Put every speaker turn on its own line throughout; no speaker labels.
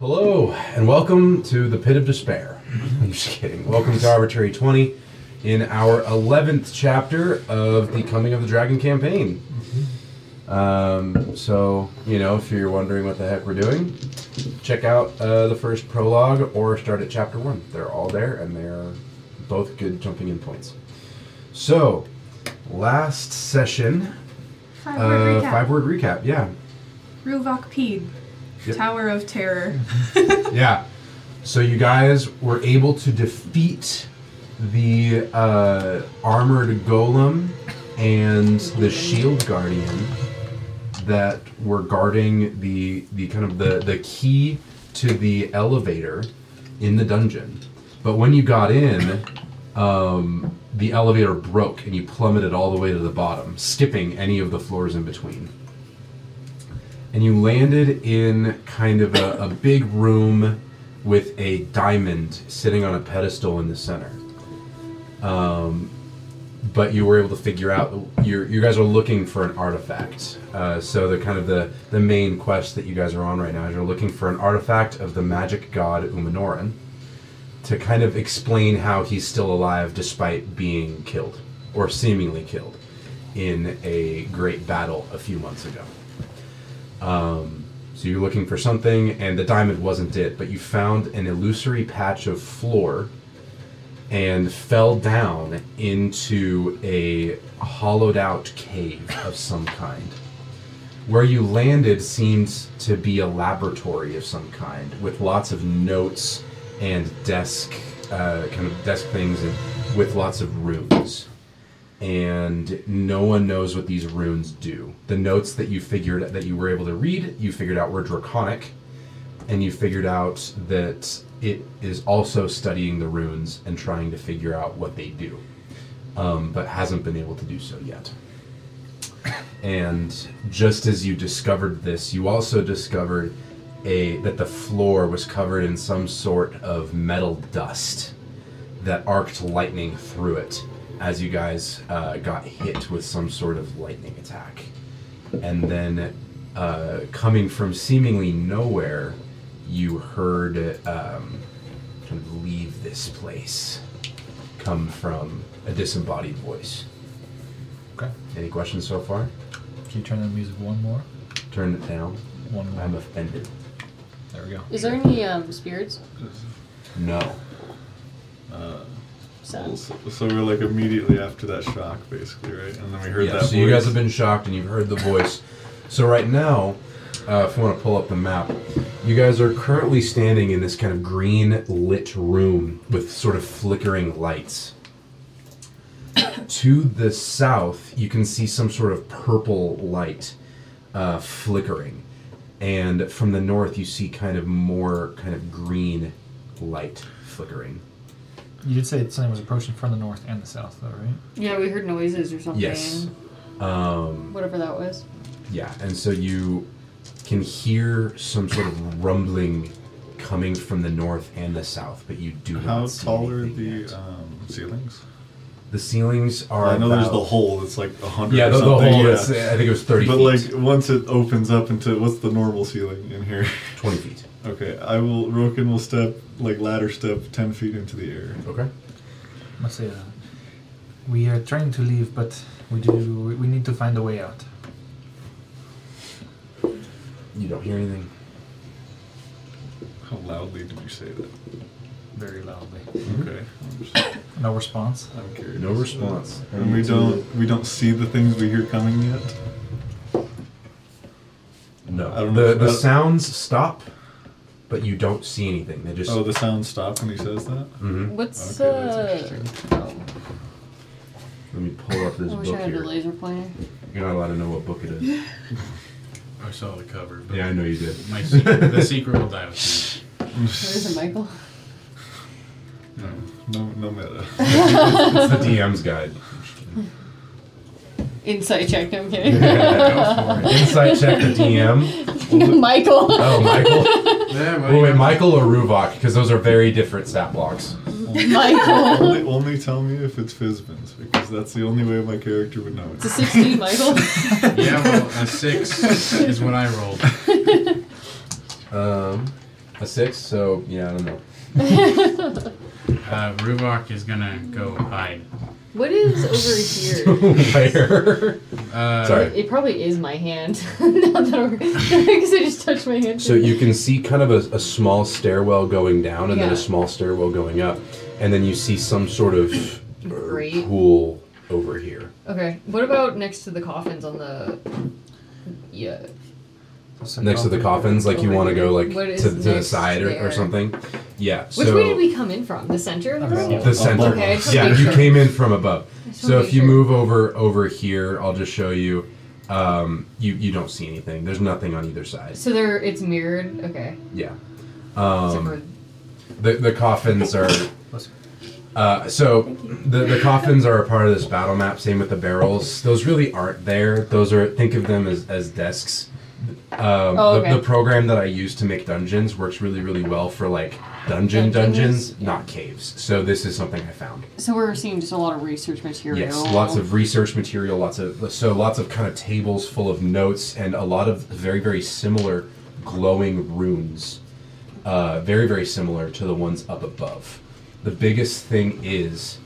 Hello, and welcome to the Pit of Despair. I'm just kidding. Welcome to Arbitrary 20 in our 11th chapter of the Coming of the Dragon campaign. Um, so, you know, if you're wondering what the heck we're doing, check out uh, the first prologue or start at chapter 1. They're all there, and they're both good jumping in points. So, last session,
Five
uh,
word recap.
five word recap. Yeah.
Ruvok Peed,
Yep.
Tower of Terror.
Yeah. So you guys were able to defeat the uh, armored golem and the shield guardian that were guarding the the kind of the the key to the elevator in the dungeon. But when you got in, um, the elevator broke and you plummeted all the way to the bottom, skipping any of the floors in between and you landed in kind of a, a big room with a diamond sitting on a pedestal in the center. Um, but you were able to figure out you you guys are looking for an artifact. Uh, so the kind of the the main quest that you guys are on right now is you're looking for an artifact of the magic god Umanoran to kind of explain how he's still alive despite being killed or seemingly killed in a great battle a few months ago. So you're looking for something, and the diamond wasn't it, but you found an illusory patch of floor and fell down into a hollowed out cave of some kind. Where you landed seems to be a laboratory of some kind, with lots of notes and desk, uh, kind of desk things, and with lots of rooms and no one knows what these runes do. The notes that you figured that you were able to read, you figured out were draconic, and you figured out that it is also studying the runes and trying to figure out what they do, um, but hasn't been able to do so yet. And just as you discovered this, you also discovered a that the floor was covered in some sort of metal dust that arced lightning through it as you guys uh, got hit with some sort of lightning attack. And then, uh, coming from seemingly nowhere, you heard um, kind of leave this place come from a disembodied voice.
Okay.
Any questions so far?
Can you turn the music one more?
Turn it down.
One more.
I'm offended.
there we go.
Is there any um, spirits?
No.
Sad.
So, so we were like immediately after that shock, basically, right? And then we heard
Yeah,
that.
so you guys
voice.
have been shocked and you've heard the voice. So right now, uh, if you want to pull up the map, you guys are currently standing in this kind of green lit room with sort of flickering lights. to the south, you can see some sort of purple light uh, flickering, and from the north, you see kind of more kind of green light flickering.
You did say something was approaching from the north and the south, though, right?
Yeah, we heard noises or something.
Yes. Um,
Whatever that was.
Yeah, and so you can hear some sort of rumbling coming from the north and the south, but you do not
How
see
tall are
anything
the
yet.
um, ceilings?
the ceilings are?
I know there's the
about-
hole that's like a hundred.
Yeah,
or
the, the
something,
hole.
yeah.
That's, I think it was thirty
But
feet,
like once it opens up into what's the normal ceiling in here?
twenty feet.
okay, I will. Roken will step like ladder step ten feet into the air.
Okay.
Let's say that. We are trying to leave, but we do. We need to find a way out.
You don't hear anything.
How loudly did you say that?
Very loudly.
Hmm?
Okay, I'm, just,
No response.
I'm curious.
No response.
And we don't we don't see the things we hear coming yet. I
No.
don't
The
know.
the sounds stop, but you don't see anything. They just.
Oh, the sounds stop when he says that.
Mhm.
What's
Okay, that's
uh? Oh,
Let me pull up this
I wish
book
I had
here.
the laser pointer.
You're not allowed to know what book it is.
I saw the cover. But
yeah, I know you did.
My secret, the secret will die with me.
Where is it, Michael?
No,
Um,
no, no meta.
It's the DM's guide.
Insight check. No, I'm kidding.
Insight check the DM.
Michael.
Oh, Michael.
Yeah,
Wait, wait, Michael or Ruvok? Because those are very different stat blocks.
Michael.
only, only tell me if it's Fizbin's because that's the only way my character would know
It's a
it.
16, Michael.
Yeah, well, a six is what I rolled.
Um, A six, so yeah, I don't know.
Uh, Ruvok is gonna go hide.
What is over here?
Where?
Uh,
Sorry.
It probably is my hand. now that I'm because I just touched my hand.
So you can see kind of a, a small stairwell going down, and then
Yeah.
a small stairwell going up, and then you see some sort of uh,
Grate.
pool over here.
Okay. What about next to the coffins on the? Yeah.
What's that
next to the
called?
coffins, like you
Over
want to
here.
go like
Oh What
to,
is
to the
next
side or, or
there?
something. Yeah.
Which
so
way did we come in from? The center of the room.
the center.
Above.
Okay, I just wanna
Yeah,
make
you
sure.
came in from above.
just
So
wanna
if
make
you
sure.
move over over here, I'll just show you. Um, you you don't see anything. There's nothing on either side.
So there, it's mirrored. Okay.
Yeah.
So
Um,
we're-
the the coffins are.
What's-
Uh, so the the coffins are a part of this battle map. Same with the barrels. Those really aren't there. Those are think of them as as desks. Um,
Oh,
the,
okay.
the program that I use to make dungeons works really really well for like dungeon
Dungeons?
dungeons, not caves. So this is something I found.
so we're seeing just a lot of research material.
Yes, lots of research material, lots of so lots of kind of tables full of notes and a lot of very very similar glowing runes, uh, very very similar to the ones up above. The biggest thing is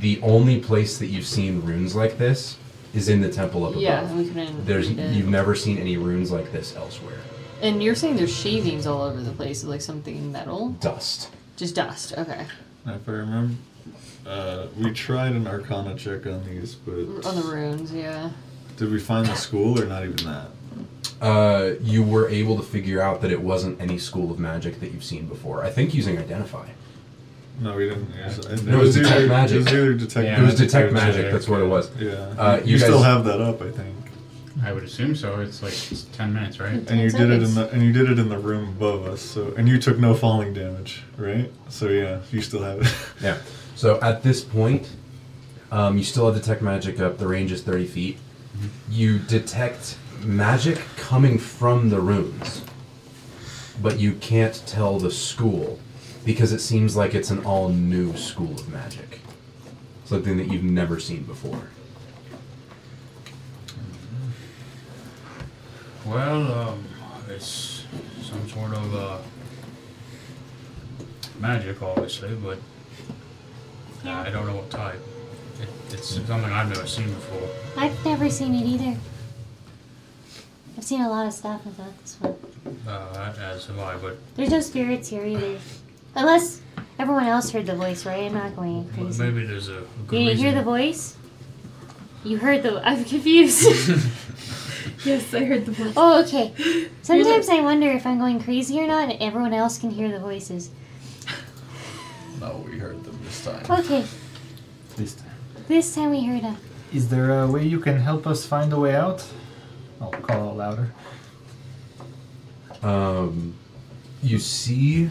the only place that you've seen runes like this is in the temple up above.
Yeah, and we couldn't.
There's
read it.
you've never seen any runes like this elsewhere.
And you're saying there's shavings all over the place, like something metal,
Dust.
just dust. Okay.
If I remember, uh, we tried an Arcana check on these, but
On the runes, yeah.
did we find the school or not even that?
Uh, you were able to figure out that it wasn't any school of magic that you've seen before. I think using identify.
No, we didn't. It was, it
It was detect
either,
magic.
It was either detect.
Yeah,
it was
magic
detect
or
magic.
check.
That's what it was.
Yeah.
Uh,
you
you
still
guys-
have that up, I think.
I would assume so. It's like it's ten minutes, right?
And you
Ten
did it in
seconds.
the and you did it in the room above us. So and you took no falling damage, right? So yeah, you still have it.
Yeah. So at this point, um, you still have detect magic up. The range is thirty feet. You detect magic coming from the runes, but you can't tell the school because it seems like it's an all new school of magic, something that you've never seen before.
Well, um, it's some sort of uh, magic, obviously, but I don't know what type. It, it's
Hmm.
something I've never seen before.
I've never seen it either. I've seen a lot of stuff about this one.
Uh, as have I, but
There's no spirits here either. Unless everyone else heard the voice, right? I'm not going
but
crazy.
maybe there's a good
you didn't
reason.
hear the voice? You heard the. I'm confused.
Yes, I heard the voice.
oh, okay. Sometimes I wonder if I'm going crazy or not, and everyone else can hear the voices.
No, we heard them this time.
Okay,
This time.
this time we heard them.
Is there a way you can help us find a way out? I'll call out louder.
Um, you see,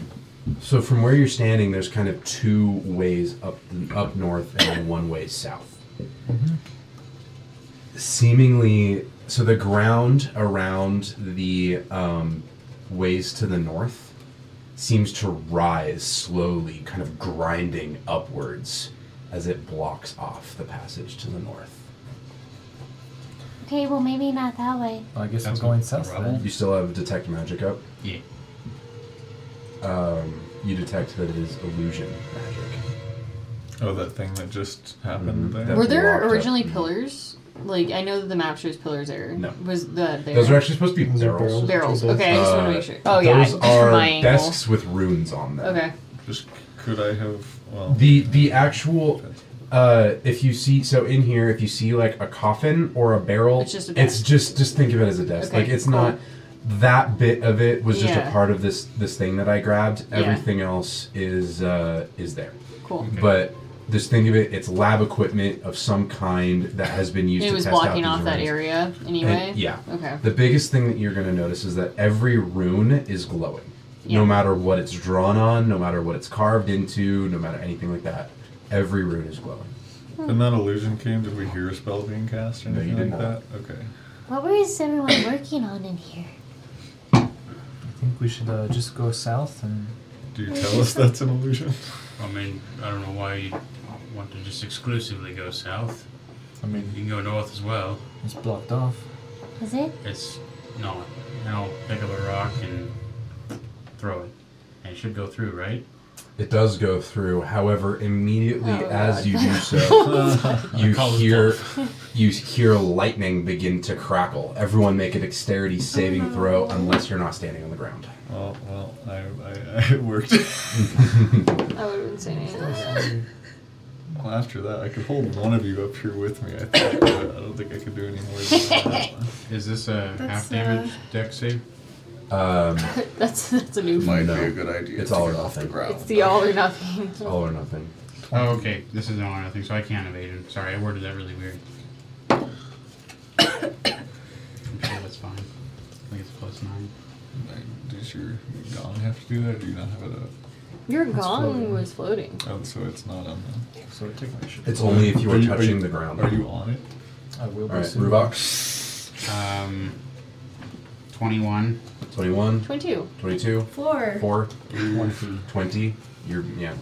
so from where you're standing, there's kind of two ways up up north and then one way south. Seemingly, so the ground around the um, ways to the north seems to rise slowly, kind of grinding upwards as it blocks off the passage to the north.
Okay, well, maybe not that way.
Well, I guess
That's
we're going
a
south
rebel.
then.
You still have detect magic up.
Yeah.
Um, you detect that it is illusion magic.
Oh, that thing that just happened
Mhm.
there.
That
Were
blocked
there
up.
originally pillars? Like I know that the map shows pillars there.
No.
Was the there?
Those are actually supposed to be
Those are
barrels.
barrels.
barrels. Okay, I just want
Uh,
to make sure. Oh yeah,
Those
I-
are
my angle.
desks with runes on them.
Okay.
Just could I have? Well,
The the actual uh if you see so in here if you see like a coffin or a barrel
It's just a desk.
it's just just think of it as a desk.
Okay,
like it's
cool.
not that bit of it was just
Yeah.
a part of this this thing that I grabbed.
Yeah.
Everything else is uh is there.
Cool.
But just think of it it's lab equipment of some kind that has been used
It
to
was
test out
blocking
these
off that
runes.
area anyway.
And- yeah.
Okay.
The biggest thing that you're going to notice is that every rune is glowing.
Yeah.
No matter what it's drawn on, no matter what it's carved into, no matter anything like that, every rune is glowing.
when that illusion came, did we hear a spell being cast or
No,
anything
you did
like
not.
that? Okay.
What was everyone working on in here?
I think we should uh, just go south and.
Do you tell us that's an illusion?
I mean, I don't know why you want to just exclusively go south.
I
You
mean,
can go north as well.
it's blocked off.
Is it?
It's not. Now pick up a rock and throw it. And it should go through, right?
It does go through. However, immediately
Oh,
as
God.
you do so, you
call it
hear you hear lightning begin to crackle. Everyone make a dexterity saving
Oh,
throw unless you're not standing on the ground.
Oh well, I, I, I it worked.
I would have been saying anything.
well, after that, I could hold one of you up here with me. I think, but I don't think I could do any more. Than that.
Is this a half
That's,
damage
uh,
deck save?
Um,
That's that's a new.
Might be
No.
a good idea.
It's
to
all
get
or
off the
nothing.
ground.
It's the all or nothing.
all or nothing.
Oh, okay. This is an all or nothing, so I can't evade him. Sorry, I worded that really weird. I'm sure that's fine. I think it's plus nine.
Like, Does your gong have to do that, or do you not have it up?
Your gong
floating.
was floating.
Oh, so it's not on the.
So technically, should-
It's only if you are
you-
touching
you-
the ground.
Are you on it?
I will
All
be
right,
soon.
Rubok,
Um, 21.
21,
Twenty-two.
22,
Four.
4,
Twenty.
20. You're yeah.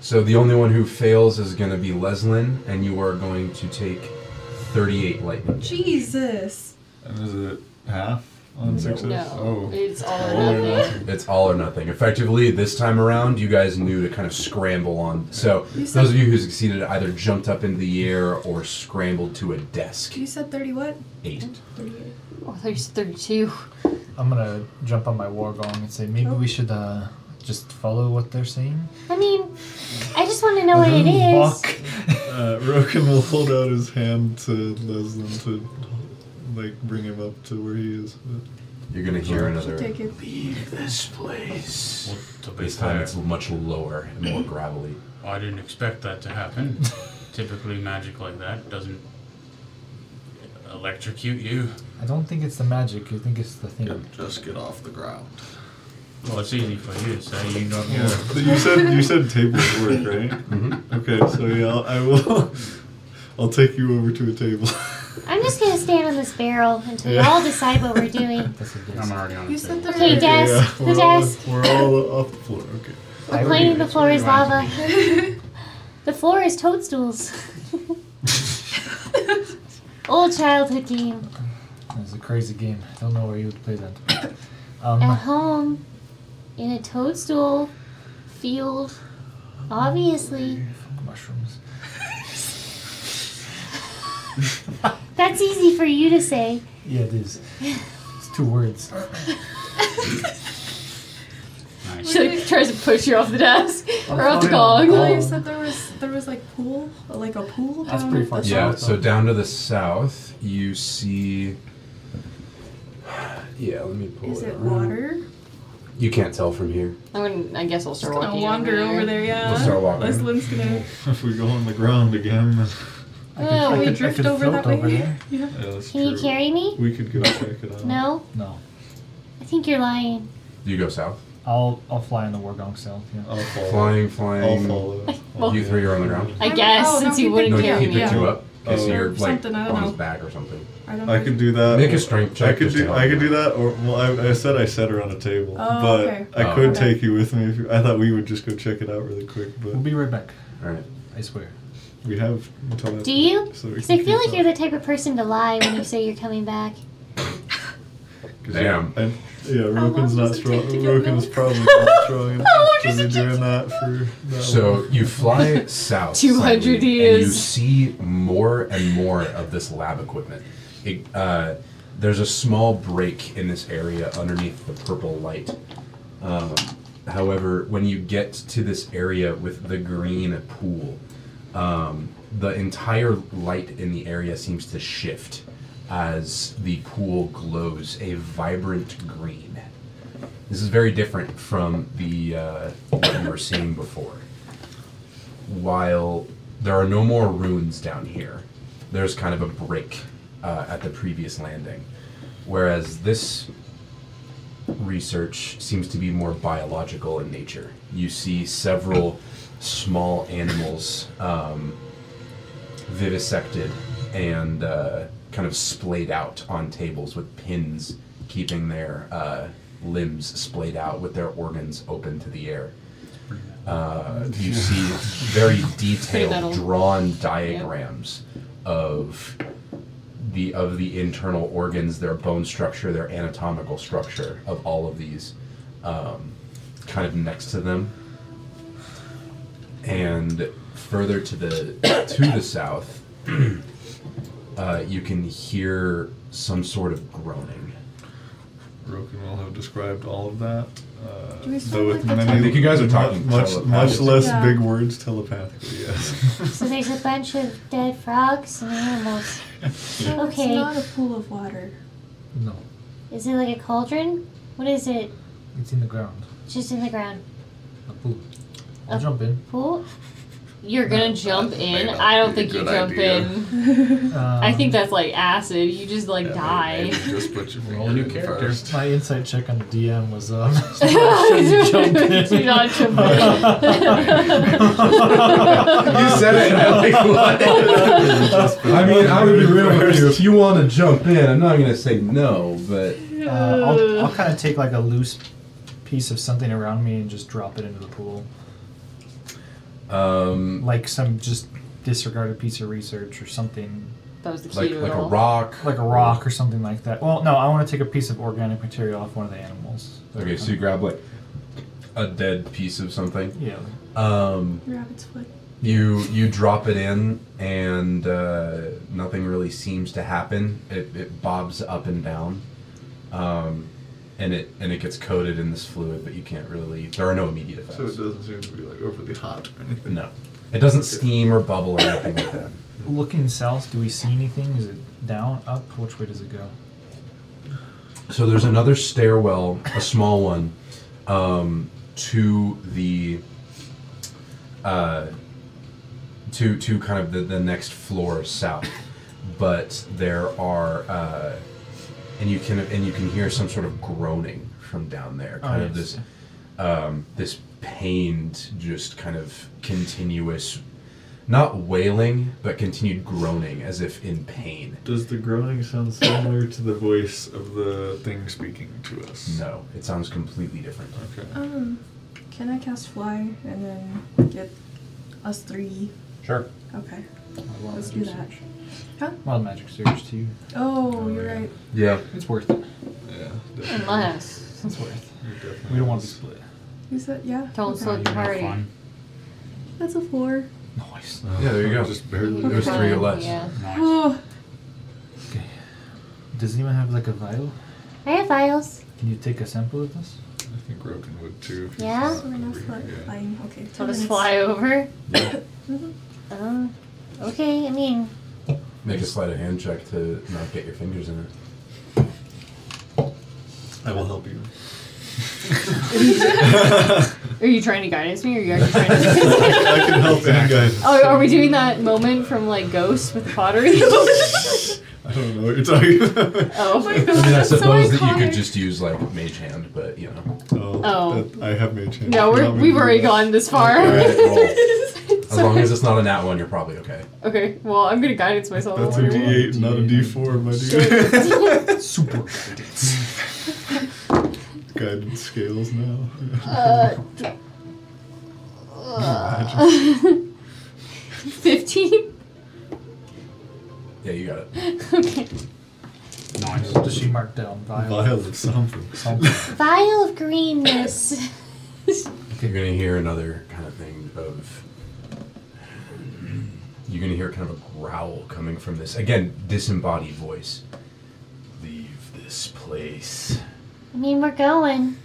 So the only one who fails is going to be Leslin, and you are going to take 38 lightning.
Jesus.
And is it half on sixes?
No,
Oh.
it's all or
All or
nothing.
It's all or nothing. Effectively, this time around, you guys knew to kind of scramble on. So
You
those
said-
of you who succeeded either jumped up into the air or scrambled to a desk.
You said 30 what?
Eight.
Oh, there's thirty-two.
I'm gonna jump on my war gong and say maybe we should uh, just follow what they're saying.
I mean, I just want to know what it is.
Fuck.
Uh, Roken will hold out his hand to Leslin to like bring him up to where he is.
You're gonna hear another.
Take it.
Leave this place.
Well, to be
This time
fair,
it's much lower and more gravelly.
I didn't expect that to happen. Typically, magic like that doesn't electrocute you.
I don't think it's the magic. I think it's the thing.
Yeah, Just get off the ground.
Well, it's easy for you to say. You don't
Yeah. So you said you said table at work, right? Okay. So yeah, I'll, I will. I'll take you over to a table.
I'm just gonna stand on this barrel until we
Yeah.
all decide what we're doing.
That's what it is.
I'm already on
You
it.
said
too.
30.
Okay, desk.
Yeah,
the
we're all-
desk.
We're all off the floor. Okay.
I
We're
would
playing
do
the
it.
floor is
reminds
lava. the floor is toadstools. Old childhood game.
It's a crazy game. I don't know where you would play that.
At
Oh
Um,
home, in a toadstool field, obviously.
fuck mushrooms.
That's easy for you to say.
Yeah, it is. It's two words.
Nice.
She like, tries to push you off the desk or off the
fine.
gong.
Oh,
Um,
you said there was there was like pool, like a pool.
That's
down
pretty
at
far
the-
yeah,
south,
so
though.
down to the south, you see. Yeah, let me pull
Is it
around.
water?
You can't tell from here.
I'm gonna, I guess I'll start
I'm gonna
walking.
wander over there,
We'll
yeah.
start walking.
Leslin's gonna.
If we go on the ground again, then-
I
Oh,
could- I
we
could- I
drift
could
over
float
that way.
over there.
Yeah.
yeah, that's
Can you
true.
carry me?
We could go check it out.
No?
No,
I think you're lying.
You go south.
I'll I'll fly in the war gong cell. Yeah.
I'll follow.
Flying,
I'll
flying.
follow.
you three are on the ground.
I guess
Oh, no,
since
he
you
picked
wouldn't
No,
me
he
up,
carry
picked
me.
yeah.
you up. Okay, so
Oh.
you're like
Something, I don't
on his
know.
back or something.
I don't
I
know.
could do that.
Make a strength check.
I could
just to
do
help
I could
you.
do that, or well, I, I said I set her on a table,
Oh,
but
okay.
I
Oh,
could
okay.
take you with me. If you, I thought we would just go check it out really quick,
We'll
but
be right back.
All right.
I swear.
we have until that
Do you?
So we
Because
can
I feel
keep
like you're the type of person to lie when you say you're coming back.
'Cause
Damn.
Yeah, and, yeah
Oh,
How
Roken's
long
not
does it
strong.
take to get
Roken's
milk?
probably not strong enough
long
to
does
be
it take
doing that for that
So
long.
you fly south.
200
slightly, And you
years.
see more and more of this lab equipment. It, uh, there's a small break in this area underneath the purple light. Um, however, when you get to this area with the green pool, um, the entire light in the area seems to shift as the pool glows a vibrant green. This is very different from the uh, what you were seeing before. While there are no more ruins down here, there's kind of a break uh, at the previous landing, whereas this research seems to be more biological in nature. You see several small animals um, vivisected and uh, kind of splayed out on tables with pins keeping their uh, limbs splayed out with their organs open to the air. Uh, you see very
metal.
detailed drawn diagrams of the of the internal organs, their bone structure, their anatomical structure of all of these. Um, kind of next to them. And further to the to the south, uh, you can hear some sort of groaning.
Roken will have described all of that. Uh,
Do we sound
though with
like that's
many,
I think you guys are talking
much much
telepathically.
less
Yeah.
big words telepathically. Yes.
So there's a bunch of dead frogs and animals.
No,
Okay.
It's not a pool of water.
No,
Is it like a cauldron? What is it?
it's in the ground.
It's just in the ground.
A pool. I'll
A-
jump in.
Pool?
You're gonna jump
that may
in.
not
I don't
be a
think you
good
jump
idea.
in.
Um,
I think that's like acid. You just like die.
Maybe just put your
Roll
finger
a new
in
character.
first.
My insight check on the DM was um. should jump in.
Do not jump in.
You
Oh.
said it. I'm like, what? I mean, I would be real with you. If you want to jump in, I'm not going to say no, but
Uh, I'll, I'll kind of take like a loose piece of something around me and just drop it into the pool,
um,
like some just disregarded piece of research or something,
That was the key
like
to it
like a
all.
rock.
like a rock or something like that. Well, no, I want to take a piece of organic material off one of the animals.
Okay, so you grab like a dead piece of something.
Yeah,
Um,
Rabbit's foot.
you you drop it in, and uh, nothing really seems to happen. It, it bobs up and down, um, and it and it gets coated in this fluid, but you can't really. There are no immediate effects.
so it doesn't seem to be like overly hot or anything.
No, it doesn't steam or bubble or anything like that.
looking south, do we see anything? Is it down, up? Which way does it go?
So there's another stairwell, a small one, um, to the uh, to to kind of the, the next floor south. But there are uh, and you can and you can hear some sort of groaning from down there,
Oh,
kind of
yes.
this um, this pained, just kind of continuous, not wailing, but continued groaning as if in pain.
Does the groaning sound similar to the voice of the thing speaking to us?
No, it sounds completely different.
Okay.
Oh.
Um, can I cast fly and then get us three?
Sure.
Okay.
Wild
Let's
magic
do that.
search.
Huh?
Wild magic search to you.
Oh, you're right.
Yeah.
It's worth it.
Yeah.
Unless
It's worth it.
definitely. definitely
We don't want to be
is.
split.
You said yeah.
don't
okay.
slow the
Have
party.
fun.
That's a four.
Nice.
Yeah, there you go.
Just barely.
There's three or less.
Yeah.
Nice.
Oh,
Okay. Does anyone have like a vial?
I have vials.
Can you take a sample of this?
I think Roken would too. if he's
Yeah?
not
so we're not
over
fly-
here. Yeah.
flying. Okay. ten
So just
minutes.
fly over.
Um, okay, I mean,
Make a sleight of hand check to not get your fingers in it.
I will help you.
Are you trying to guidance me, or are you actually trying to?
I can help any guys.
Oh, are we doing that moment from like Ghost with the pottery?
I don't know what you're talking about.
oh
Oh my god,
I mean, I
that's so
suppose that you
iconic.
could just use like mage hand, but you know.
Oh,
Oh.
That, I have made changes.
No, we're,
Not many
we've already
people.
gone this far.
All right, roll. As
So-
long as it's not a nat one, you're probably okay.
okay, well, I'm gonna guidance myself.
Oh,
That's a
Wonder Woman.
D8, not a D4, my dude.
Super guidance.
Guided scales now.
Uh, d- uh, 15?
Yeah, you got it.
Okay.
Nice.
Does she mark down vial?
Vial of something.
Sample.
vial of greenness.
You're gonna hear another kind of thing of. You're gonna hear kind of a growl coming from this again disembodied voice. Leave this place.
I mean, we're going.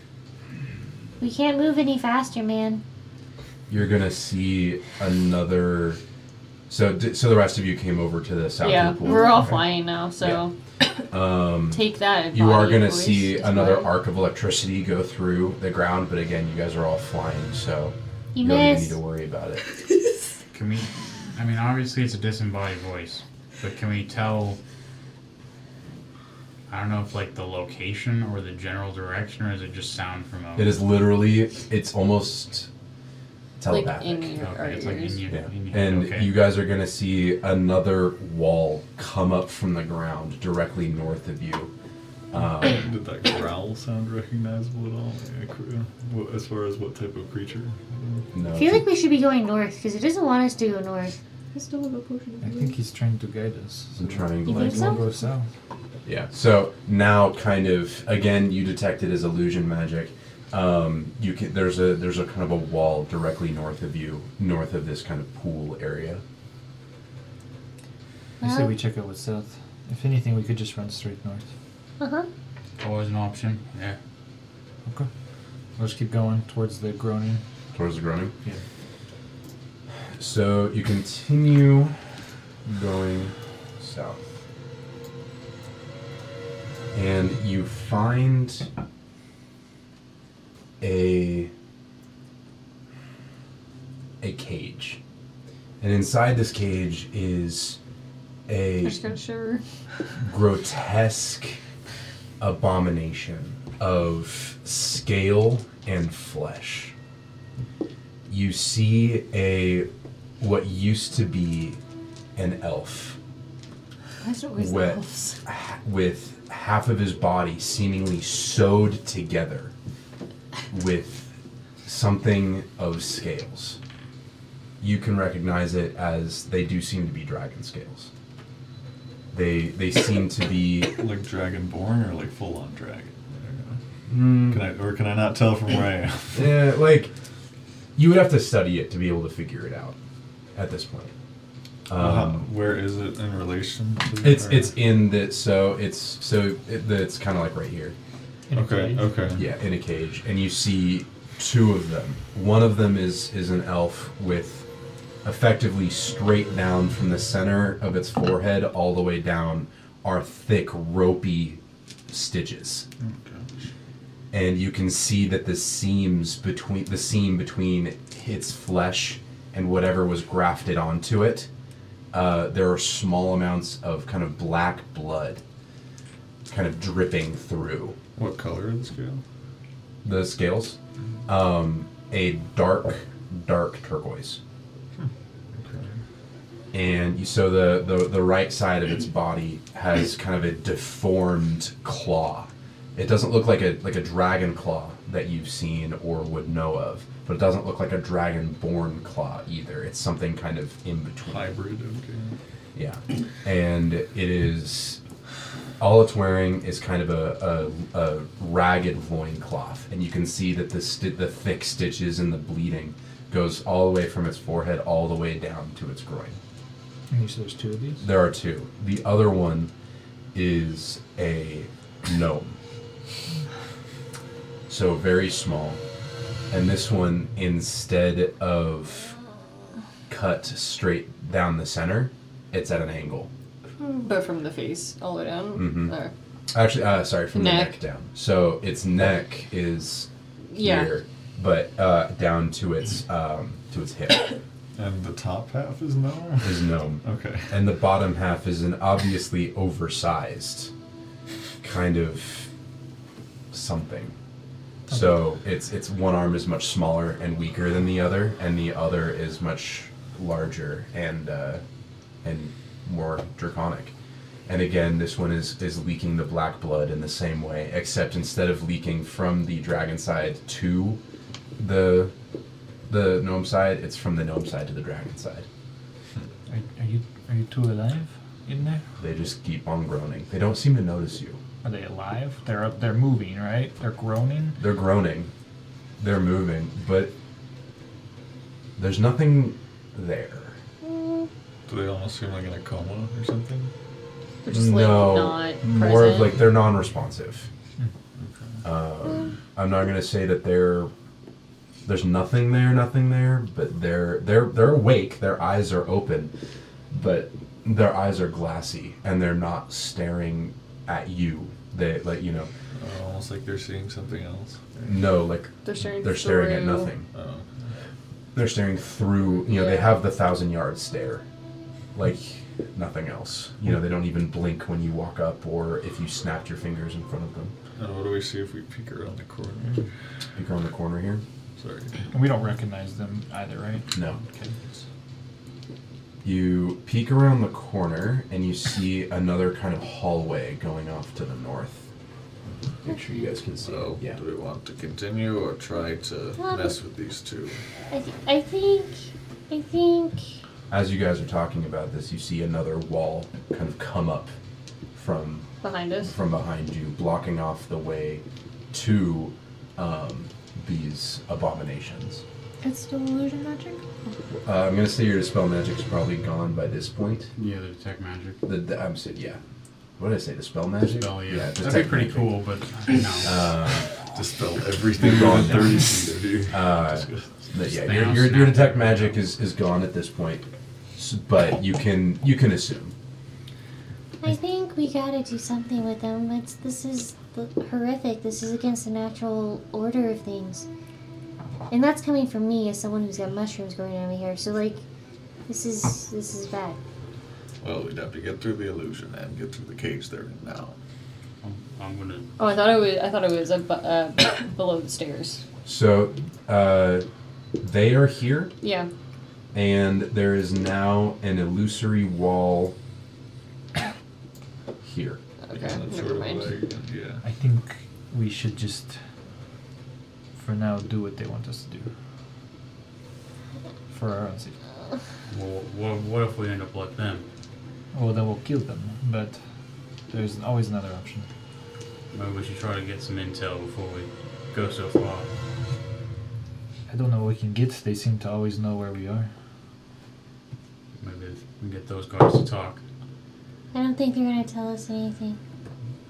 We can't move any faster, man.
You're gonna see another. So, di- so the rest of you came over to the south.
Yeah,
of the pool.
we're all
Okay.
flying now, so
Um,
take that.
You are
body
going to
voice.
see
It's
another
fine.
arc of electricity go through the ground, but again, you guys are all flying, so
You
don't even need
missed.
to worry about it.
Can we? I mean, obviously it's a disembodied voice, but can we tell? I don't know if like the location or the general direction, or is it just sound from a?
It is literally, it's almost
Like
telepathic.
in your, our
Okay, it's like in
ears.
your,
yeah.
in your
And
okay.
you guys are going to see another wall come up from the ground directly north of you. Um,
Uh, Did that growl sound recognizable at all? Yeah, cr- uh, what- As far as what type of creature?
no,
I feel like we should be going north because it doesn't want us to go north.
I still have a potion.
I
of
think
healing.
he's trying to guide us.
I'm trying to
You
like
think
We'll
so?
go south.
Yeah. So now, kind of, again, you detected as illusion magic, Um, you can, there's a there's a kind of a wall directly north of you, north of this kind of pool area.
I say
Well-
we check out what's south. If anything, we could just run straight north.
Uh huh.
Always an option. Yeah.
Okay. Let's keep going towards the groaning.
towards the groaning.
Yeah.
So you continue going south. And you find a a cage. And inside this cage is a
I'm just gonna shiver.
grotesque abomination of scale and flesh. You see a what used to be an elf
Why is it always the
Wet.
elves?
ha- with half of his body seemingly sewed together with something of scales. You can recognize it as they do seem to be dragon scales. They they seem to be
Like dragonborn or like full on dragon? I don't
mm,
know. Can I or can I not tell from where I am?
Yeah, Eh, like you would have to study it to be able to figure it out at this point.
Uh,
Um,
where is it in relation to?
It's
or-
it's in the so it's so it, it's kind of like right here.
okay. Okay.
Yeah, in a cage, and you see two of them. One of them is is an elf with effectively straight down from the center of its forehead all the way down are thick ropey stitches.
Oh, gosh.
and you can see that the seams between the seam between its flesh and whatever was grafted onto it uh, there are small amounts of kind of black blood kind of dripping through
What color is the scale?
the scales um, a dark dark turquoise
Okay.
and you, so the, the the right side of its body has kind of a deformed claw. It doesn't look like a like a dragon claw that you've seen or would know of, but it doesn't look like a dragon-born claw either. It's something kind of in between.
Hybrid. Okay.
Yeah, and it is all it's wearing is kind of a, a, a ragged loincloth, and you can see that the sti- the thick stitches and the bleeding goes all the way from its forehead all the way down to its groin.
And you said there's two of these?
There are two. The other one is a gnome. So very small. And this one, instead of cut straight down the center, it's at an angle.
But from the face all the way down.
Mhm.
Or-
Actually, uh, sorry, from the neck
Neck.
down. So its neck is
yeah.
here, but uh, down to its um, to its hip
And the top half is no.
is gnome.
Okay.
and the bottom half is an obviously oversized kind of something. So it's it's one arm is much smaller and weaker than the other, and the other is much larger and uh, and more draconic. And again, this one is is leaking the black blood in the same way, except instead of leaking from the dragon side to the the gnome side, it's from the gnome side to the dragon side.
Are, are you are you two alive in there?
They just keep on groaning. They don't seem to notice you.
Are they alive? They're up. They're moving, right? They're groaning.
They're groaning. They're moving, but there's nothing there.
Do they almost seem like in a coma or something?
They're just like not
more of
present.
like they're non-responsive. Um, I'm not gonna say that they're there's nothing there, nothing there, but they're they're they're awake. Their eyes are open, but their eyes are glassy and they're not staring at you. They like you know
Uh, almost like they're seeing something else.
no like
They're staring.
they're staring at
through-
nothing.
Oh.
they're staring through you know they
Yeah.
have the thousand yard stare like nothing else you know they don't even blink when you walk up or if you snapped your fingers in front of them
And what do we see if we peek around the corner?
you're on the corner here
Sorry.
And we don't recognize them either, right?
no
Okay.
you peek around the corner and you see another kind of hallway going off to the north Oh. make sure you guys can see
So,
it. yeah
do we want to continue or try to
Um,
mess with these two?
I, th- I think. I think.
as you guys are talking about this you see another wall kind of come up from
behind us.
from behind you, blocking off the way to um,
these abominations.
It's still illusion magic?
Uh, I'm gonna say your dispel magic's probably gone by this point.
Yeah, the detect magic.
The, the, I'm saying yeah. What did I say? Dispel magic.
Spell, yeah. That'd
detect
be pretty
magic.
cool, but no.
Uh,
Dispel everything
Gone
on
now.
30 feet of you.
uh, that- yeah, your,
Thanos
your, your
now.
detect magic is, is gone at this point, S- but you can you can assume.
I think we gotta do something with them. It's, this is th- horrific. This is against the natural order of things. And that's coming from me as someone who's got mushrooms growing over here. So like, this is this is bad.
Well, we'd have to get through the illusion and get through the cage they're in now.
I'm, I'm gonna.
Oh, I thought it was. I thought it was ab- uh, below the stairs.
So uh, they are here,
Yeah.
and there is now an illusory wall here.
Okay.
Yeah, that's
Never
sort of
mind.
like- yeah.
I think we should just, for now, do what they want us to do. For our own safety.
Well, what, what if we end up like them?
Well, then we'll kill them, but there's always another option.
Maybe we should try to get some intel before we go so far.
I don't know what we can get. They seem to always know where we are.
Maybe if we can get those guys to talk.
I don't think they're gonna tell us anything.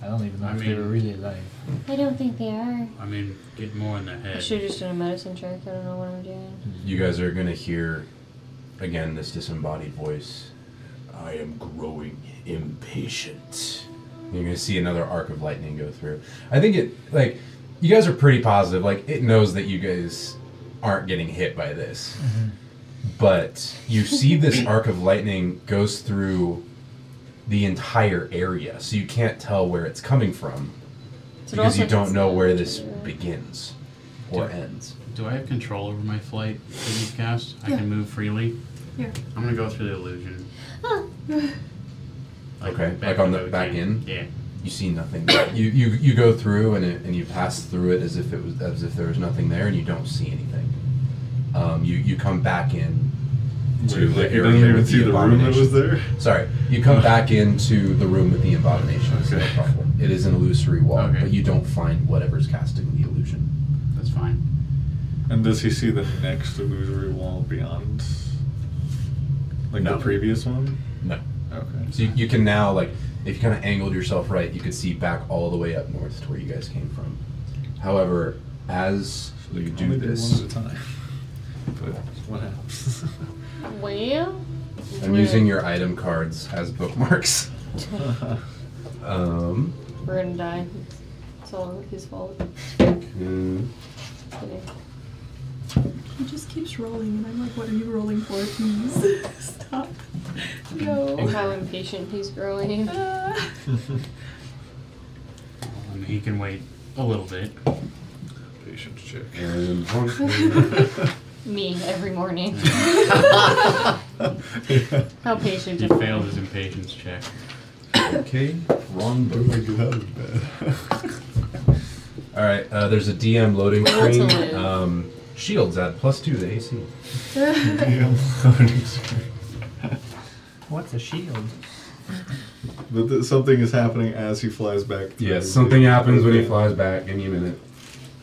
I don't even know
I
if they
mean-
were really alive.
I don't think they are.
I mean, get more in their
I
head.
should have just done a medicine check. I don't know what I'm doing.
You guys are gonna hear again this disembodied voice. I am growing impatient. And you're gonna see another arc of lightning go through. I think it like you guys are pretty positive. Like it knows that you guys aren't getting hit by this, but you see this arc of lightning goes through the entire area, so you can't tell where it's coming from
So it
because
also
you don't
hits
know
them,
where this
too.
begins or
Yeah.
ends.
Do I have control over my flight that you've cast? I
Yeah.
can move freely?
Yeah. Ah.
I'm gonna go through the illusion.
Okay, like
the
on the
way we
back
came.
in?
Yeah.
you see nothing. you, you you go through and it, and you pass through it as if it was as if there was nothing there, and you don't see anything. Um, you you come back in to
Wait, like
the
you
area
didn't even
with
see the room that
abomination.
was there?
Sorry, you come back into the room with the abominations.
Okay.
No problem. It is an illusory wall,
Okay.
but you don't find whatever's casting the illusion.
That's fine.
And does he see the next illusory wall beyond? Like
No.
the previous one?
No.
Okay.
So you, you can now like if you kind of angled yourself right, you could see back all the way up north to where you guys came from. However, as you do
Only
this,
One at a time. But what happens?
Well,
I'm using your item cards as bookmarks. Um,
we're gonna die. It's all his fault.
mm,
Kidding.
He just keeps rolling, and I'm like, what are you rolling for? Please stop.
And
No.
how impatient he's growing.
Ah.
Well, I mean, he can wait a little bit.
Patience check.
and
Me every morning. How patient
He
am I?
failed his impatience check.
okay, wrong
Oh my
book.
god, bad.
All right, uh, there's a DM loading
Well,
screen.
to live.
Um, shields add plus two to AC.
Damn loading screen.
What's a shield?
But th- something is happening as he flies back. through.
Yes, something happens when he flies back. Give me a minute.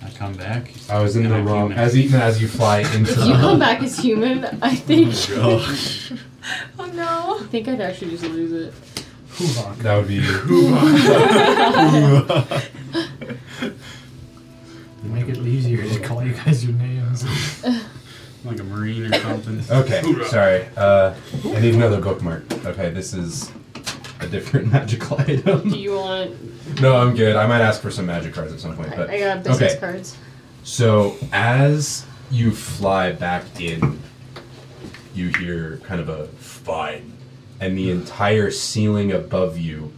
I come back.
I was in
and
the
I'm
wrong.
human.
As even as you fly into
If you
the.
come back as human, I think
Gosh.
oh no.
I think I'd actually just lose it.
That would be.
Make it easier to call you guys your names.
Like a marine or something.
Okay, sorry. Uh, I need another bookmark. Okay, this is a different magical item.
Do you want?
No, I'm good. I might ask for some magic cards at some point. But
I, I got business
okay.
cards.
So as you fly back in, you hear kind of a fine, and the entire ceiling above you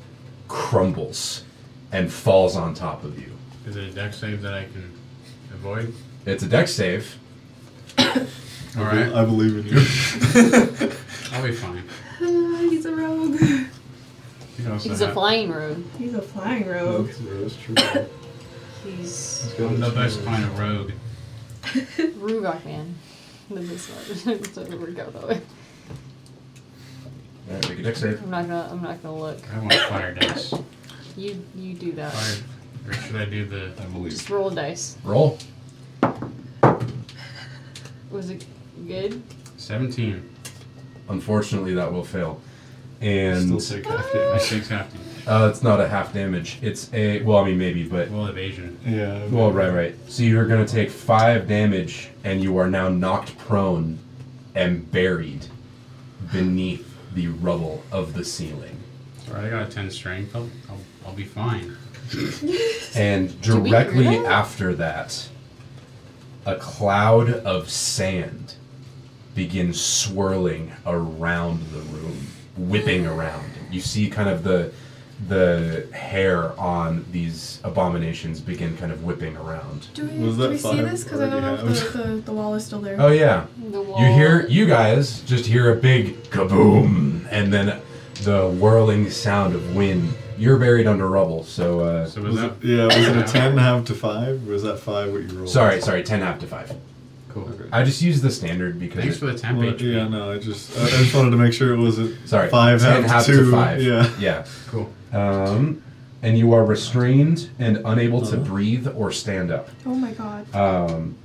crumbles and falls on top of you.
Is it a deck save that I can avoid?
It's a deck save.
All
I
right,
bel- I believe in you.
I'll be fine.
Ah, he's a rogue.
You can also
He's a
have-
flying rogue.
He's a flying rogue.
That's, that's true.
He's
I'm the best kind of rogue.
Rugok man. This is not. it doesn't work out that way.
All right, make a deck save.
I'm not gonna. I'm not gonna look.
I want fire dice.
You you do that.
Fire. Or should I do the? um,
I believe.
Just roll dice.
Roll.
Was it good?
17.
Unfortunately, that will fail. And
Still take half damage.
Six hefty.
uh, it's not a half damage. It's a well, I mean maybe, but
Well, evasion.
Yeah.
well, right, right. So you're gonna take five damage, and you are now knocked prone and buried beneath the rubble of the ceiling.
Alright, I got a 10 strength. I'll, I'll, I'll be fine.
And
Did we hear
directly
that?
after that, a cloud of sand begins swirling around the room, whipping around. You see kind of the the hair on these abominations begin kind of whipping around.
Do we,
Was that
do we see
fire
this? Because I don't know if
already Uh,
the, the, the wall is still there.
Oh yeah.
The wall.
You hear you guys just hear a big kaboom and then the whirling sound of wind. You're buried under rubble, so uh
So was,
Was it,
that
yeah, was it a 10 half to 5? Was that 5 what you rolled?
sorry, sorry, ten half to five.
cool?
Okay.
I just use the standard because
Thanks
it-
for the temp
Well,
HP.
yeah, no, I just I, I just wanted to make sure it wasn't
Sorry,
5
ten
half to 2. Yeah.
yeah.
Cool.
Um, and you are restrained and unable
Uh-huh.
to breathe or stand up.
Oh my god.
uh,
Um,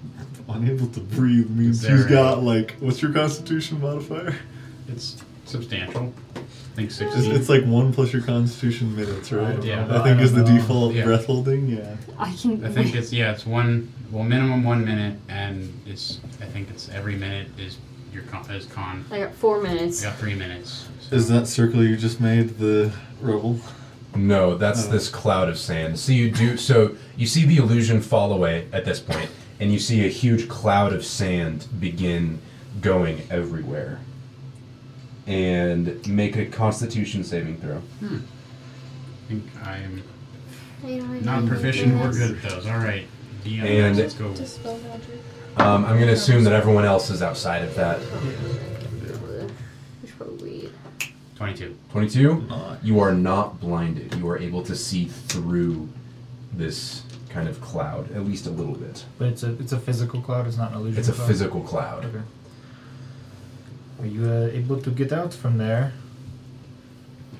Unable to breathe means
Is there
he's
a-
got like what's your constitution modifier?
It's substantial. I think
It's,
16.
it's like 1 plus your constitution minutes, right?
Yeah.
I think is the
I don't know.
default
Yeah.
breath holding. Yeah.
I can.
I think it's yeah, it's one well minimum one minute, and it's I think it's every minute is your con, is con.
I got four minutes.
You got three minutes. So
Is that circle you just made the rubble?
no, that's
Oh.
this cloud of sand. So you do. So you see the illusion fall away at this point, and you see a huge cloud of sand begin going everywhere. And make a Constitution saving throw.
I think I'm
I don't
not
remember
proficient or
this.
good at those. All right, DM,
And-
let's go.
Dispel magic.
Um, I'm going to assume that everyone else is outside of that.
Which one we?
Twenty-two.
Twenty-two.
Not.
You are not blinded. You are able to see through this kind of cloud, at least a little bit.
But it's a it's a physical cloud. It's not an illusion.
It's a
cloud.
physical cloud.
Okay. Are you uh, able to get out from there?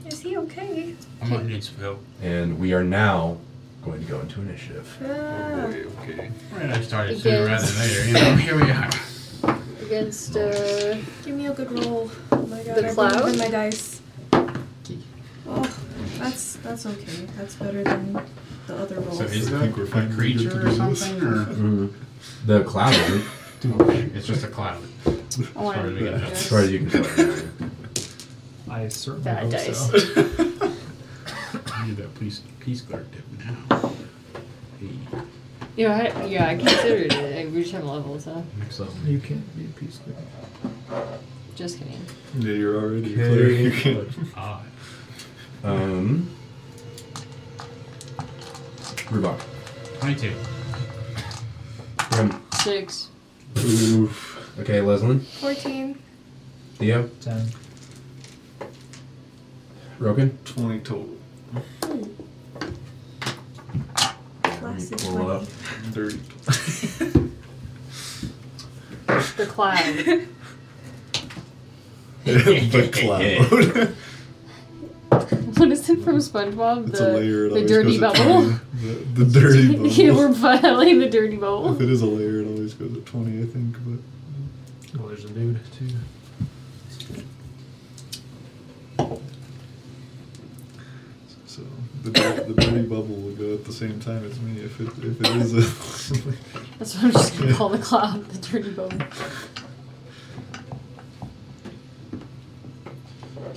Is he okay?
I'm on Nitsville.
And we are now going to go into initiative.
uh,
Ah.
Okay, okay.
Right, I started
It
sooner rather
goes-
than later. You know, here we are.
Against uh,
Give me a good roll. Oh my god,
The
I rolled
cloud?
with my dice. Oh, that's that's okay. That's better than the other rolls.
So is
I
that
think we're
a
finally good
creature
to
or
do this.
something, or
The cloud, isn't,
it's just a cloud?
I want
Sorry,
to
we got
as far as you can tell. right now.
I certainly
Bad
hope
dice.
so.
I need that peace peace guard dip now. Hey,
You know, I, yeah, I considered it. We just have levels, huh?
next level.
You can't be a peace leader.
Just kidding.
Yeah, you're already
Okay.
clear. You can't.
Ah,
Um, Rubok.
twenty-two.
Grim.
Six.
Oof.
Okay, Leslin.
Fourteen.
Theo.
Ten.
Rogan.
20 total.
Let
Classic
me pull up.
30.
The cloud.
the cloud.
what is it from SpongeBob?
it's
the
a layer. It
the
always
dirty
goes at
bubble.
20. The, the dirty bubble.
yeah, we're battling the dirty bubble.
If it is a layer, it always goes at 20, I think. But
Well, there's a dude too.
So the, dir- the dirty bubble will go at the same time as me if it, if it is a.
That's what I'm just gonna call the cloud, the dirty bubble.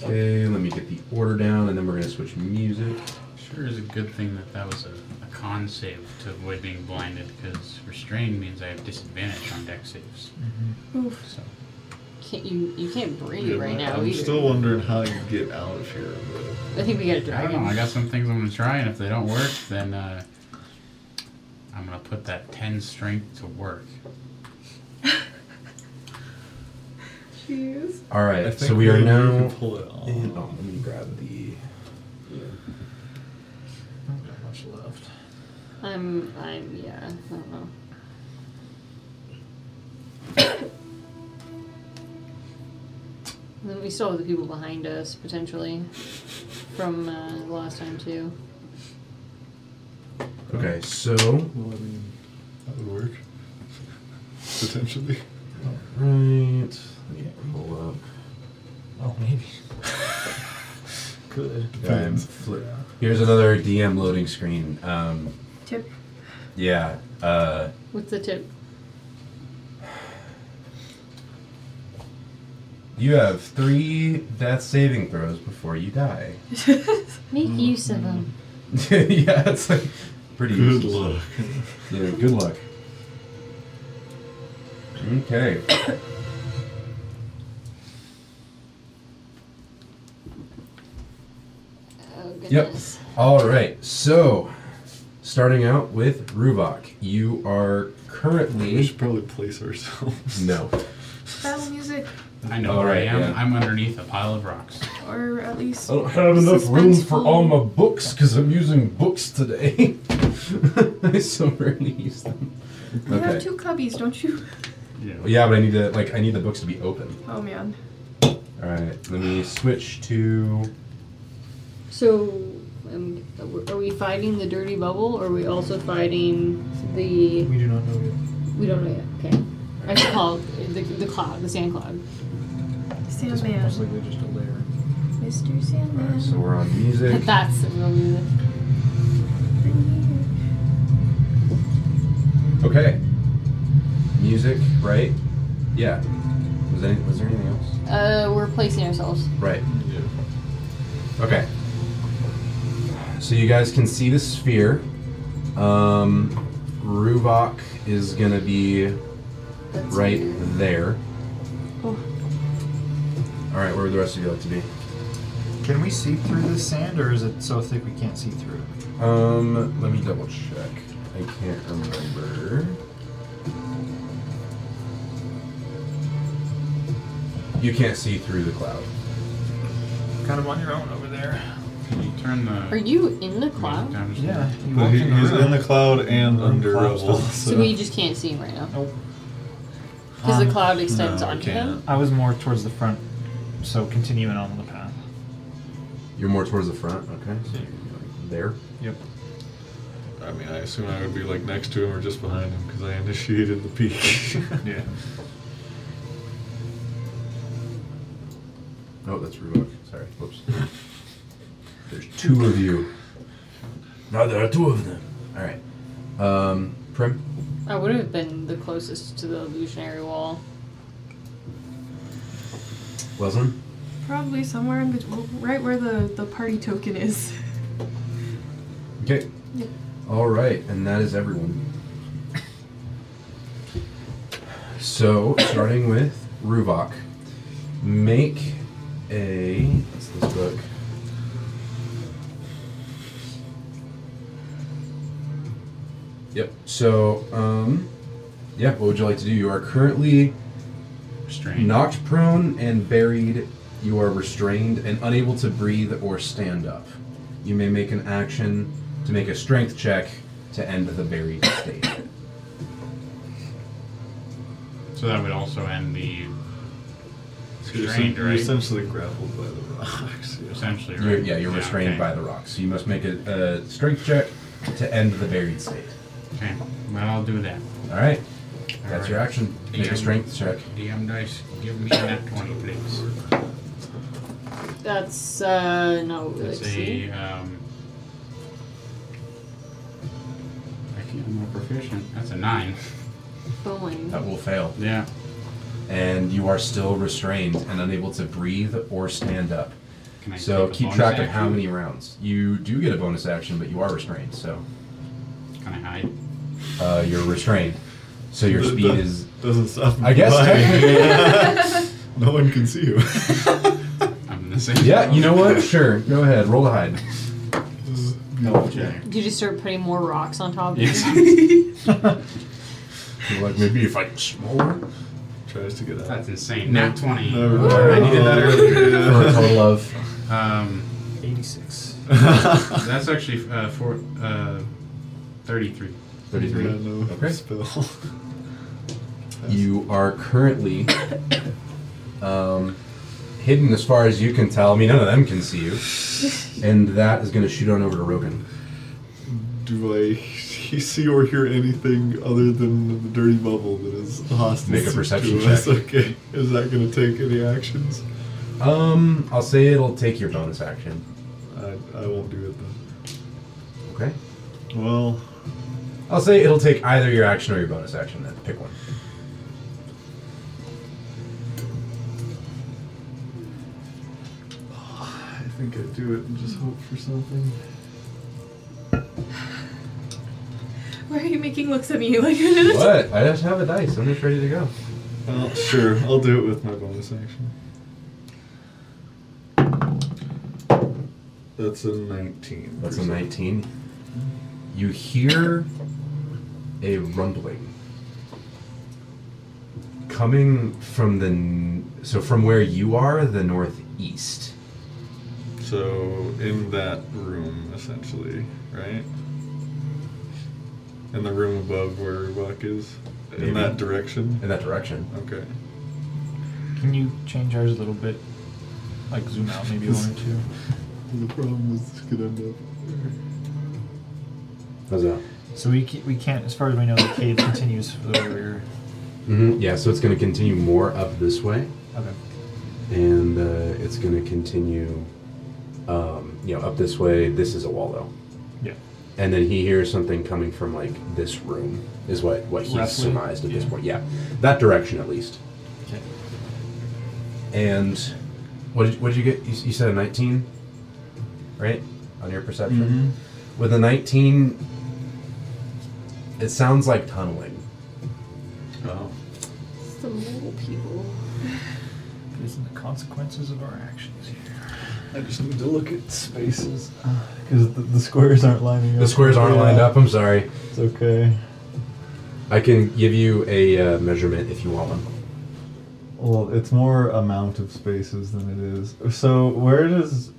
Okay, let me get the order down, and then we're gonna switch music.
Sure is a good thing that that was a, a con save to avoid being blinded, because restrained means I have disadvantage on deck saves.
Oof.
So
Can't you? You can't breathe
Yeah,
right
but
now
I'm
either.
still wondering how you get out of here.
I think we got a
I don't
dragon.
know. I got some things I'm gonna try, and if they don't work, then uh, I'm gonna put that ten strength to work.
Jeez.
All
But I
right,
think
so we are
maybe
now.
can pull it off.
And, oh, let me grab the.
Not got much left.
I'm. I'm. Yeah. I don't know. And then we still have the people behind us potentially from uh, last time too.
Okay, so
Well, I mean, that would work. Potentially.
Oh,
right. Let me pull up.
Oh, maybe. Good.
I'm fli- Um, Here's another DM loading screen. Um,
Tip.
yeah. Uh,
What's the tip?
you have three death saving throws before you die.
Make
Mm.
use of them.
yeah, it's like pretty
Good
useless.
luck.
Yeah, good luck. Okay.
Oh
goodness. All right. So, starting out with Rubok, you are
We
currently
should probably place ourselves.
no.
Battle music,
I know
All
where I
right,
am.
yeah.
I'm underneath a pile of rocks.
or at least.
I don't have enough room for all
Suspenseful.
my books because I'm using books today. I so rarely use them.
You have two cubbies, don't you?
Yeah.
Yeah, but I need to like I need the books to be open.
Oh man.
All right. Let me switch to.
So, um, are we fighting the dirty bubble, or are we also fighting the?
We do not know yet.
We don't know yet. Okay. I should call it the, the cloud, the sand cloud.
It's
Sandman.
most likely just a layer.
Mr.
All right,
Sandman.
so we're on music.
That's the real music.
Okay. Music, right? Yeah. Was any was there anything else?
Uh, we're placing ourselves.
Right. Okay. So you guys can see the sphere. Um, Rubok is gonna be
That's
right
weird.
there.
Oh.
All right, where would the rest of you like to be?
Can we see through the sand, or is it so thick we can't see through it?
Um, let me double check. I can't remember. You can't see through the cloud.
Kind of on your own over there.
Can you turn the
Are you in the
music
cloud?
down just a
Yeah.
little?
You
But
walked
he,
in the
he's
room.
in the cloud and
On
under
cloud
rubble.
stuff.
So,
so-
we just can't see him right now
Nope.
because
Um,
the cloud extends
no, we
onto him.
I was more towards the front, so continuing on the path.
You're more towards the front, okay? So you're like there.
Yep.
I mean, I assume I would be like next to him or just behind him because I initiated the peak.
Yeah.
Oh, that's Rubok. Sorry. Whoops. There's two of you. Now there are two of them. All right. Um, Prim.
I would have been the closest to the illusionary wall.
Leslin.
Probably somewhere in between, right where the, the party token is.
Okay.
Yep.
All right, and that is everyone. So, starting with Rubok, make a. That's this book. Yep. So, um, yeah. What would you like to do? You are currently
Restrained.
knocked prone and buried. You are restrained and unable to breathe or stand up. You may make an action to make a strength check to end the buried state.
So that would also end the
So you're
restrained,
essen- you're
right?
essentially grappled by the rocks. yeah.
Essentially, right?
You're, yeah, you're restrained by the rocks. So you must make a, a strength check to end the buried state.
by. Okay, well, I'll do that.
All right,
All
that's
right.
your action. Make a strength check.
DM dice, give me that 20, please.
That's uh no.
That's
Let's see.
a. Um, I can't, I'm not proficient. That's a 9.
Bowling.
That will fail,
Yeah.
and you are still restrained and unable to breathe or stand up.
Can I
So
take a
keep
bonus
track of how
action?
many rounds. You do get a bonus action, but you are restrained. So.
Can I hide?
uh, you're restrained. So your
But it
speed
does-
is.
Doesn't stop. me
I guess
from
technically-
buying. no one can see you.
I'm in the same.
Yeah, you know what? Sure, go ahead. Roll to hide.
Double check.
You just start putting more rocks on top of
Yes.
it.
You're like maybe if I get smaller
Tries to get out.
That's insane. Nat 20.
Never mind.
I needed that earlier.
for a total of.
Um,
86.
that's actually uh, four, uh, 33.
33.
Yeah, no
Okay.
spill.
You are currently um, hidden as far as you can tell. I mean, none of them can see you. And that is going to shoot on over to Rogan.
Do I he see or hear anything other than the dirty bubble that is hostage
Make a perception
to us?
check.
Okay, is that going to take any actions?
Um, I'll say it'll take your bonus action.
I, I won't do it then.
Okay.
Well,
I'll say it'll take either your action or your bonus action. Then pick one.
I think I'd do it and just hope for something.
Why are you making looks at me like this?
What? I just have a dice. I'm just ready to go.
Well, sure, I'll do it with my bonus action. That's a 19.
That's a 19. You hear a rumbling coming from the n- so from where you are, the northeast.
So, in that room, essentially, right? In the room above where Rubuck is?
Maybe.
In that direction?
in that direction.
Okay.
Can you change ours a little bit? Like zoom out maybe one or two?
The problem is this could end up.
How's that?
So we, ca- we can't, as far as we know, the cave continues for the way we're.
hmm Yeah, so it's going to continue more up this way,
Okay.
and uh, it's going to continue, um, you know, up this way. This is a wall though,
Yeah.
and then he hears something coming from like this room. Is what what he's
Roughly,
surmised at this
yeah.
point. Yeah, that direction at least.
Okay.
And what did, what did you get? You, you said a 19, right? On your perception?
Mm-hmm.
With a 19, it sounds like tunneling.
Oh.
It's the little people.
Isn't the consequences of our actions here?
I just need to look at spaces. Because Uh, the, the squares aren't lining up.
The squares aren't
Yeah,
lined up, I'm sorry.
It's okay.
I can give you a uh, measurement if you want one.
Well, it's more amount of spaces than it is. So where does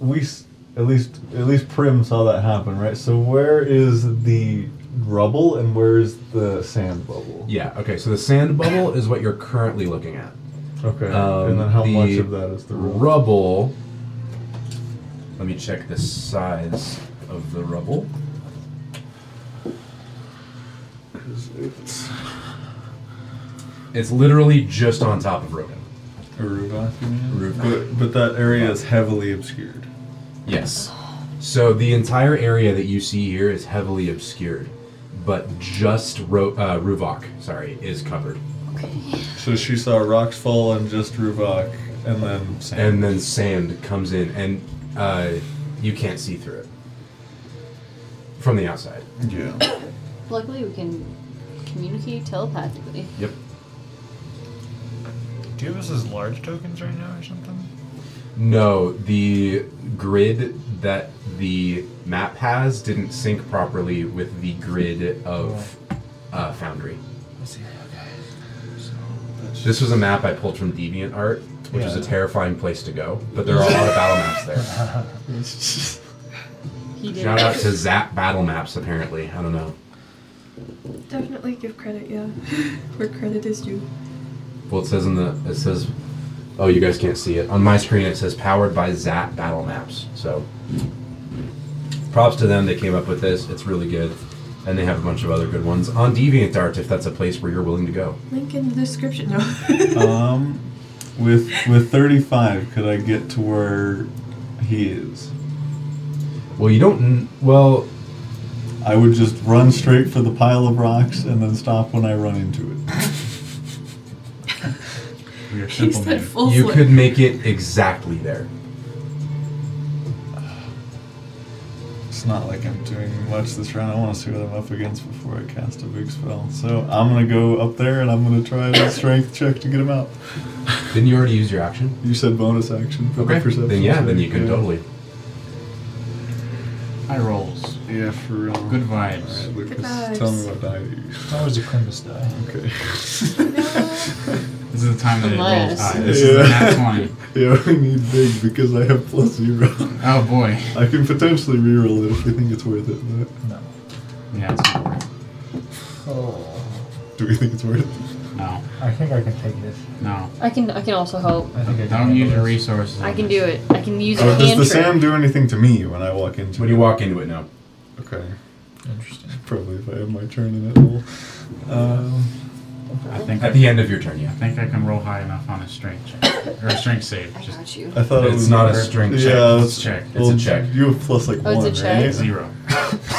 we s- at least at least Prim saw that happen, right? So where is the rubble and where is the sand bubble?
Yeah, okay, so the sand bubble is what you're currently looking at.
Okay.
Um,
and then how
the
much of that is the
The
rubble?
rubble. Let me check the size of the rubble.
'Cause it's
It's literally just on top of Rogan.
Aruba, you
Aruba.
But, but that area is heavily obscured.
Yes. So the entire area that you see here is heavily obscured, but just Ro- uh, Ruvok, sorry, is covered,
So she saw rocks fall on just Ruvok, and then
and
sand.
then sand comes in, and uh, you can't see through it from the outside.
yeah.
Luckily, we can communicate telepathically.
Yep.
Do you have us as large tokens right now or something?
No, the grid that the map has didn't sync properly with the grid of uh, Foundry.
I see. Okay.
This was a map I pulled from DeviantArt, which is a
Yeah.
terrifying place to go, but there are a lot of battle maps there.
He did.
Shout out to Zap Battle Maps, apparently. I don't know.
Definitely give credit, yeah. Where credit is due.
Well, it says in the. It says. Oh, you guys can't see it. On my screen, it says powered by Zap Battle Maps. So. Props to them. They came up with this. It's really good. And they have a bunch of other good ones. On DeviantArt, if that's a place where you're willing to go.
Link in the description. No.
Oh,
um, with with thirty five, could I get to where he is?
Well, you don't. kn- Well,
I would just run straight for the pile of rocks and then stop when I run into it.
We are
he
simple
said
men.
full
you
flip.
could make it exactly there.
It's not like I'm doing much this round. I want to see what I'm up against before I cast a big spell. So I'm gonna go up there and I'm gonna try to strength check to get him out.
Didn't you already use your action?
You said bonus action for the perception.
Then yeah, then
check,
you can
yeah.
totally.
High rolls.
Yeah, for real.
Good vibes.
All right, Lucas,
vibes.
tell me what die you use.
That was a Crimbus die.
Okay.
This is the time that it rolls
Unless-
high. This is the
Yeah.
next one.
yeah, I need big because I have plus zero.
Oh boy.
I can potentially reroll it if you think it's worth it. but-
No.
Yeah, it's not worth
Oh.
Do we think it's worth it?
it. No.
I think I can take this.
No.
I can. I can also help.
I think I can.
Don't use your
handle this.
resources.
I
on
can
this.
do it. I can use a
Oh, does
hand
the
trick.
sand do anything to me when I walk into
When
it?
you walk into it now.
Okay.
Interesting.
Probably if I have my turn in it will. Um,
I think
At
I,
the end of your turn, yeah.
I think I can roll high enough on a strength check or a strength save.
I
Just
got you.
I thought it
It's
was
not a
better.
strength check,
Oh, Yeah,
it's a check.
It's a
well,
check.
You have plus like
Oh,
one,
it's a check?
right?
zero.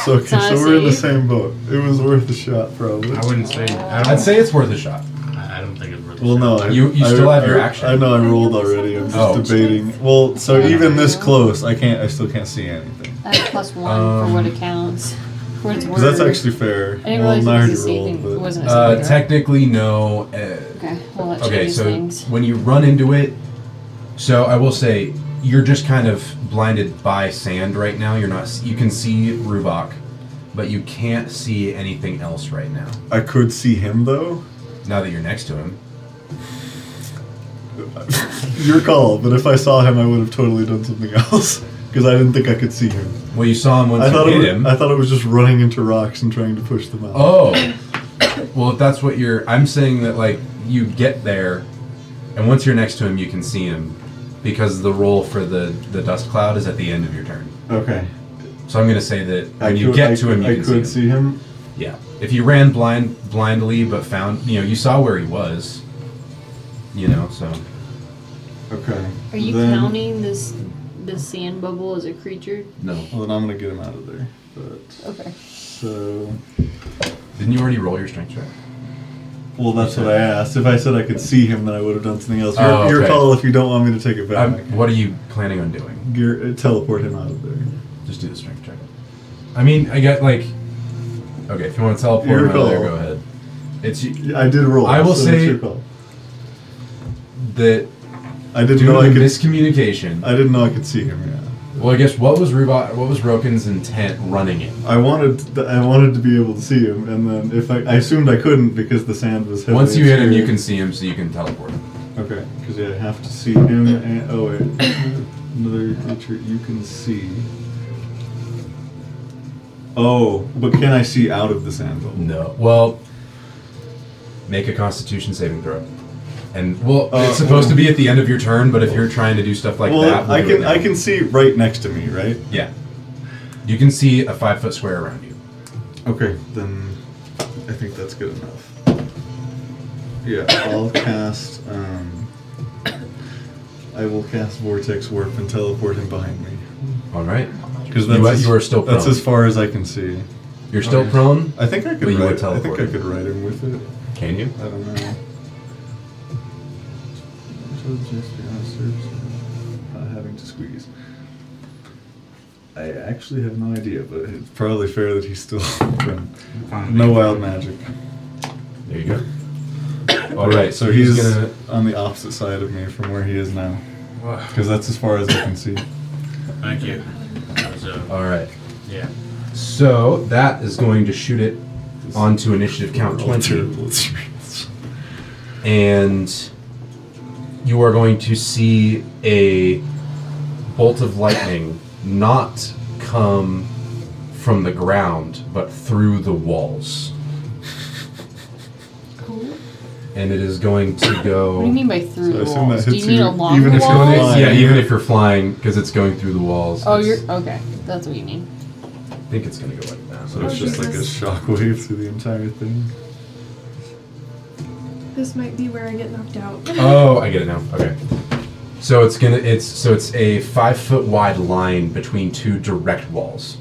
So, okay,
It's not
so
a
we're in the
save.
same boat. It was worth a shot, probably.
I wouldn't say. I don't,
I'd say it's worth a shot.
I I don't think it's worth. a
Well, no,
shot.
I,
You- you
I-
still have
I-
your action. Oh.
I know I
Yeah,
rolled
you also
already. I'm
have
just
those
debating.
strengths.
Well, so
Yeah.
even this
Yeah.
close, I can't. I still can't see anything.
I have plus one
Um,
for what it counts. For its
'Cause
word.
that's actually fair.
I didn't
well,
realize
I
it
already
was a
rolled,
saving-
but
it wasn't a
Uh,
saving throw.
technically, no. Uh,
Okay, well, that
Okay,
changes
so
things.
when you run into it, so I will say you're just kind of blinded by sand right now. You're not. You can see Ruvok, but you can't see anything else right now.
I could see him though.
Now that you're next to him,
Your call. But if I saw him, I would have totally done something else because I didn't think I could see him.
well, you saw him once
I
you
thought
hit
it was,
him.
I thought it was just running into rocks and trying to push them out.
oh, well, if that's what you're, I'm saying that like you get there, and once you're next to him, you can see him, because the roll for the the dust cloud is at the end of your turn.
Okay.
So I'm gonna say that when
I
you
could,
get
I
to him,
could-
you
I
can
could
see him.
see him.
Yeah. If you ran blind blindly but found you know, you saw where he was. You know, so
Okay.
Are you
Then-
counting this this sand bubble as a creature?
no.
Well, then I'm gonna get him out of there. But
Okay.
so.
Didn't you already roll your strength check?
Well, that's what I asked. If I said I could see him, then I would have done something else. Your,
Oh,
your
okay.
call if you don't want me to take it back.
Um, what are you planning on doing?
Gear, uh, teleport him out of there.
Just do the strength check. I mean, I got like Okay, if you want to teleport
Your
him out of there,
call.
go ahead. It's y-
Yeah, I did roll.
I will
so
say-
It's your call.
that
I
due
didn't
to the
know I could.
miscommunication.
I didn't know I could see him. Yeah.
well, I guess what was Rubot, what was Rokin's intent running in?
I wanted. th- I wanted to be able to see him, and then if I, I assumed I couldn't because the sand was. heavily
Once you hit him, you can
obscured.
see him, so you can teleport him.
Okay, because yeah, I have to see him. And, oh wait, another creature you can see. Oh, but can I see out of the sand? bubble?
No. Well, make a Constitution saving throw. And well,
Uh,
it's supposed to be at the end of your turn, but if you're trying to do stuff like
well,
that, we'll
I
do it
can
now.
I can see right next to me, right?
Yeah, you can see a five foot square around you.
Okay, then I think that's good enough. Yeah, I'll cast. Um, I will cast vortex warp and teleport him behind me.
All right,
Because
You are- you are still
that's
prone.
as far as I can see.
you're still
Okay.
prone.
I think I could.
But you were
Ride, I think I
teleported.
could ride him with it.
Can you?
I don't know. So it's just, yeah, it's just Not having to squeeze. I actually have no idea, but it's probably fair that he's still.
Fine.
no wild magic.
There you go. All right, so he's, gonna.
on the opposite side of me from where he is now,
Whoa.
because that's as far as I can see.
Thank you. That was a,
All right,
yeah.
so that is going to shoot it onto initiative count twenty. and you are going to see a bolt of lightning not come from the ground but through the walls
Cool.
and it is going to
What do you
go
mean by through
So I
the
assume
walls?
that
Do you
hits
mean
you
along
even
the
if you're
walls?
flying.
yeah even if you're flying because it's going through the walls
Oh,
it's-
you're okay. That's what you mean.
i think it's going to go like that
So
so
Oh,
it's just like a shockwave through the entire thing.
This might be where I get knocked out.
oh i get it now okay so it's gonna it's so it's a five foot wide line between two direct walls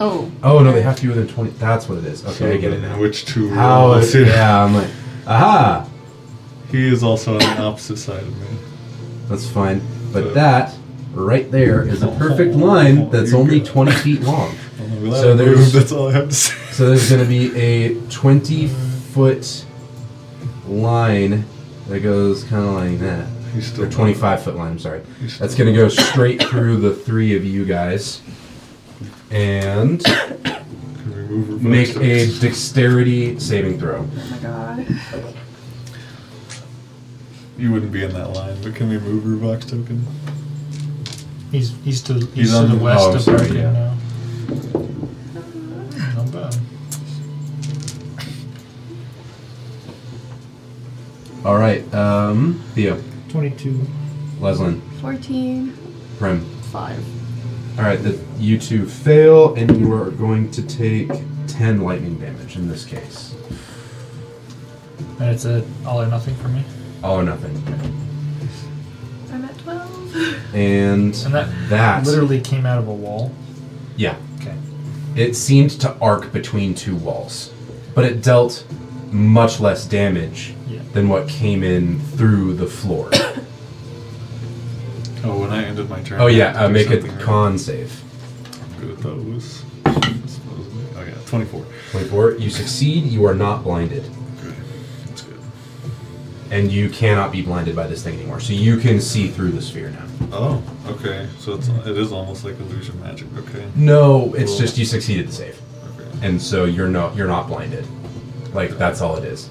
Oh,
oh no they have to be within 20 that's what it is okay i get it now
Which two?
How?
rolls?
Yeah, I'm like, aha,
He is also on the opposite side of me.
that's fine. But that right there is a perfect line that's only 20 feet long.
I'm glad
So
I
there's-
moved, that's all I have to say.
So there's going to be a 20 foot line that goes kind of like that.
He's still
Or 25 foot line, I'm sorry.
He's still-
That's going to go straight through the three of you guys. And
Can we move her
make
back?
a dexterity saving throw.
oh my god.
You wouldn't be in that line, but can we move Rubox token?
He's he's to he's,
He's
to
on
the
the-
west
oh,
of
sorry,
Bergen
yeah.
now. Not bad.
All right, um, Theo,
Twenty-two.
Leslin,
14.
Prim,
five.
All right, the, you two fail, and you are going to take ten lightning damage in this case.
And it's a all or nothing for me.
All or nothing.
I'm at 12.
And
And that
that
literally came out of a wall.
yeah,
Okay.
it seemed to arc between two walls, but it dealt much less damage
Yeah.
than what came in through the floor.
Oh, when I ended my turn.
oh
I
yeah,
had to
uh,
do
make a
something, right?
con save.
Good with those. Supposedly. Oh yeah, 24.
Twenty-four. You succeed. You are not blinded,
Good. That's good.
and you cannot be blinded by this thing anymore. So you can see through the sphere now.
Oh, okay. So it's it is almost like illusion magic. Okay.
No, it's
Cool.
just you succeeded the save.
Okay.
and so you're not you're not blinded. Like that's all it is.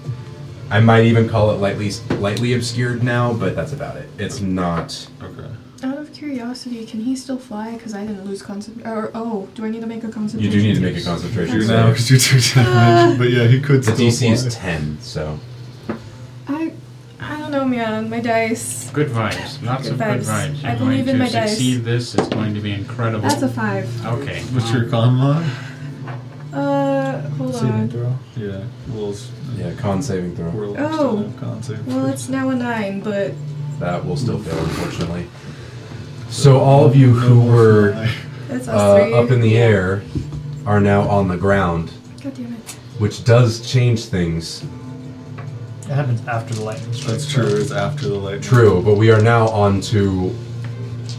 I might even call it lightly lightly obscured now, but that's about it. It's not.
Okay.
Out of curiosity, can he still fly? Because I didn't lose concentration. Or, oh, do I need to make a
You
concentration?
do need to make a
save?
concentration
You now
save.
because you took
Uh,
damage, but yeah, he could
The
still
DC
fly.
is ten, so
I, I don't know, man. My dice.
Good vibes. Lots
Good
of good
vibes.
vibes.
I
You're
believe in
going
my
to
dice.
succeed this. It's going to be incredible.
That's a five.
Okay.
What's your
um,
con mod?
Uh, hold
Saving
on.
throw.
Yeah. Well, it's,
yeah, con saving throw.
Warlocks
Oh.
don't have con save.
Well, it's now a nine, but
That will still fail, unfortunately. So all of you who were
that's us
uh,
three.
up in the air are now on the ground,
God damn it.
which does change things.
It happens after the lightning strike.
That's
so-
true. It's after the lightning.
True, but we are now on to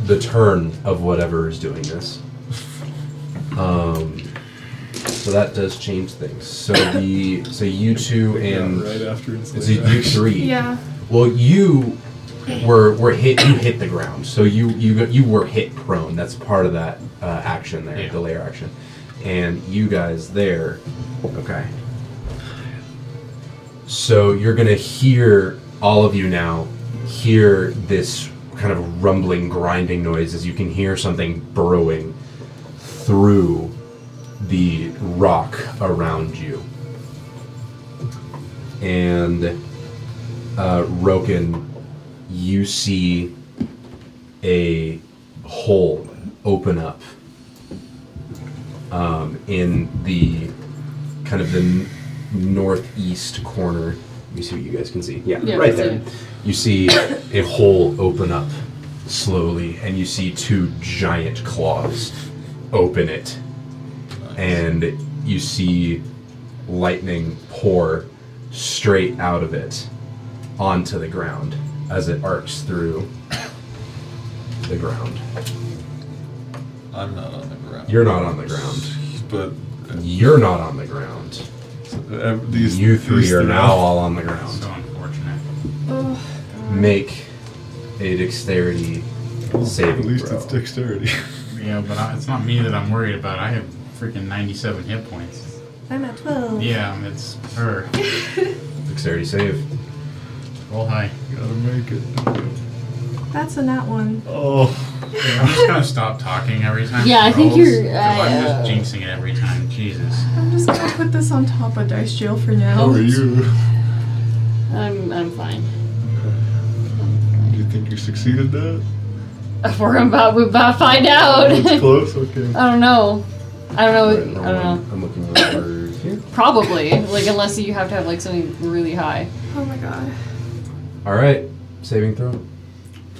the turn of whatever is doing this. Um, so that does change things. So the so you two
Yeah,
and
right after it's
it's
laid
you
out.
three.
Yeah.
Well, you were were hit. You hit the ground, so you you got- you were hit prone. That's part of that uh, action there,
Yeah.
the layer action, and you guys there. Okay. So you're gonna hear all of you now hear this kind of rumbling, grinding noise as you can hear something burrowing through the rock around you. And uh, Roken, you see a hole open up um, in the kind of the n- northeast corner. Let me see what you guys can see. Yeah,
Yeah,
right
I see
there.
it.
You see a hole open up slowly, and you see two giant claws open it, and you see lightning pour straight out of it onto the ground as it arcs through the ground.
I'm not on the ground.
You're not on the ground.
But
You're not on the ground.
uh, these
You three
these
are now all on the ground.
So unfortunate.
Oh, God.
Make a dexterity
Well,
saving
At least
throw.
it's dexterity.
Yeah, but I, it's not me that I'm worried about. I have freaking 97 hit points.
I'm at 12.
Yeah, um, it's her.
Dexterity save.
Roll high.
Gotta make it.
That's a nat one.
Oh,
I'm just gonna stop talking every time.
Yeah,
she
I think
rolls,
you're-
'cause
I,
I'm
uh,
just jinxing it every time. Jesus.
I'm just gonna put this on top of dice jail for now.
how are you?
I'm, I'm fine.
Do you think you succeeded that?
We're about, we're about to find out.
It's close. Okay.
I don't know. I don't know. I
Alright,
don't know.
I'm looking at the word here.
Probably. Like, unless you have to have, like, something really high.
Oh my god.
All right, saving throw.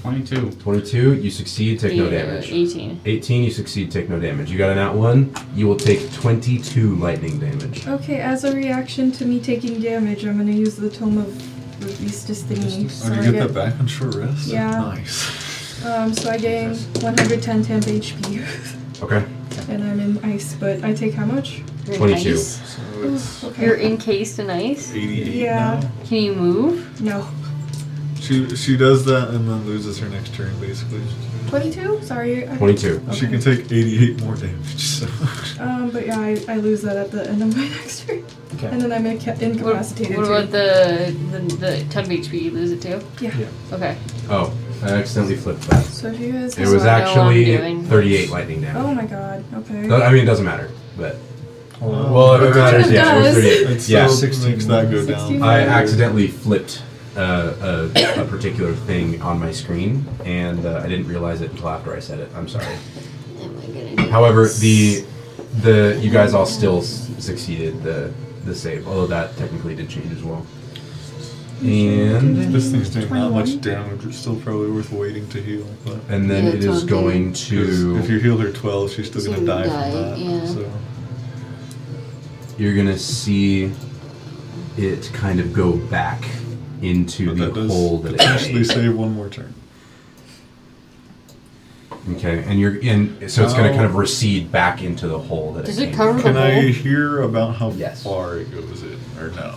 22.
22. You succeed. Take no
Yeah,
damage.
18.
18. You succeed. Take no damage. You got an out one. You will take 22 lightning damage.
Okay, as a reaction to me taking damage, I'm gonna use the Tome of Revistus
uh,
thingy.
Revistus.
Oh,
I
you get
get-
that back on short rest?
Yeah.
Nice.
Um, so I gain 110 temp HP,
Okay.
and I'm in ice, but I take how much?
You're in
22.
ice.
So it's
You're encased in ice.
88
Yeah.
now.
Can you move?
No.
She she does that and then loses her next turn basically.
22? Sorry. I-
22.
She can take 88 more damage. So.
Um, but yeah, I, I lose that at the end of my next turn.
Okay.
And then I'm inca-
What,
incapacitated.
what about the, the the temp HP? You lose it too.
too. Yeah.
Yeah.
Okay.
Oh, I accidentally flipped that.
So if you guys.
It
That's
was
what I know
actually
I'm doing.
38 lightning
Oh
damage.
my god. Okay.
No, I mean, it doesn't matter. But
Oh,
well, if it matters,
It
yeah, it was
does.
38.
It
yeah,
still makes that go
16.
down.
I accidentally flipped uh, a, a particular thing on my screen, and uh, I didn't realize it until after I said it. I'm sorry.
Oh my
However, the the you guys all still s- succeeded the the save, although that technically did change as well. And
This thing's doing not
21.
much damage. It's still probably worth waiting to heal. But
and then
Yeah,
it
that's what
is
I'm
going
Because if
to
you healed her 12, she's still going
She'll
to die
die,
from that.
yeah.
So
you're gonna see it kind of go back into
but Oh, that
the hole
does
that
potentially
it made.
save one more turn.
Okay, and you're and so it's gonna
How-
kind of recede back into the hole that
Does
it
it
came
cover the
Can I
hole?
hear about how
Yes.
far it goes in, or no?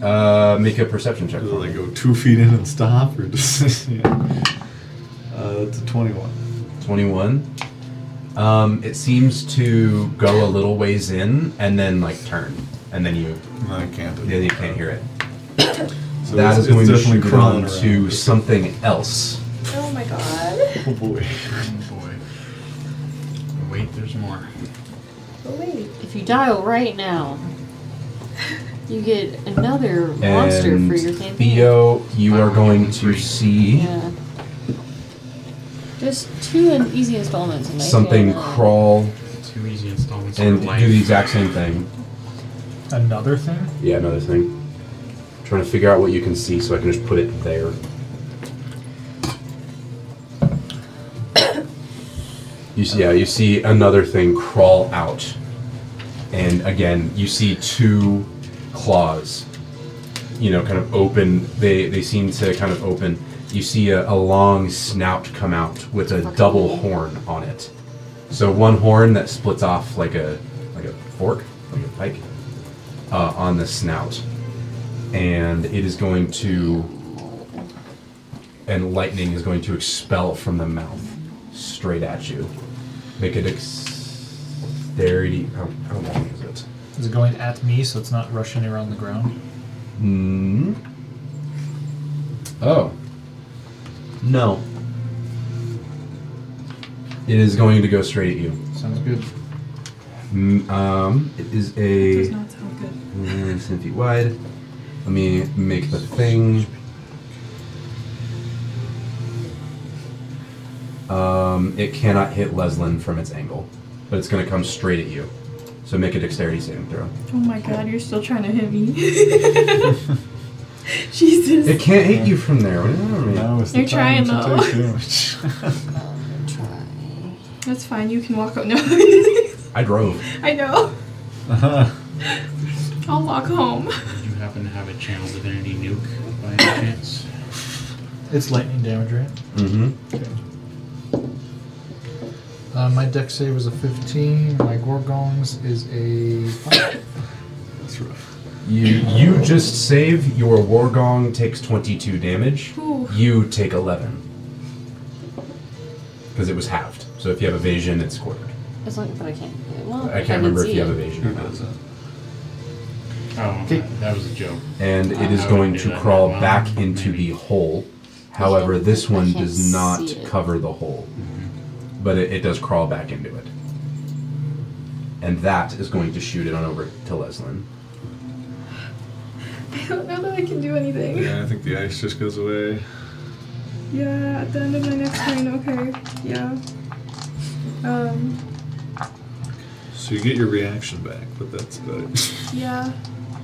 from. Uh, make a perception check.
Does it
for
like
me.
go two feet in and stop, or does yeah. uh, that's a twenty-one?
21. Um, it seems to go a little ways in and then like turn, and then you
No, I can't.
then you can't hear it.
So
That
it's-
is
it's
going to
definitely
shoot it
crawling
on to
around.
something else.
Oh my god.
Oh boy.
Oh boy. Wait, there's more.
Oh wait.
If you dial right now, you get another monster
and E?
for your campaign.
Theo, you are
Oh,
going to
three.
see
Yeah. Just two and easy installments. and I uh,
something
feel that.
crawl
Two easy installments
and
of life.
do the exact same thing.
Another thing?
Yeah, another thing. trying to figure out what you can see so I can just put it there. you see, yeah, you see another thing crawl out. And again, you see two claws, you know, kind of open. They, they seem to kind of open. You see a, a long snout come out with a double horn on it. So one horn that splits off like a like a fork, like a pike, uh, on the snout, and it is going to and lightning is going to expel from the mouth straight at you. Make a dexterity. How, how long is it?
Is it going at me so it's not rushing around the ground?
Hmm. Oh. No. It is going to go straight at you.
Sounds good.
Mm, Um, it is
That
a.
does not sound good.
Mm, 10 feet wide. Let me make the thing. Um, it cannot hit Leslin from its angle, but it's going to come straight at you. So make a dexterity saving throw.
Oh my god, you're still trying to hit me. Jesus.
It can't hit you from there. What do you mean?
Now is the
You're trying,
time
though.
to take damage.
Try.
That's fine, you can walk home. No.
I drove.
I know.
Uh-huh.
I'll walk home.
Did you happen to have a channel divinity nuke by any chance?
It's lightning damage, right?
Mm-hmm.
Uh, my deck save is a 15. My Gorgongs is a 5.
That's rough.
You you just save. Your wargong takes 22 damage.
Ooh.
You take 11 because it was halved. So if you have evasion, it's quartered.
As long but I can't. Well,
I
I can
can't remember if
see
you have
it.
evasion.
Who
or not.
does that?
Oh, that, that was a joke.
and it
Uh,
is
I
going
wouldn't do
to
that
crawl
well,
back into
maybe.
the hole. However, this
I
one
can't
does not
see it.
cover the hole, but it, it does crawl back into it. And that is going to shoot it on over to Leslin.
I don't know that I can do anything.
Yeah, I think the ice just goes away.
Yeah, at the end of my next turn, okay. Yeah. Um,
So you get your reaction back, but that's about it.
yeah.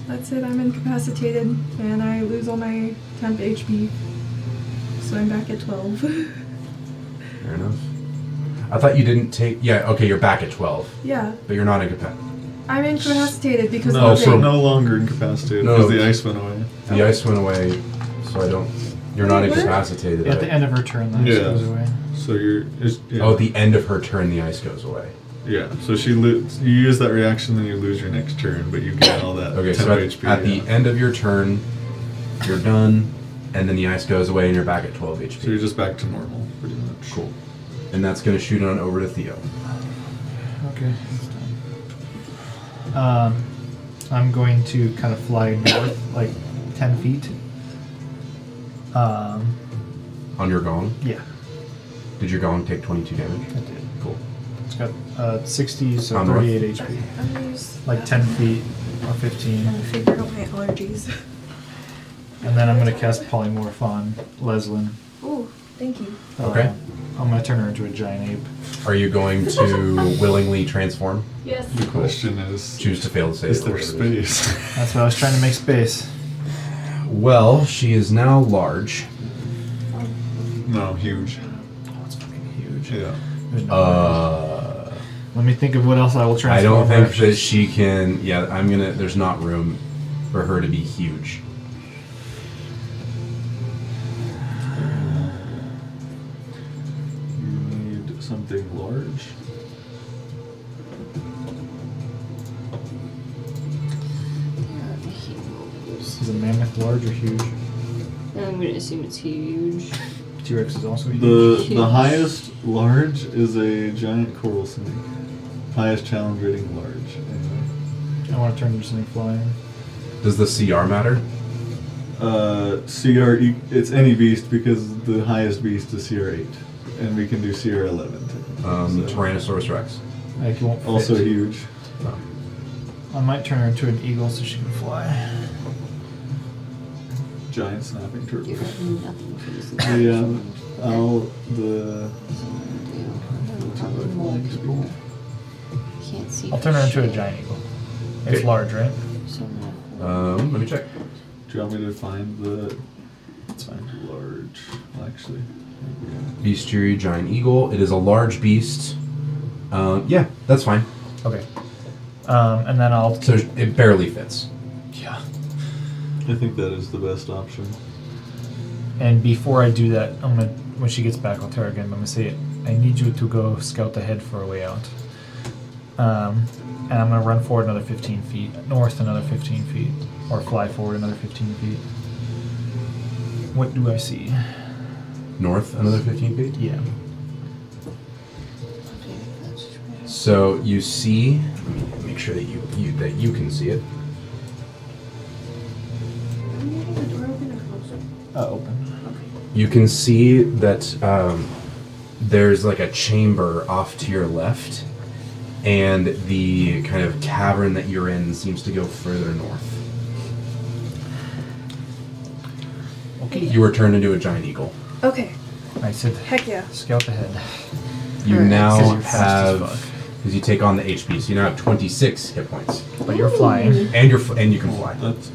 That's it, I'm incapacitated and I lose all my temp HP. So I'm back at 12.
Fair enough. I thought you didn't take. Yeah, okay, you're back at 12,
yeah,
but you're not incapacitated.
I'm incapacitated because of
No,
the
so
so-
rain.
Oh, no longer incapacitated
No.
because the ice went away.
The ice went away, so I don't. You're not
Wait, where-
incapacitated.
At the
right?
end of her turn, that
Yeah.
goes away.
So you're. It's, yeah.
Oh, at the end of her turn, the ice goes away.
Yeah. So she lo- you use that reaction, then you lose your next turn, but you get all that
Okay,
temp
so at,
HP.
at the
yeah.
end of your turn, you're done, and then the ice goes away, and you're back at 12 HP.
So you're just back to normal, pretty much.
Cool. And that's going to shoot on over to Theo.
Okay. it's done. Um, I'm going to kind of fly north, like 10 feet. Um,
On your gong.
yeah,
Did your gong take 22 damage?
it did.
Cool.
It's got uh, 60, so
How north?
38 HP.
I'm gonna use
Like
that
10 feet or
And
15.
figure out my allergies.
And then I'm going to cast Polymorph on Leslin.
Ooh, thank you.
Okay.
Um, I'm gonna turn her into a giant ape.
Are you going to willingly transform?
Yes.
The question is,
Choose to fail to save.
is
or
there
whatever it is.
space?
That's what I was trying to make space.
Well, she is now large.
no, huge.
Oh, it's fucking huge.
Yeah.
There's no
Uh,
way. Let me think of what else I will
I don't
transform.
think
her.
that she can. Yeah, I'm gonna. There's not room for her to be huge.
You need something large.
Is a mammoth large or huge?
I'm gonna assume it's huge.
T Rex is also huge.
The
Huge.
the highest large is a giant coral snake. Highest challenge rating large. Anyway.
I want to turn into something flying.
Does the CR matter?
Uh, CR e- it's any beast because the highest beast is CR eight, and we can do CR eleven. technically,
Um,
so.
Tyrannosaurus Rex.
Like, it won't fit.
Also huge.
No.
I might turn her into an eagle so she can fly.
Giant snapping turtle.
You have nothing for this.
The um, owl, the
Can't see.
I'll turn her into a
shit.
giant eagle.
Okay.
It's large, right?
So I'm gonna-
Um, let me check.
Do you want me to find the? It's fine. Large, well, actually.
Bestiary giant eagle. It is a large beast. Um, yeah, that's fine.
Okay. Um, and then I'll.
So it barely fits.
Yeah.
I think that is the best option.
And before I do that, I'm gonna when she gets back, I'll tell her again. But I'm gonna say, I need you to go scout ahead for a way out. Um, and I'm gonna run forward another 15 feet, north another 15 feet, or fly forward another 15 feet. What do I see?
North another 15 feet.
Yeah.
So you see. Let me make sure that you, you that you can see it.
I'm leaving the door open or closed?
Uh, open.
You can see that um, there's like a chamber off to your left, and the kind of cavern that you're in seems to go further north.
Okay.
You were turned into a giant eagle.
Okay.
I said,
Heck yeah.
scout ahead.
You
Alright.
now
Because you're fast as
have
fuck.
because you take on the HP, so you now have 26 hit points,
But you're flying.
and you're fl- and you can fly.
That's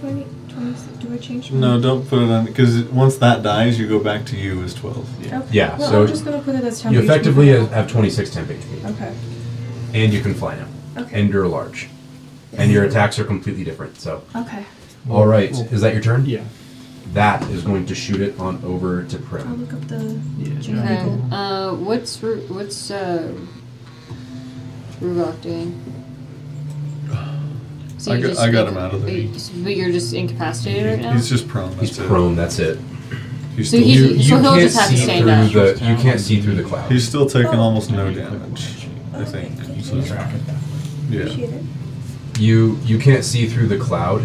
20, 20, do I change? my-
no. Don't put it on because once that dies, you go back to you as twelve.
Oh,
Okay.
Yeah,
Well,
so
I'm just gonna put it as temp
You
HP
effectively
for now.
have 26 temp HP,
Okay.
and you can fly now,
Okay.
and you're large, and your attacks are completely different. So,
Okay.
all right, is that your turn?
Yeah.
That is going to shoot it on over to
I'll
Prim.
look up the.
Yeah.
giant
Okay.
eagle.
Uh, what's Ru- what's uh, Ruvok doing? So
I
you're
got-
just
I got
inc-
him out of there.
you- But you're just incapacitated right now.
He's just prone.
He's
that's it.
prone. That's it.
He's
So
still,
he- so he'll
can't
just have to
see
stand
through
up.
the you can't see through the clouds.
He's still taking
Oh.
almost no damage. I think. So, yeah.
Appreciate it.
You you can't see through the cloud,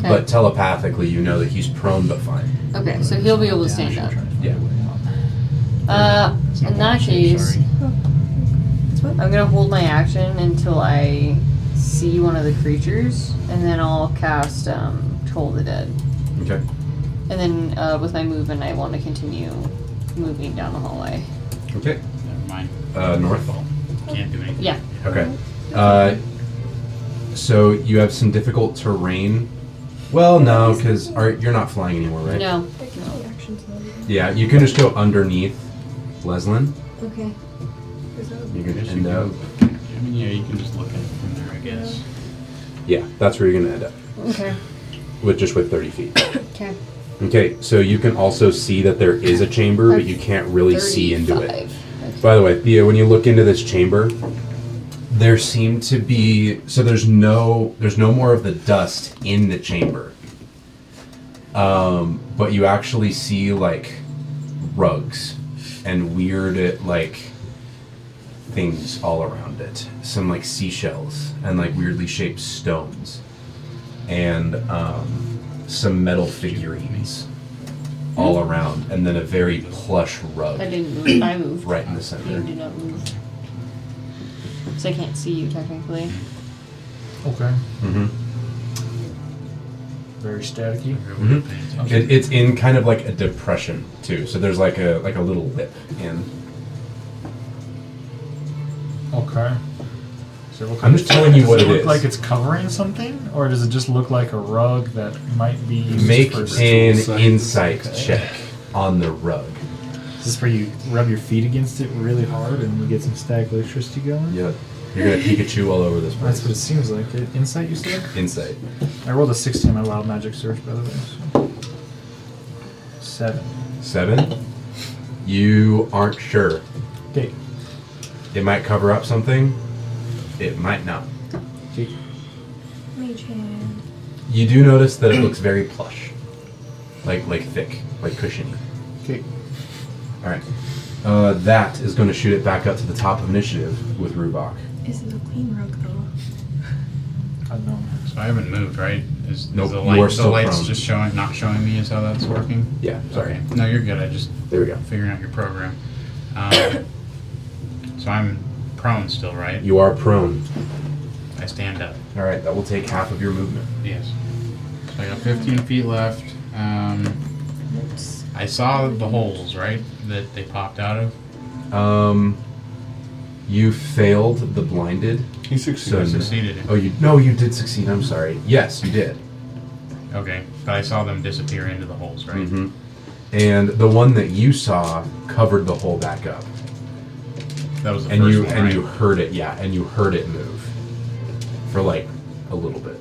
Okay.
but telepathically you know that he's prone but fine.
okay, so he'll be able to stand up.
Yeah.
Uh, in that case,
It's what?
I'm gonna hold my action until I see one of the creatures, and then I'll cast um, Toll the Dead.
Okay.
And then uh, with my movement, I want to continue moving down the hallway.
Okay.
Never mind.
Uh, north.
Can't do anything.
Yeah.
Okay. Uh, so you have some difficult terrain. Well, no, because you're not flying anymore, right?
No.
I can take actions now.
Yeah, you can just go underneath Leslin.
Okay.
Is that
You're
I
gonna
guess you
end
can-
up.
I mean, yeah, you can just look at it from there, I guess.
Yeah, that's where you're gonna end up
Okay.
with just with 30 feet.
Okay.
Okay, so you can also see that there is a chamber, but you can't really see into it. By the way, Thea, when you look into this chamber, there seem to be so there's no there's no more of the dust in the chamber. Um, but you actually see like rugs and weird like things all around it. Some like seashells and like weirdly shaped stones and um, some metal figurines all around and then a very plush rug
I didn't move. I moved.
right in the
You
center.
did not move. So I can't see you technically.
Okay.
Mm-hmm.
Very staticky.
Mhm.
Mm-hmm.
Okay.
It, it's in kind of like a depression too. So there's like a like a little lip in.
Okay. So what
I'm just telling you
does
what
it
it
look
is.
like it's covering something, or does it just look like a rug that might be used
Make
for?
an
ritual site.
insight check on the rug.
Is this where you rub your feet against it really hard and you get some static electricity going?
Yep. You're gonna Pikachu all over this
That's what it
place.
seems like. It, insight, you said?
Insight.
I rolled a 16 on my wild magic search, by the way. So. Seven.
Seven. You aren't sure.
Okay.
It might cover up something. It might not.
Okay.
Mage hand.
You do notice that it looks very plush, like like thick, like cushiony.
Okay.
All right. Uh, that is going to shoot it back up to the top of initiative with Rubok.
Is it a clean rug though?
Unknown.
So I haven't moved, right? Is, is
Nope,
the
you
light
are
the
still
light's
prone.
just showing not showing me is how that's working?
Yeah. Sorry.
Okay. No, you're good. I just
There we go.
figuring out your program. Um, so I'm prone still, right?
You are prone.
I stand up.
All right. That will take half of your movement.
Yes. So I got 15 feet left. Um, I saw the holes, right? That they popped out of.
Um, you failed the blinded.
He
So
I
succeeded.
succeeded.
Oh, you no, you did succeed. I'm sorry. Yes, you did.
Okay. But I saw them disappear into the holes, right?
Mhm. And the one that you saw covered the hole back up,
That was the
and
first
you
one,
and
right?
you heard it. Yeah, and you heard it move for like a little bit.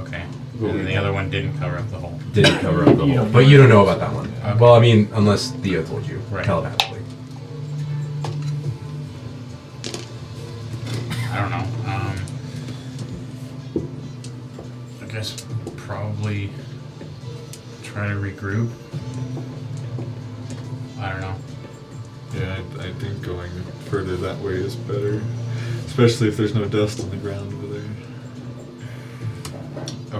Okay. And the other one didn't cover up the hole.
Didn't cover up the
You
hole,
don't
but
know.
you don't know about that one.
Okay.
Well, I mean, unless Theo told you
Right.
telepathically.
I don't know. Um, I guess probably try to regroup. I don't know.
Yeah, I, I think going further that way is better, especially if there's no dust on the ground over there.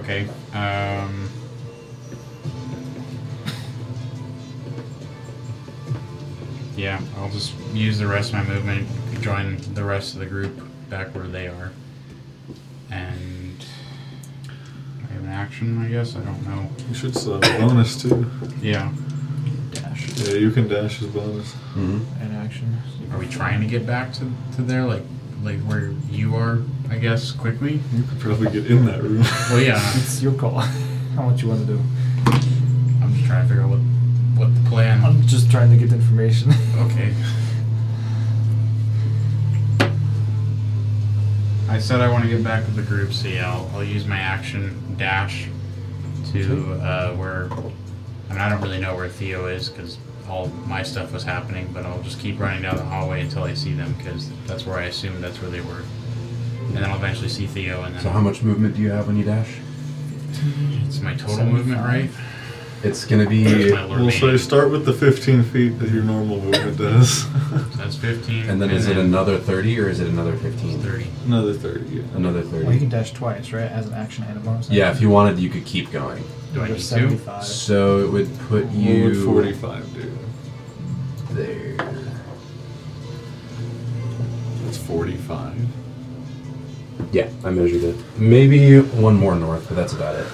Okay. Um, yeah, I'll just use the rest of my movement, join the rest of the group back where they are. And I have an action, I guess. I don't know.
You should still have a bonus too.
Yeah.
Dash.
Yeah, you can dash as bonus.
Mm-hmm.
And action.
Are we trying to get back to, to there, like like where you are, I guess, quickly?
You could probably get in that room.
Well, yeah.
It's your call. How much you want to do?
I'm just trying to figure out what what the plan.
I'm just trying to get the information.
Okay. I said I want to get back to the group, so yeah, I'll, I'll use my action dash to uh, where. I mean, I don't really know where Theo is because all my stuff was happening, but I'll just keep running down the hallway until I see them because that's where I assume that's where they were. And then I'll eventually see Theo, and then
So how much movement do you have when you dash?
It's my total movement, right?
It's gonna
That's
be,
my lord
Well, so you
main.
start with the 15 feet that your normal movement does.
That's 15.
and then is it another thirty or is it another fifteen?
30.
Another 30. Yeah.
Another
well, you
thirty.
can dash twice, right? As an action and a bonus.
Yeah, if you wanted, you could keep going.
Do I
Or
need to?
75.
So it would put
You would
you
45, dude.
there.
That's 45.
Yeah, I measured it. Maybe one more north, but that's about it.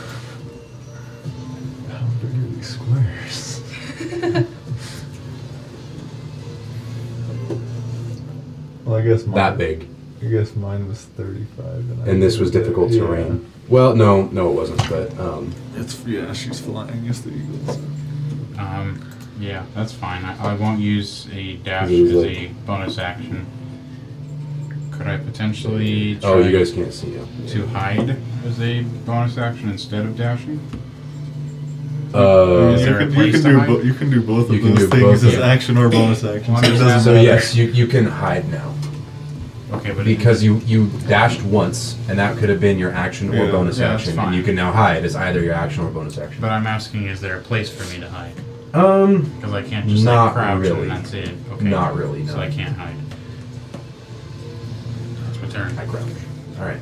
How big are these squares? Well, I guess mine,
That big.
I guess mine was 35, and, I
And this was
did it.
difficult terrain. Well, no, no, it wasn't. But um,
Yeah. It's yeah, she's flying. It's the eagles.
Um, yeah, that's fine. I, I won't use a dash
Use
as
it.
a bonus action. Could I potentially try
oh, you guys can't see him.
to hide as a bonus action instead of dashing?
Uh,
Is
you,
there a
can, you
place
can
to
do
hide?
bo- you can do both of
You can
those
do
things
both,
as
yeah.
action or bonus action.
Well,
so it
I'm
doesn't
just
so
matter.
yes, you you can hide now
Okay, but
because you you dashed once, and that could have been your action or
Yeah.
bonus
Yeah, that's
action,
fine.
and you can now hide as either your action or bonus action.
But I'm asking, is there a place for me to hide?
Um,
Because I can't just
Not
like crouch
really.
and that's it. Okay.
Not really,
So
no.
I can't hide. That's my
I
turn.
crouch. All right.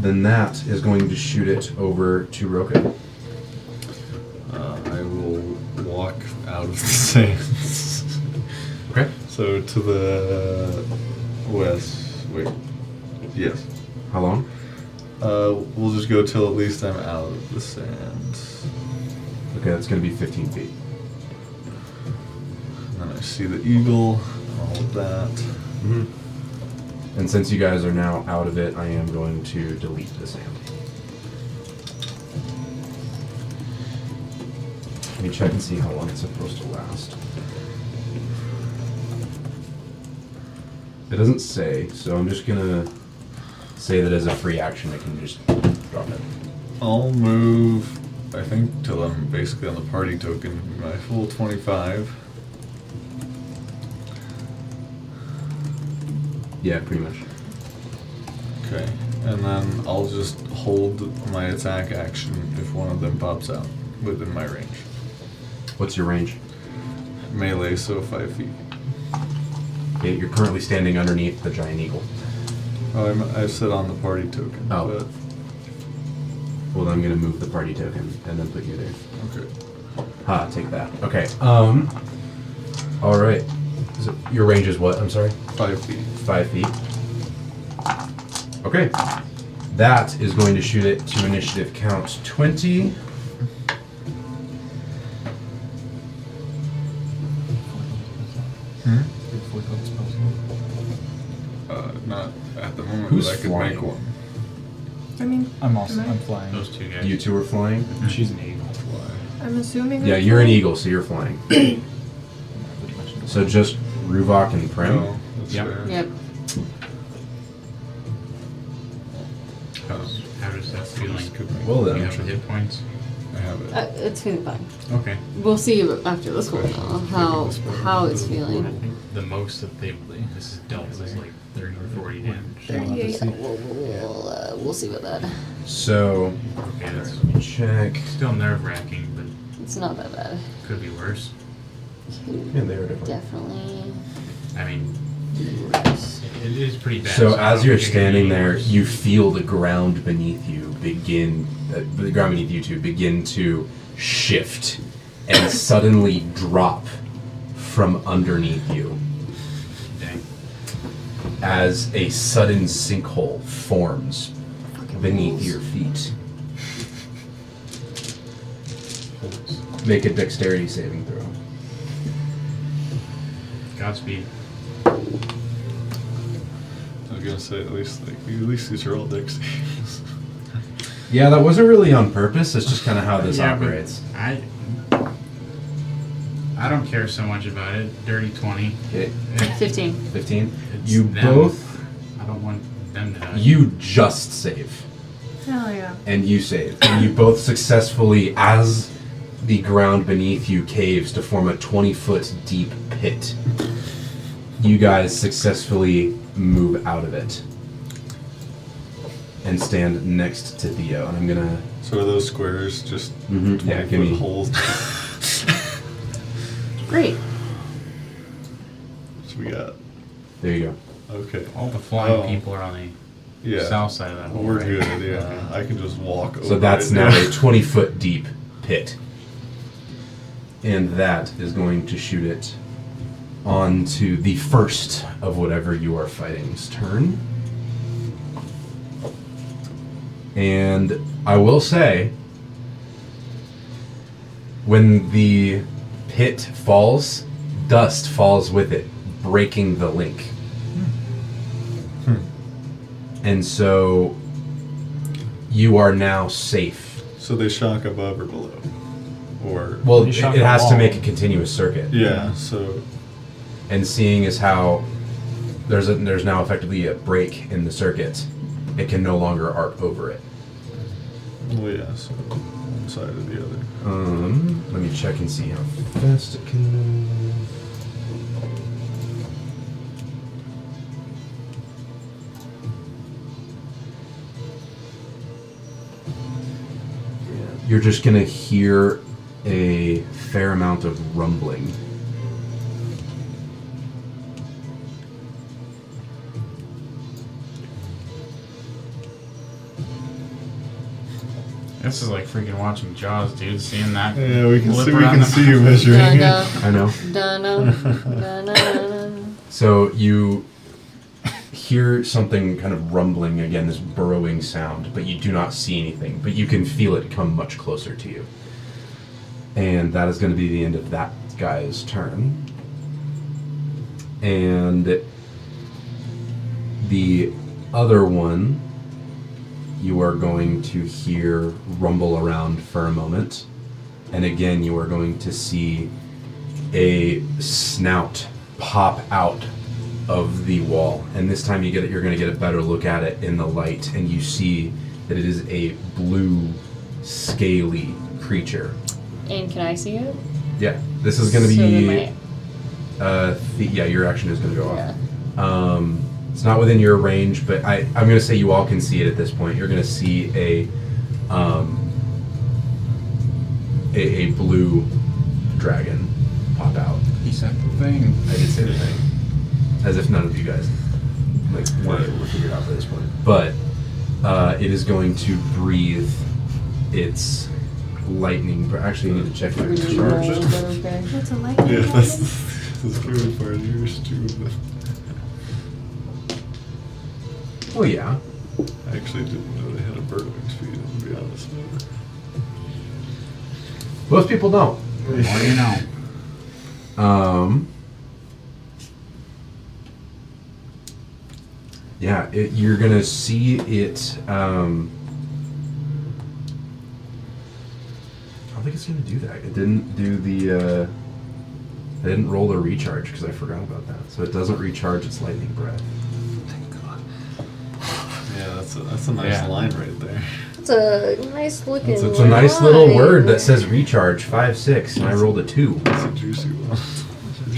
Then that is going to shoot it over to Roka.
Uh, I will walk out of the sands.
Okay.
so to the west. Wait. Yes.
How long?
Uh, we'll just just go till at least I'm out of the sand.
Okay, that's going to be 15 feet.
And then I see the eagle, all of that.
And since you guys are now out of it, I am going to delete the sand. Let me check and see how long it's supposed to last. It doesn't say, so I'm just gonna say that as a free action, I can just drop it.
I'll move, I think, till I'm basically on the party token, my full 25.
Yeah, pretty much.
Okay. And then I'll just hold my attack action if one of them pops out within my range.
What's your range?
Melee, so 5 feet.
Yeah, you're currently standing underneath the giant eagle.
Oh, I'm, I said on the party token.
Oh. Well, then I'm gonna move the party token and then put you there.
But, okay.
Ha, take that. Okay. Um. All right. Is it, your range is what? I'm sorry.
5 feet.
Five feet. Okay. That is going to shoot it to initiative count twenty.
Hmm? Uh, not at the moment,
Who's
but I could
flying?
make one.
I mean,
I'm also
Am I?
I'm flying.
Those two guys.
You two are flying.
She's an eagle.
Fly.
I'm assuming.
Yeah,
I'm
you're an
flying.
eagle, so you're flying. So just Ruvok and Prim.
No, Oh, that's
Yep.
fair.
Yep.
How's- How does that feel like?
Could make-
Well, then.
You have the hit points.
I have it.
Uh, it's feeling fine.
Okay.
We'll see after this one though, how how it's
I
feeling.
think the most that they've this is dealt is like 30 or 40 damage.
Yeah, we'll, we'll, uh, we'll see about that.
So
Okay, that's
let me check.
still nerve wracking, but
It's not that bad.
could be worse.
Yeah, they are different.
Definitely.
I mean,
worse.
it it is pretty bad.
So
I don't
as you're
think it could be
standing there,
worse.
you feel the ground beneath you begin, uh, the ground beneath you two begin to shift and suddenly drop from underneath you
Dang.
as a sudden sinkhole forms beneath your feet. Make a dexterity saving throw.
Godspeed.
I was gonna say at least like at least these are all deck saves.
Yeah, that wasn't really on purpose. It's just kind of how this
Yeah, but
operates.
I I don't care so much about it. Dirty 20.
Okay,
It-
15.
15.
It's
You
them.
both,
I don't want them to die.
you just save.
Hell yeah.
and you save. And you both successfully, as the ground beneath you caves to form a 20 foot deep pit, you guys successfully move out of it and stand next to Theo. And I'm gonna.
So are those squares just
Mhm, yeah,
20
give me-
foot holes?
Great.
so we got
There you go.
okay.
All the flying
Oh,
people are on the
Yeah.
south side of that
Well,
hole.
we're
right?
good. Yeah,
Uh,
I can just walk. over
So that's
it
now a 20 foot deep pit. And that is going to shoot it onto the first of whatever you are fighting's turn. And I will say, when the pit falls, dust falls with it, breaking the link. And so you are now safe.
so they shock above or below, or
Well,
You
it,
shot
it
the
has to
wall.
make a continuous circuit.
yeah. So
And seeing as how there's a, there's now effectively a break in the circuit, it can no longer arc over it.
well, yeah. So one side or the other.
Um, let me check and see how fast it can move. Yeah, You're just gonna hear a fair amount of rumbling.
This is like freaking watching Jaws, dude. Seeing that.
Yeah, we can
flip
see. We
around
can
the-
see you
Dun,
measuring it.
dun,
I know.
dun, dun, dun, dun, dun.
So you hear something kind of rumbling again, this burrowing sound, but you do not see anything, but you can feel it come much closer to you. And that is going to be the end of that guy's turn. And the other one, you are going to hear rumble around for a moment. And again, you are going to see a snout pop out of the wall. And this time you get it, you're going to get a better look at it in the light, and you see that it is a blue, scaly creature.
And can I see it?
Yeah, this is going to
So then
be.
my-
Uh, th- yeah, your action is going to go off.
yeah.
Um, it's not within your range, but I, I'm going to say you all can see it at this point. You're going to see a, um, a, a blue dragon pop out.
He said the thing.
I did say the thing. As if none of you guys like were able to figure it out by this point. But uh, it is going to breathe its lightning. br- Actually, I need to check my
We need to roll,
charge.
but okay.
That's a light.
Yeah, that's the scary part. Yours too. but
Oh yeah.
I actually didn't know they had a bird wing speed. I'm gonna be honest.
Most people don't.
What do you know?
Um. Yeah, it, you're gonna see it. Um, I don't think it's gonna do that. It didn't do the. Uh, I didn't roll the recharge because I forgot about that. So it doesn't recharge its lightning breath.
Thank God. Yeah, that's a, that's a nice
Yeah.
line right there.
It's a nice looking.
It's a-
It's a nice little
line.
word that says recharge five six, and I rolled a two.
That's a juicy one.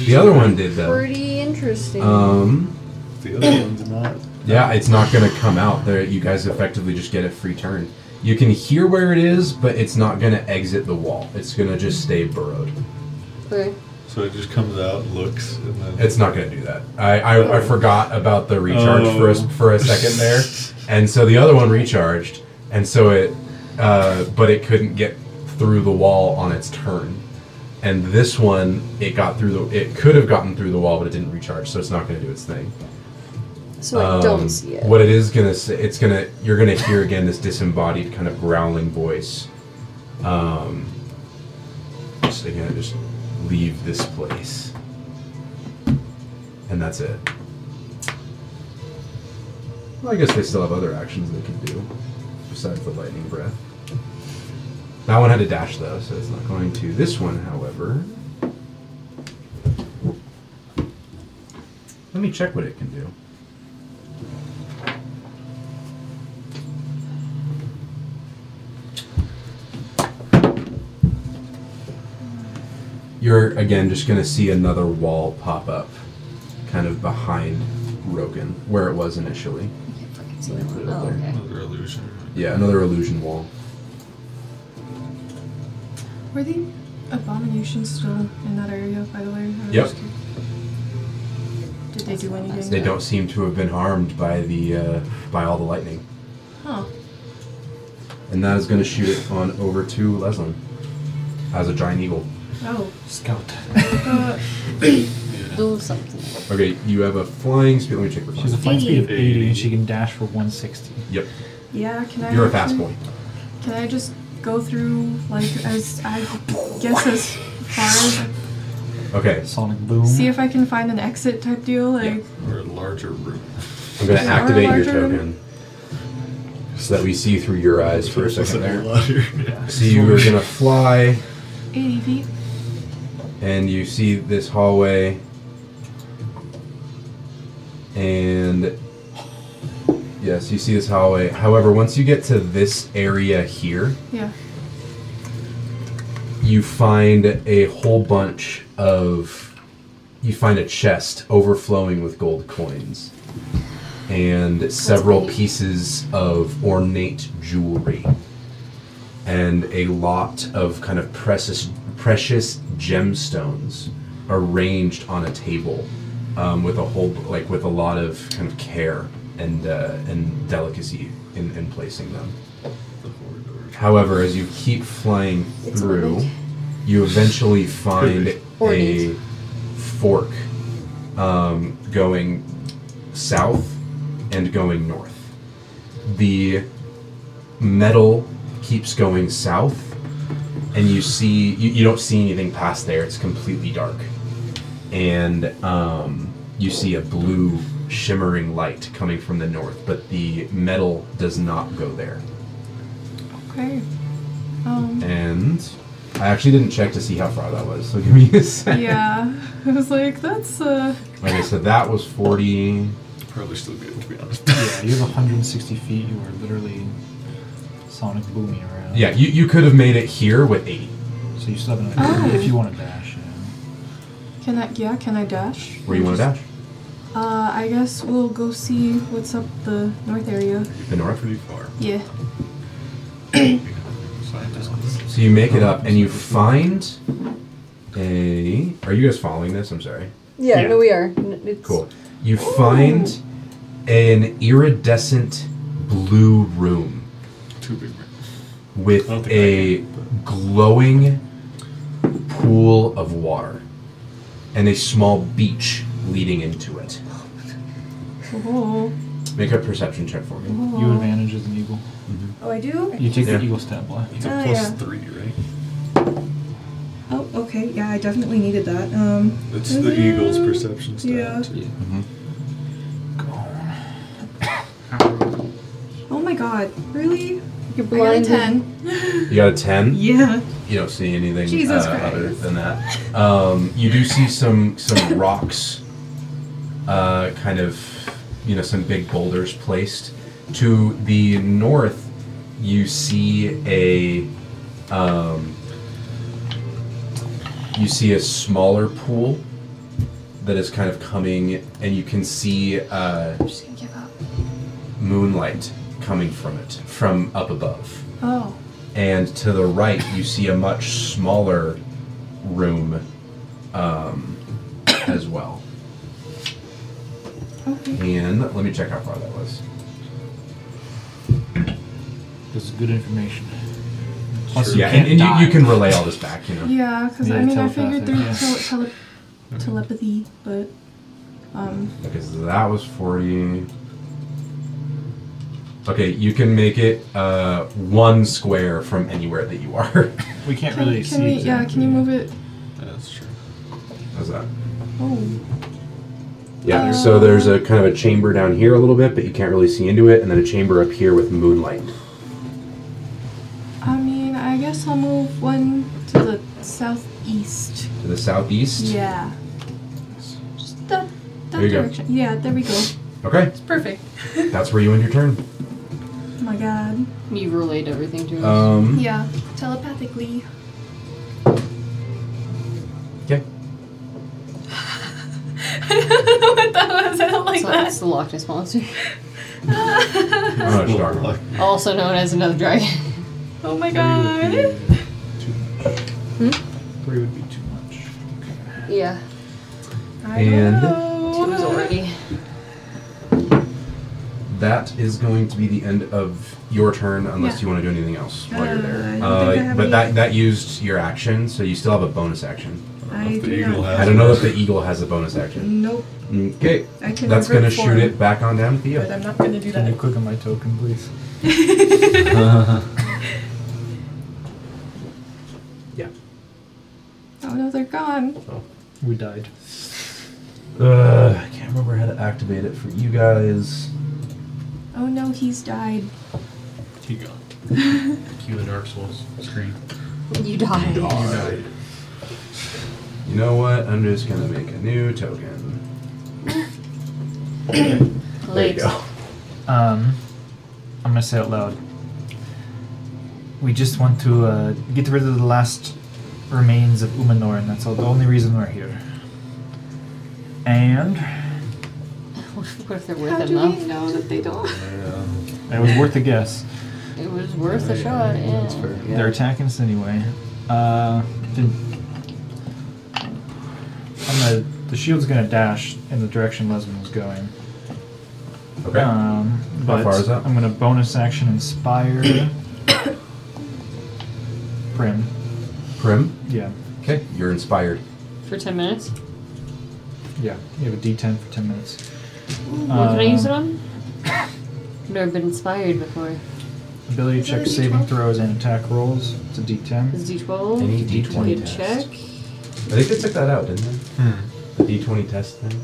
The other one did though.
Pretty interesting.
Um.
The other one's not.
Yeah, it's not going to come out. There, you guys effectively just get a free turn. You can hear where it is, but it's not going to exit the wall. It's going to just stay burrowed.
okay.
So it just comes out, looks, and then
It's not going to do that. I, I, I forgot about the recharge for a, s-
Oh.
for a second there, and so the other one recharged, and so it, uh, but it couldn't get through the wall on its turn, and this one it got through the it could have gotten through the wall, but it didn't recharge, so it's not going to do its thing.
So I don't
Um,
see it.
What it is gonna say, it's gonna, you're gonna hear again this disembodied kind of growling voice. Um, just again, just leave this place, and that's it. Well, I guess they still have other actions they can do besides the lightning breath. That one had to dash though, so it's not going to. This one, however, let me check what it can do. You're again just gonna see another wall pop up, kind of behind Rogan, where it was initially.
I can't fucking see
Let
that
me put
one.
it up
Oh,
there.
okay.
Another illusion.
Yeah, another illusion wall.
Were the abominations still in that area, by the way? I was
Yep.
just curious. Did they do anything?
They don't seem to have been harmed by the uh, by all the lightning,
Huh.
and that is gonna shoot it on over to Leslin as a giant eagle.
Oh.
Scout.
Uh,
Do something.
Okay, you have a flying speed. Let me check. your
She has a
flying.
flight speed of 80 and she can dash for 160.
Yep,
yeah, can I.
you're a fast
actually-
boy.
Can I just go through, like, as I guess as far as.
Okay,
Sonic boom.
See if I can find an exit type deal? Like,
Or a larger room.
I'm gonna
Is there
activate
a
your
larger-
token so that we see through your eyes for a second
That's
there.
larger.
So you are gonna fly.
80 feet?
and you see this hallway and yes you see this hallway however once you get to this area here
Yeah.
you find a whole bunch of you find a chest overflowing with gold coins and several
neat.
pieces of ornate jewelry and a lot of kind of precious precious gemstones arranged on a table um, with a whole like with a lot of kind of care and uh, and delicacy in, in placing them However, as you keep flying
It's
through,
ornate.
you eventually find a
Ornate.
fork um, going south and going north. The metal keeps going south, and you see you, you don't see anything past there. It's completely dark, and um, you see a blue shimmering light coming from the north, but the metal does not go there.
Okay. Um.
And I actually didn't check to see how far that was, so give me a second.
Yeah. I was like, that's uh.
Okay, so that was 40.
Probably still good, to be honest.
Yeah, you have 160 feet. You are literally sonic booming around.
Yeah, you, you could have made it here with 80.
So you still have
Oh.
enough if you want to dash. Yeah.
Can I? Yeah. Can I dash?
Where you want to dash?
Uh, I guess we'll go see what's up the north area.
The north?
Pretty far.
Yeah.
So you make it up and you find a. Are you guys following this? I'm sorry.
Yeah,
Yeah.
no, we are. N- It's,
Cool. You find an iridescent blue room
Too big. man.
with
I don't think I
a glowing pool of water and a small beach leading into it.
Oh.
Make a perception check for me.
You advantage as an eagle.
Oh, I do.
You take
Yeah.
the eagle stab block.
It's a
Oh,
plus
yeah.
three, right?
Oh, okay. Yeah, I definitely needed that. Um.
It's the eagle's perception stat.
Yeah.
too.
Oh my God. Really?
You're
I got a
blind.
ten.
You got a 10?
Yeah.
you don't see anything
Jesus
uh, other
Christ.
than that. Um, you do see some some rocks, uh, kind of, you know, some big boulders placed. To the north, you see a um, you see a smaller pool that is kind of coming, and you can see uh,
I'm just gonna give up.
moonlight coming from it from up above
Oh.
and to the right you see a much smaller room um, as well
Okay.
and let me check how far that was
This is good information. Plus,
yeah and, and you, you can relay all this back you know
Yeah, because I
Yeah,
mean, I figured
telepathic,
through
yeah.
tele- tele- telepathy, but um,
okay so that was 40 okay you can make it uh, one square from anywhere that you are
We can't
can,
really
can
see.
we? Yeah,
exactly.
can you move it?
That's true.
how's that
Oh,
yeah so there's a kind of a chamber down here a little bit but you can't really see into it and then a chamber up here with moonlight
I mean, I guess I'll move one to the southeast.
to the southeast
Yeah. Just that, that
There you go.
direction. Yeah, there we go.
okay
It's perfect.
that's where you end your turn
Oh my god.
You've relayed everything to us.
Um,
Yeah, telepathically.
Okay.
I don't know what that Oh was. I don't like
it's, not- it's the Loch Ness Monster.
that.
Oh, it's dark.
Like,
also known as another dragon.
oh my god.
Three would be too much.
yeah.
I
And-
Two
don't
is
know.
already.
That is going to be the end of your turn, unless
Yeah.
you want to do anything else while you're
Uh,
there.
I don't think I have
but
any-
that that used your action, so you still have a bonus action.
I
If the
do
eagle
not.
has
I don't know
it.
if the eagle has a bonus action.
Nope.
Okay,
I can
that's
revert
going to shoot
form,
it back on down to
But uh,
you.
I'm not going to do
Can you
that.
click on my token, please?
Yeah.
Oh no, they're gone.
We died.
Uh, I can't remember how to activate it for you guys.
Oh no, he's died.
He got
Cue the Dark Souls screen.
You die.
died.
You know what? I'm just going to make a new token. There you
Late.
go.
Um, I'm gonna say it loud. We just want to uh, get rid of the last remains of Umanor, and that's all the only reason we're here. And
What if- what if they're
How
worth
do
enough?
we know that they don't?
it was worth a guess.
It was worth the shot. Yeah.
That's fair.
Yeah.
They're attacking us anyway. Uh, then- I'm gonna, the shield's gonna dash in the direction Lesman was going.
Okay.
Um, but
far is that?
I'm gonna bonus action inspire Prim.
Prim.
Yeah.
Okay. You're inspired.
For 10
Uh,
minutes?
Yeah, you have a D10 for 10 minutes. Uh,
what can I use it on? never been inspired before.
Ability
Is that a
check,
D12?
saving throws, and attack rolls. It's a
Is
D10.
D12?
Any
Did you
D20 test.
check?
I think they took that out, didn't they?
Hmm.
The D20 test thing.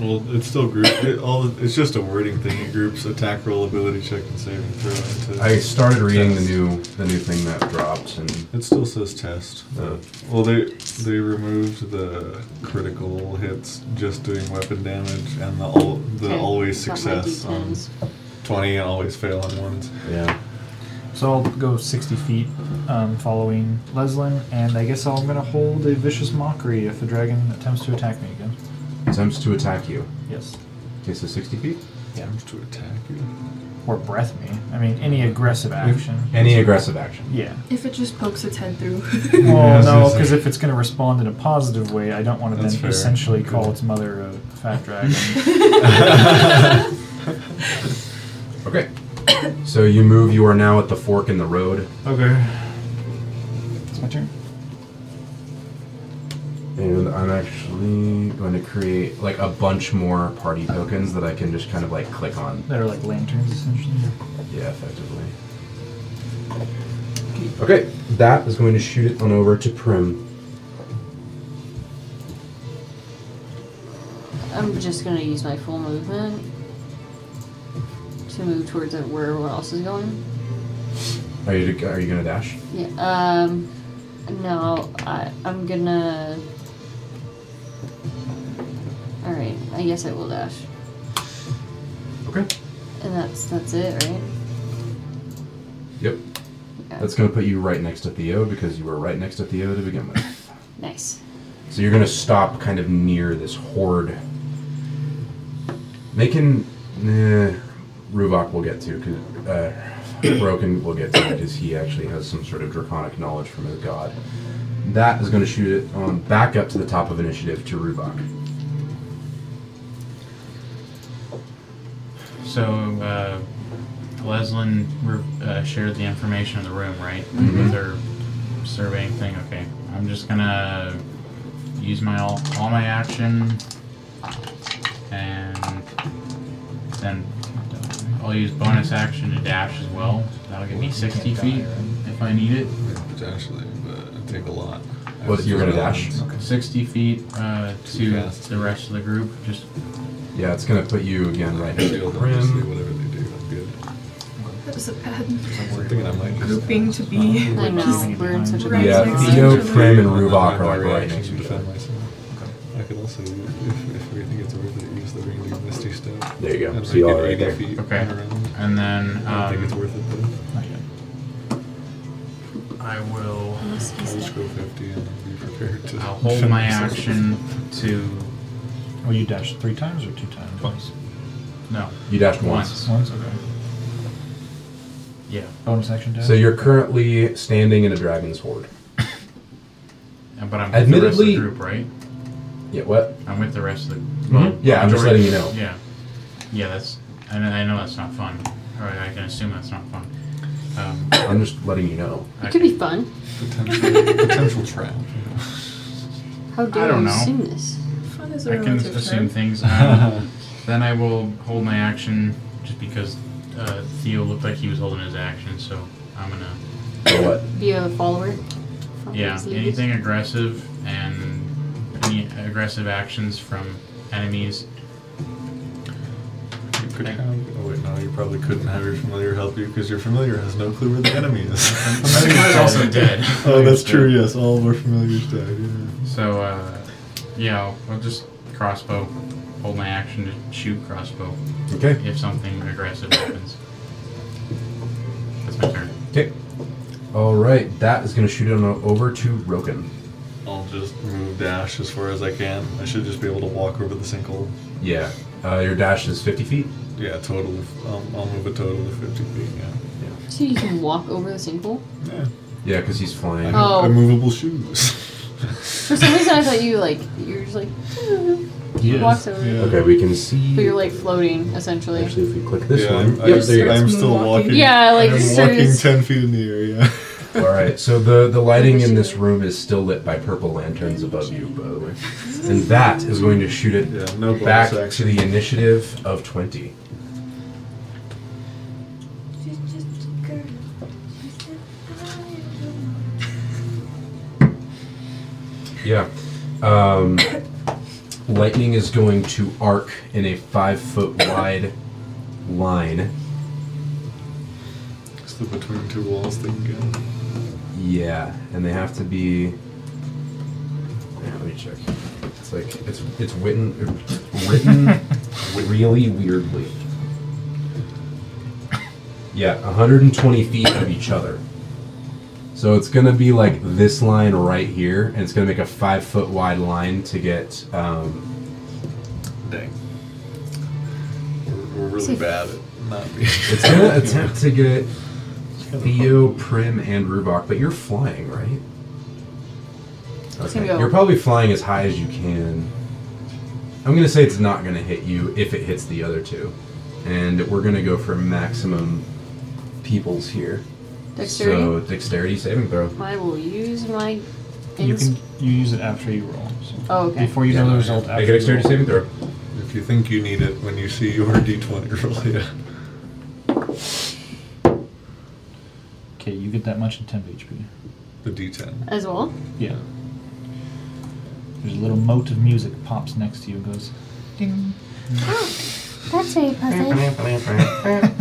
Well, it's still group. It, all it's just a wording thing. It groups attack roll, ability check, and saving throw. Into
I started reading the
test.
new the new thing that dropped, and
It still says test.
Oh.
Well, they they removed the critical hits, just doing weapon damage, and the all the
Okay,
always
got my
success on
D10s.
twenty and always fail on ones.
yeah.
So I'll go 60 feet um, following Leslin, and I guess I'm going to hold a vicious mockery if the dragon attempts to attack me again.
Attempts to attack you.
Yes.
Okay, so 60 feet.
Attempts to attack you.
Or breath me. I mean, any aggressive action.
Any aggressive action.
Yeah.
If it just pokes its head through.
Well,
Yeah,
no,
so-
because if it's going to respond in a positive way, I don't want to
That's
then
fair.
essentially
Good.
call its mother a fat dragon.
Okay. so you move. You are now at the fork in the road,
Okay.
it's my turn.
and I'm actually going to create like a bunch more party tokens that I can just kind of like click on.
That are like lanterns, essentially.
Yeah, effectively. Okay, that is going to shoot it on over to Prim.
I'm just gonna use my full movement to move towards it where everyone else is going.
Are you are you gonna dash?
Yeah. Um. No, I, I'm gonna. All right. I guess I will dash,
Okay.
and that's that's it, right?
Yep.
Yeah.
That's going to put you right next to Theo because you were right next to Theo to begin with.
nice.
So you're going to stop kind of near this horde. Making. Eh, Ruvok will get to, because. Uh, Broken will get to because he actually has some sort of draconic knowledge from his god. That is going to shoot it on back up to the top of initiative to Rubok.
So, uh, Leslin re- uh, shared the information in the room, right?
Mm-hmm.
With her surveying thing. Okay, I'm just gonna use my all, all my action, and then I'll use bonus action to dash as well. That'll give me 60 feet if I need it.
Potentially, but it'd take a lot.
What, you're gonna dash?
um,
60 feet uh, to
fast.
the rest of the group. Just
Yeah, it's going to put you again right next to
Shield, obviously,
Prim.
whatever they do, good.
that was a bad
I'm thinking I might just.
grouping to be.
I know
just-
we're in such a
Right
Yeah,
next to
Theo,
each other.
Prim, and
I'll
Rubok are
have my
like right
reaction
next to
to
each
defend
other.
myself. I could also, if, if we think it's worth it, use the ring of misty step.
There you go.
And
So
like
y'all
get
are right
80
there.
feet
Okay.
around.
and then
I don't think it's
um,
worth it though.
Not yet.
I will.
I'll just go 50 and be prepared to.
I'll hold my action to
Well, Oh, you dashed three times or two times? Once.
no
You dashed once.
once.
Once, okay.
Yeah,
Bonus action dash?
So you're currently standing in a dragon's horde.
And- but I'm with the rest of
Admittedly-
the group, right?
Yeah, what?
I'm with the rest of the.
Yeah, I'm just letting
majority-
you know.
Yeah, yeah. That's I know, I know that's not fun, or I can assume that's not fun. Um,
I'm just letting you know.
It could be fun.
potential, potential trap.
How dare
don't
you
know.
assume this?
Fun is a
I can
relative
assume
term.
things. Um, then I will hold my action just because uh, Theo looked like he was holding his action, so I'm gonna.
Or what?
Be a follower. Follow
Yeah,
these leaders.
anything aggressive and any aggressive actions from enemies.
You could have. Oh wait, no, you probably couldn't have your familiar help you because your familiar has no clue where the enemy is.
He's also dead.
oh, that's true. Yes, all of our familiars died. Yeah.
So, uh, yeah, I'll, I'll just crossbow. Hold my action to shoot crossbow
Okay.
if something aggressive happens. That's my turn.
Okay. All right. That is going to shoot it on over to Roken.
I'll just move dash as far as I can. I should just be able to walk over the sinkhole.
Yeah. Uh, your dash is 50 feet.
Yeah, total. Of, um, I'll move a total of 50 feet. Yeah.
So you can walk over the sinkhole.
Yeah.
Yeah, because he's flying.
I'm
Oh.
immovable shoes.
For some reason, I thought you like you were just like walks over,
yeah.
Okay, we can see.
but you're like floating essentially.
Actually, if we click this
yeah,
one.
I'm,
Yep,
I'm-
there you go.
I'm still
Moonwalking.
walking.
yeah, like
I'm
sort of
walking
just-
10 feet in the air, yeah.
All right. So the the lighting in this room is still lit by purple lanterns above you, by the way. And that is going to shoot it
Yeah, no bonus
back
action.
to the initiative of 20. Yeah. Um, lightning is going to arc in a five foot wide line.
Slip between two walls thing again.
Yeah, and they have to be. yeah, let me check. It's like it's it's written written really weirdly. Yeah, 120 feet of each other. So it's gonna be like this line right here, and it's gonna make a five foot wide line to get. Um,
Dang. We're, we're really
See-
bad at not being.
it's gonna attempt to get Theo, Prim, and Rubok, but you're flying, right?
It's
Okay.
gonna go-
You're probably flying as high as you can. I'm gonna say it's not gonna hit you if it hits the other two, and we're gonna go for maximum peoples here.
Dexterity.
So dexterity saving throw.
I will use my.
You
ins-
can you use it after you roll. So
Oh, okay.
Before you know
Yeah,
the
yeah.
result. After
Make a
you
dexterity
roll.
saving throw.
If you think you need it when you see your d20 roll, yeah.
Okay, you get that much in temp HP.
The d10.
As well.
Yeah. There's a little mote of music pops next to you and goes, ding.
That's very pleasant.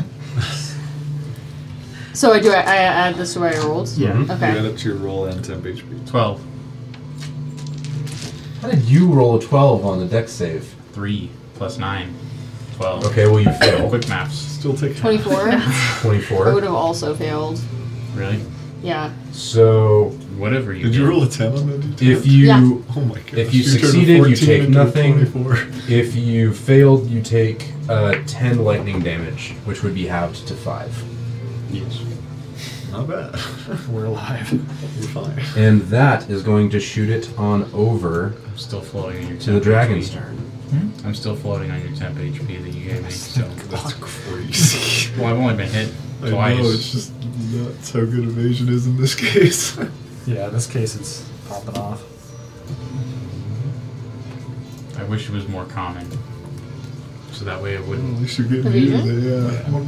So I do. I, I add this to what I rolled.
Yeah.
You add
Okay.
up to your roll and temp HP.
12.
How did you roll a 12 on the dex save?
3 plus 9. 12.
Okay, well you fail.
Quick maps.
Still take half.
Twenty-four. I
24.
would have also failed.
Really?
Yeah.
So
Whatever you
Did you
did.
roll a 10 on the d10?
if you
Yeah.
Oh my gosh.
If you
turned a
succeeded, you
14
take
into a
nothing.
24.
If you failed, you take uh, 10 lightning damage, which would be halved to 5.
Yes.
Not bad.
We're alive.
We're fine.
And that is going to shoot it on over
I'm still floating on your
to the
temp
dragon's
HP.
turn.
Hmm?
I'm still floating on your temp HP that you gave me. So.
That's crazy.
Well, I've only been hit
I
twice.
know, it's just nuts how good evasion is in this case.
Yeah, in this case it's popping off.
I wish it was more common. So that way it
At
wouldn't.
least you're getting
Evasion?
used to it, yeah.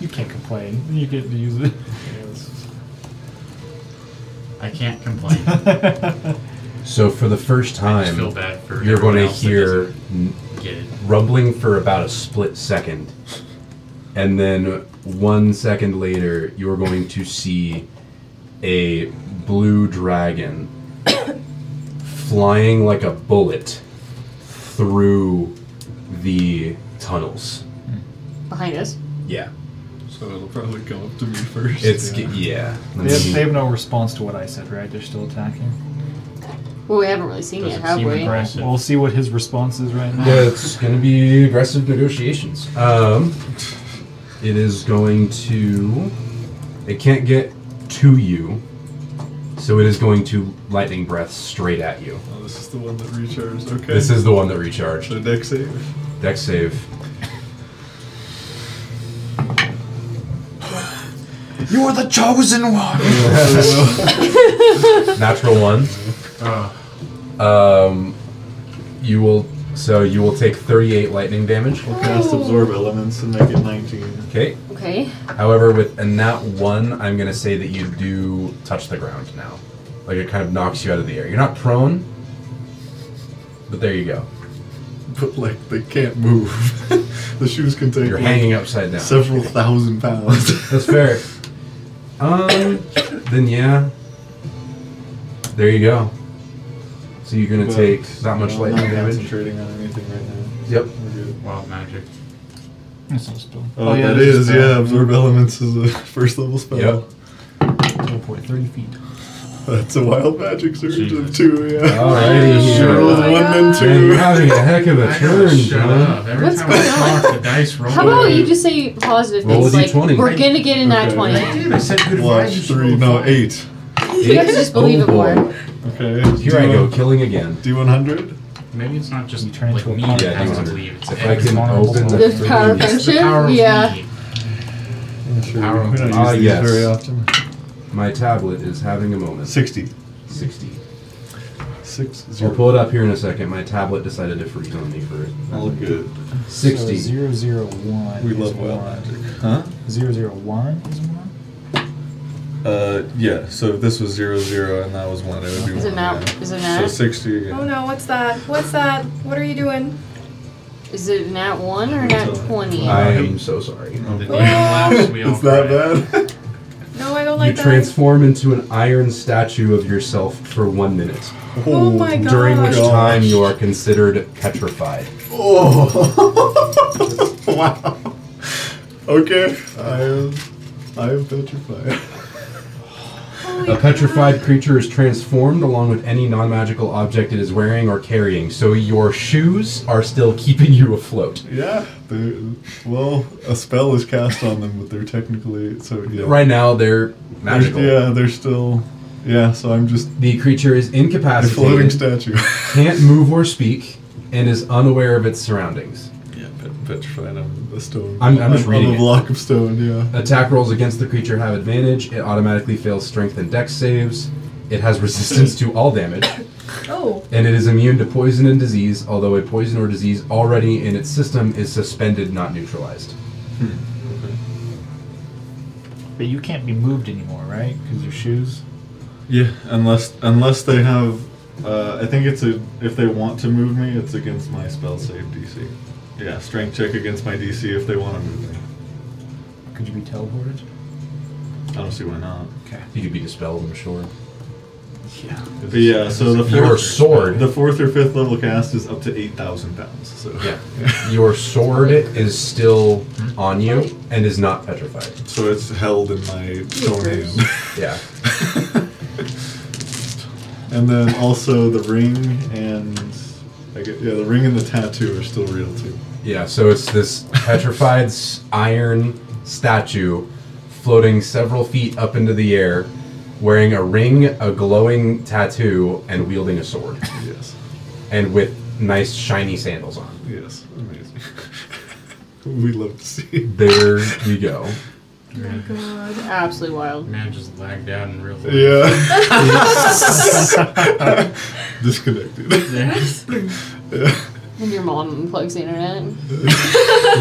You can't complain. You get to use it.
Hmm.
I can't complain.
So for the first
I just feel
time,
bad for
you're
everyone
going to
else that
hear n-
doesn't Get it.
rumbling for about a split second. And then one second later, you're going to see a blue dragon flying like a bullet through the tunnels.
Behind us.
Yeah.
So it'll probably come up to me first.
It's
yeah.
yeah. Mm-hmm. yeah. I
They have,
mean,
they have no response to what I said, right? They're still attacking.
Well, we haven't really seen
Doesn't
it, have
seem
we?
aggra- Aggressive.
We'll see what his response is right now.
yeah, it's going to be aggressive negotiations. Um, it is going to. It can't get to you, so it is going to lightning breath straight at you.
Oh, this is the one that recharges. Okay.
This is the one that recharged.
the deck save.
Deck save.
You are the chosen one.
Natural one. Um, you will. So you will take 38 lightning damage.
We'll cast
Oh.
absorb elements and make it 19.
Okay.
Okay.
However, with a nat one, I'm gonna say that you do touch the ground now. Like it kind of knocks you out of the air. You're not prone, but there you go.
But like they can't move. the shoes can take
You're
like,
hanging upside down.
several thousand pounds.
That's fair. Um, then yeah. There you go. So you're gonna
But,
take that much
you know, I'm
lightning
not
damage.
Concentrating on anything right now.
Yep.
We're good.
Wild magic.
It's not spell.
Oh, yeah, that
this
is
a spell.
yeah. Absorb elements is a first level spell.
Yep.
Teleport 30 feet.
That's a wild magic surge of
Jesus.
two. Yeah.
Alrighty.
She rolled
Oh my
one and
God.
Man, you're
two.
having a heck of a turn, John.
Every
What's
time I
going
talk, the dice roll.
How about you just say positive
Roll
things
a
like
D20.
we're gonna get in that
Okay.
I
twenty.
did. I said good
Watch
vibes.
three, no eight.
You have to just believe
Oh,
it more.
boy.
Okay.
Here I go, killing again.
D one hundred.
Maybe it's not just
You turn
like
into a
me
pond.
that
Yeah,
has to
200.
leave. It's
If I
every-
can open the
The power of
freaking-
It's the power
friendship.
of
Yeah.
me.
Sure.
Power
We don't
of-
use
Ah,
these
yes.
very often.
My tablet is having a moment.
Sixty.
60.
Six
I'll
zero.
pull it up here in a second. My tablet decided to freeze on me for
All good.
60.
So zero, zero, one
We
is
love wild
one.
magic. Huh?
Zero, zero, one is one?
Uh,
Uh, yeah. So if this was zero zero and that was one, it would be
Is
one.
it map?
yeah.
Is it
So
map?
sixty. yeah.
Oh no, what's that? What's that? What are you doing?
Is it nat 1 or nat 20?
I am so sorry.
The demon laughs, we all
It's that
cry.
bad?
No, I don't like
you
that.
transform into an iron statue of yourself for one minute,
oh my god.
during which
Gosh.
time you are considered petrified.
Oh. wow. Okay. I am. I am petrified.
Holy
A petrified creature is transformed along with any non magical object it is wearing or carrying, so your shoes are still keeping you afloat.
yeah. they- Well, a spell is cast on them, but they're technically so. Yeah.
Right now, they're
They're-
magical.
Yeah. They're still. Yeah. So I'm just
The creature is
a floating
incapacitated,
statue.
can't move or speak, and is unaware of its surroundings.
Yeah, pet- petrified. I'm
a stone.
I'm- I'm just reading
on
it.
a block of stone. Yeah.
Attack rolls against the creature have advantage. It automatically fails strength and dex saves. It has resistance to all damage,
Oh,
and it is immune to poison and disease, although a poison or disease already in its system is suspended, not neutralized.
But you can't be moved anymore, right? Because your shoes.
Yeah, unless unless they have, uh, I think it's a if they want to move me, it's against my spell save DC. Yeah, strength check against my DC if they want to move me.
Could you be teleported?
I don't see why not.
Okay.
You could be dispelled, I'm sure.
Yeah. But yeah, so the
Your
fourth,
sword,
the fourth or fifth level cast is up to eight thousand pounds. So
yeah, your sword is still on you and is not petrified.
So it's held in my stone hand.
Yeah,
and then also the ring and I get, yeah, the ring and the tattoo are still real too.
yeah. So it's this petrified s- iron statue floating several feet up into the air, wearing a ring, a glowing tattoo, and wielding a sword,
Yes.
and with nice shiny sandals on.
Yes. Amazing. we love to see.
There you go.
oh my god.
Absolutely wild.
Man just lagged out in real life.
Yeah. Disconnected.
Yeah.
Yeah.
And your mom unplugs the internet.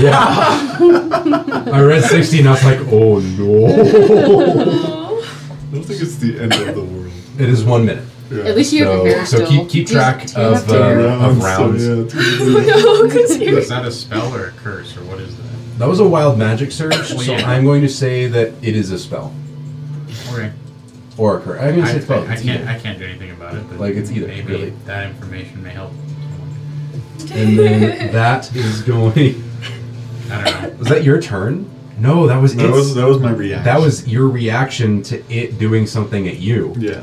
Yeah. I read 60 and I was like, oh no.
I don't think it's the end of the world.
It is one minute.
Yeah.
At least you have your
So,
hair
so
still.
keep, keep
Do you-
track
do you have
of,
to- Oh,
uh, of
Rounds,
rounds.
So, yeah, it's
no, because you.
Is that a spell or a curse or what is that?
That was a wild magic surge, so
Oh, yeah.
I'm going to say that it is a spell.
Okay.
Or a curse. I'm going to
I,
say it's both.
I
It's
can't.
either.
I can't do anything about it. But
Like, it's either,
Maybe
really.
that information may help. someone.
And then that is going.
I don't know.
Was that your turn? No, that was
that
its-
was that was my reaction.
that was your reaction to it doing something at you.
yeah.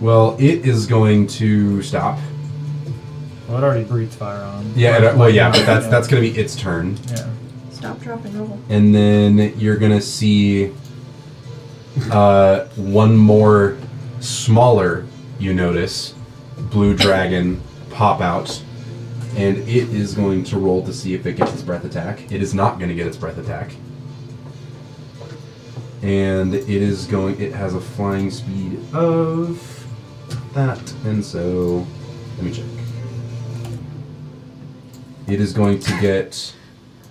Well, it is going to stop.
Well, it already breathed fire on. him.
Yeah,
Like-
it- well,
like
yeah,
now,
but that's that's going to be its turn.
Yeah.
Stop, drop, and roll.
and then you're gonna see uh, one more smaller you notice blue dragon pop out and it is going to roll to see if it gets its breath attack it is not going to get its breath attack and it is going it has a flying speed of that and so let me check it is going to get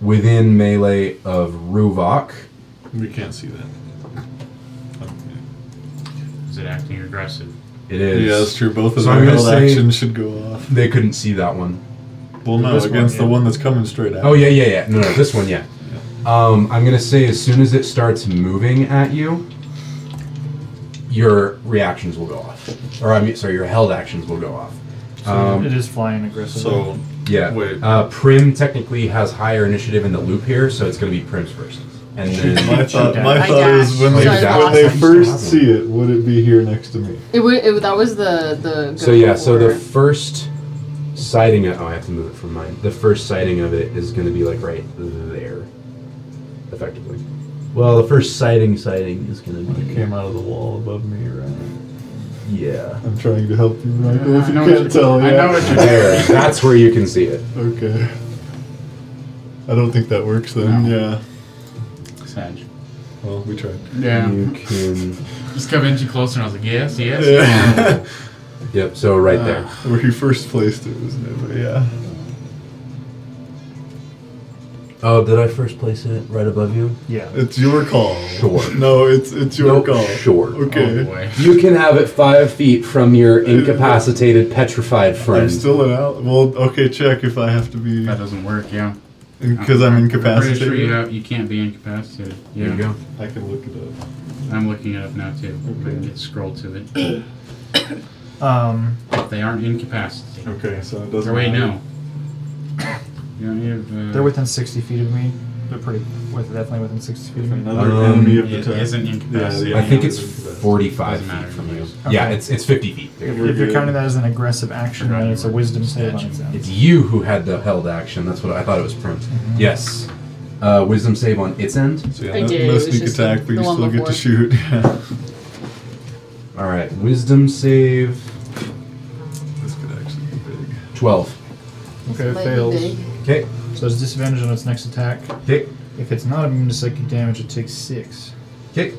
within melee of Ruvok.
We can't see that. Okay.
Is it acting aggressive?
It is.
Yeah, that's true. Both of
So
our
I'm gonna
held
say-
actions should go off.
They couldn't see that one.
Well, no,
This one,
against
yeah.
the one that's coming straight at.
Oh yeah, yeah, yeah. No, no, this one, yeah. Um, I'm gonna say as soon as it starts moving at you, your reactions will go off, or I mean, sorry, your held actions will go off.
So it
Um,
is flying aggressively.
So
yeah.
wait.
Uh, Prim technically has higher initiative in the loop here, so it's gonna be Prim's first, and
my
then
thought, my
I
thought is
dashed.
when they
Sorry, I
when they
lost.
first see it, would it be here next to me?
It, wa- it, that was the the.
so yeah. So the
order.
first sighting. Of, oh, I have to move it from mine. The first sighting of it is gonna be like right there, effectively. Well, the first sighting sighting is gonna
It
be
came out of the wall above me, right?
yeah.
I'm trying to help you, Michael.
Yeah,
if
I
you
know
can't
what you-
tell,
I
yeah.
know what you-
There, that's where you can see it.
Okay. I don't think that works then.
No.
Yeah.
Sag.
Well, we tried.
Yeah.
You can.
Just come in too close and I was like, yes, yes.
Yeah.
Yep. So right there.
Where he first placed it was never. Yeah.
Oh, did I first place it right above you?
Yeah.
It's your call.
Sure.
No, it's it's your
Nope,
call.
sure.
Okay.
Oh boy.
You can have it five feet from your incapacitated, petrified
I'm
friend.
still an out. Well, okay. Check if I have to be
That doesn't work, yeah.
because I'm incapacitated.
Pretty sure you, have, you can't be incapacitated. Yeah.
there you go.
I can look it up.
I'm looking it up now too. If I can get scroll to it.
Um,
If they aren't incapacitated.
Okay, so it doesn't.
Or wait,
matter.
no. You don't need, uh,
they're within 60 feet of me. They're pretty, with, definitely within 60 feet
If
of me.
another
Um,
enemy of the
it
tech
isn't incapacitated.
Yeah,
I
the
think
enemy
it's
is incapacitated.
45
Doesn't matter
feet from
to
you.
us.
Yeah,
Okay.
it's it's 50 feet. There you go.
We're
If you're
good.
counting that as an aggressive action,
Forgot
then
you
it's a
were
wisdom save on
statue.
its own.
It's you who had the held action. That's what I thought it was print. Yes. Uh, wisdom save on its end.
So yeah,
I
no,
did, it
no
was
sneak
just
attack, but
the
you
one
still get to
before.
shoot. Yeah.
All right. Wisdom save
this could actually be big.
12.
Okay, it
Might be
fails.
big.
Okay.
So it's disadvantage on its next attack.
Okay.
If it's not immune to psychic damage, it takes six.
Okay.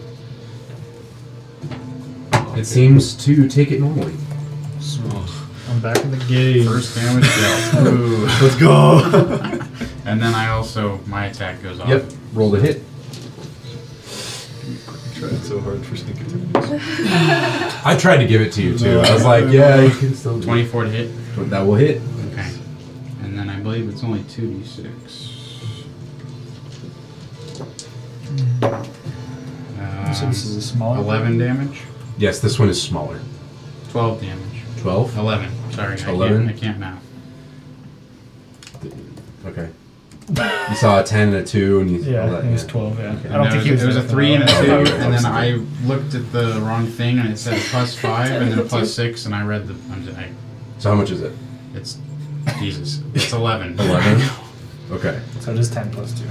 It seems to take it normally.
So I'm back in the game.
First damage dealt. Ooh.
Let's go.
And then I also my attack goes off.
Yep. Roll to hit.
Tried so hard for sneak attack.
I tried to give it to you too. I was like, yeah, you can still do it.
Twenty-four to hit.
But That will hit.
Okay. And then I believe it's only two d six.
So this is a
Uh,
smaller.
Uh, Eleven damage.
Yes, this one is smaller.
Twelve damage.
12.
Eleven. Sorry, I
11?
can't. I can't math.
Okay. You saw a 10 and a 2, and you
Yeah,
all that,
it was
yeah.
12, yeah. I
No,
don't think he was
There was a
that
three and a
far
two,
Oh, yeah.
and then I looked at the wrong thing, and it said plus five, and then plus six, and I read the. I'm just, I,
So how much is it?
it's Jesus. It's eleven.
11? Okay.
off. So it is 10 plus 2.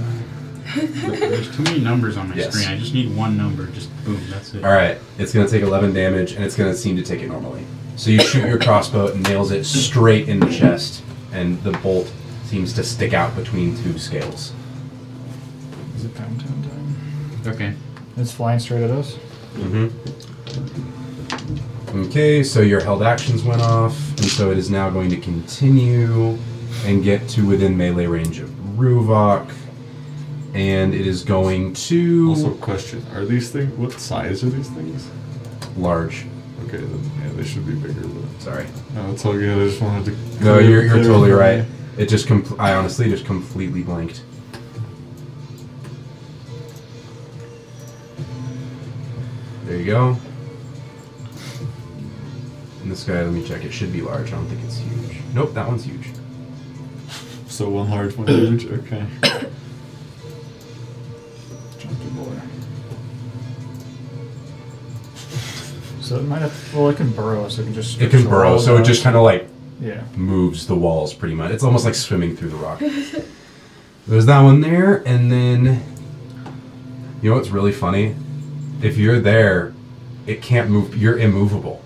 There's too many numbers on my
Yes.
screen. I just need one number. Just boom. That's it.
All right, it's going to take 11 damage, and it's going to seem to take it normally. So you shoot your crossbow and nails it straight in the chest, and the bolt seems to stick out between two scales.
Is it pound town time?
Okay.
It's flying straight at us.
Mm-hmm. Okay, so your held actions went off, and so it is now going to continue and get to within melee range of Ruvok, and it is going to
Also, question: Are these things? What size are these things?
large.
Okay, then, yeah, they should be bigger, but
Sorry.
no, it's all good. I just wanted to.
No, you're, you're totally right. It just com- I honestly just completely blanked. There you go. And this guy, let me check. It should be large. I don't think it's huge. Nope, that one's huge.
So one large, one huge. Okay.
Junkie boy. So it might have. Well, it can burrow, so it can just.
It can burrow, so it just kind of like
Yeah.
moves the walls pretty much. It's almost like swimming through the rock. There's that one there, and then you know what's really funny? If you're there, it can't move. You're immovable.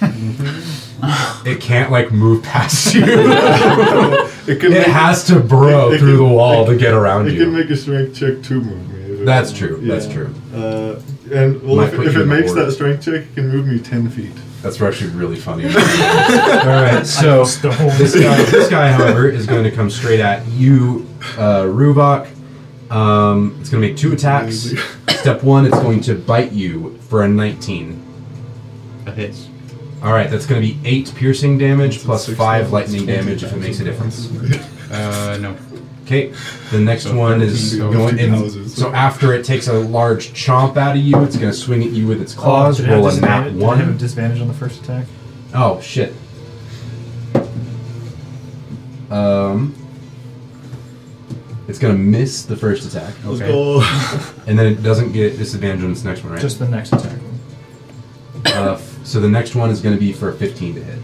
Mm-hmm.
it can't like move past you.
it can.
it has to burrow
it- it
through the
can-
wall
it-
to get around
It
you.
can make a strength check to move me. if it
That's
wants.
true, that's true.
Uh, and well,
Might
if,
put
if
you
it
in the
makes
order.
that strength check, it can move me ten feet.
That's actually really funny. All right, so
the whole-
this guy, this guy, however, is going to come straight at you, uh, Ruvok. Um, it's going to make two attacks. Step one, it's going to bite you for a 19.
That hits.
All right, that's going to be eight piercing damage plus
Six
five
times,
lightning
twenty
damage if it
times.
makes a difference.
Uh, no.
Okay, the next
So
one is
13
going. In,
houses.
so after it takes a large chomp out of you, it's going to swing at you with its claws.
Oh, Did it have
roll a
disadvantage-
nat
did it have a
one.
disadvantage on the first attack?
Oh shit. Um, it's gonna miss the first attack,
Let's
Okay.
go.
and then it doesn't get disadvantage on this next one, right?
Just the next attack.
uh, f- so the next one is gonna be for a 15 to hit.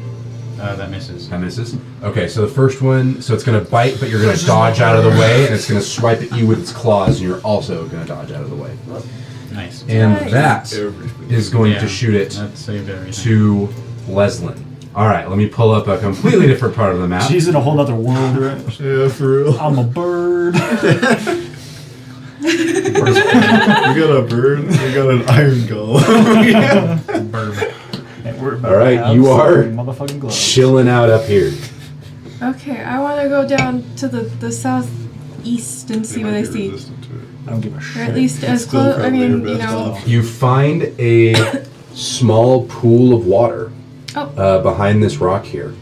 Uh, that misses.
That misses. Okay, so the first one, so it's gonna bite, but you're gonna dodge out of the way, and it's gonna swipe at you with its claws, and you're also gonna dodge out of the way.
Nice.
And
Nice.
that
Everything.
is going
Yeah,
to shoot it
That saved everything.
to Leslin. All right, let me pull up a completely different part of the map.
in a whole other world, right?
Yeah, for real.
I'm a bird.
we got a bird. We got an iron gull. yeah.
Burb.
All right, you are
Motherfucking gloves.
chilling out up here.
Okay, I want to go down to the, the south east and see
might
what I
be
see.
resistant to it.
I don't give a shit.
Or at least as
Still
close. I
probably
mean,
your
you
best
know.
option.
You find a small pool of water
Oh.
uh, behind this rock here.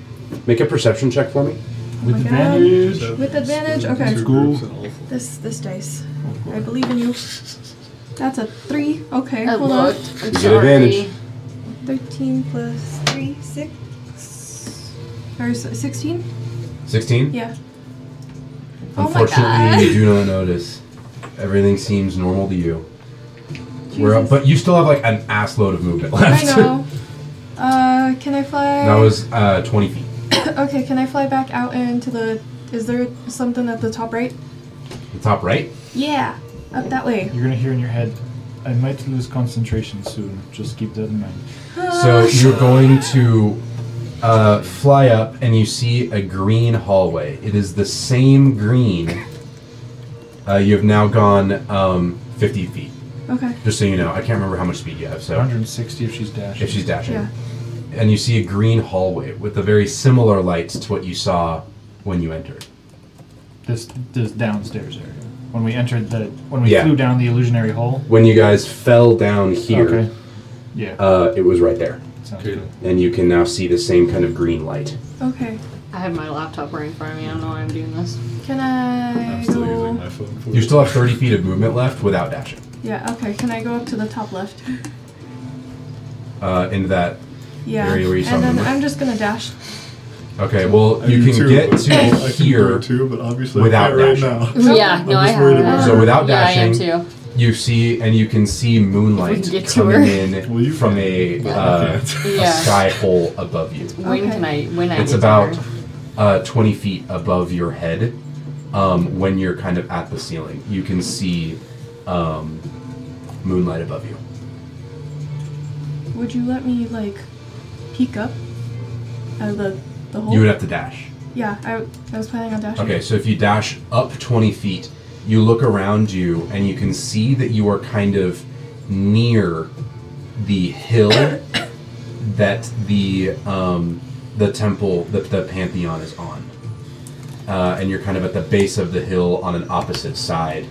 Make a perception check for me.
Oh my god.
advantage.
With advantage?
Split
Okay.
into two
School.
groups and all four.
This this dice. I believe in you. That's a three. Okay,
I
hold on.
looked. I'm
get
sorry.
advantage.
Thirteen plus three, six, or sixteen?
16?
Yeah. Oh my
Unfortunately,
god.
you do not notice. Everything seems normal to you. We're up,
Jesus.
but you still have like an ass load of movement
I
left.
know. Uh, can I fly?
that was uh, 20 feet.
okay, can I fly back out into the? Is there something at the top right?
The top right?
Yeah, up that way.
You're gonna hear in your head, I might lose concentration soon. Just keep that in mind.
So you're going to uh, fly up, and you see a green hallway. It is the same green. Uh, you have now gone um, 50 feet.
Okay.
Just so you know, I can't remember how much speed you have. So
160 if she's dashing.
if she's dashing,
Yeah.
and you see a green hallway with the very similar lights to what you saw when you entered.
This this downstairs area. When we entered the when we
Yeah.
flew down the illusionary hole.
When you guys fell down here,
Okay. Yeah.
uh, it was right there,
sounds
Okay.
good.
and you can now see the same kind of green light.
Okay.
I have my laptop right in front of me. I don't know why I'm doing this.
Can
I'm
I
still using
go?
my phone for
You
it.
still have 30 feet of movement left without dashing
Yeah. Okay. Can I go up to the top left?
uh, into that
Yeah.
Area where you saw
and then
them.
I'm just gonna dash.
Okay, well,
I
you
do
can
too,
get
but-
to
I can do
here.
it too, but obviously
without
I can't right
dashing.
now.
Yeah, no,
I'm
I
just
have.
worried
it.
about-
So without
yeah,
dashing-
I am too.
You see, and you can see moonlight
get to
coming
her.
in
Well, you
from
can,
a,
but I
uh,
can't.
a
Yeah.
sky hole above you.
When
Okay.
can I? When I?
It's
get to
about
her?
uh, 20 feet above your head um, when you're kind of at the ceiling. You can see um, moonlight above you.
Would you let me like peek up out of the the hole?
You would have to dash.
yeah. I, I was planning on dashing.
Okay, so if you dash up 20 feet, you look around you and you can see that you are kind of near the hill that the um, the temple, that the pantheon is on. Uh, and you're kind of at the base of the hill on an opposite side.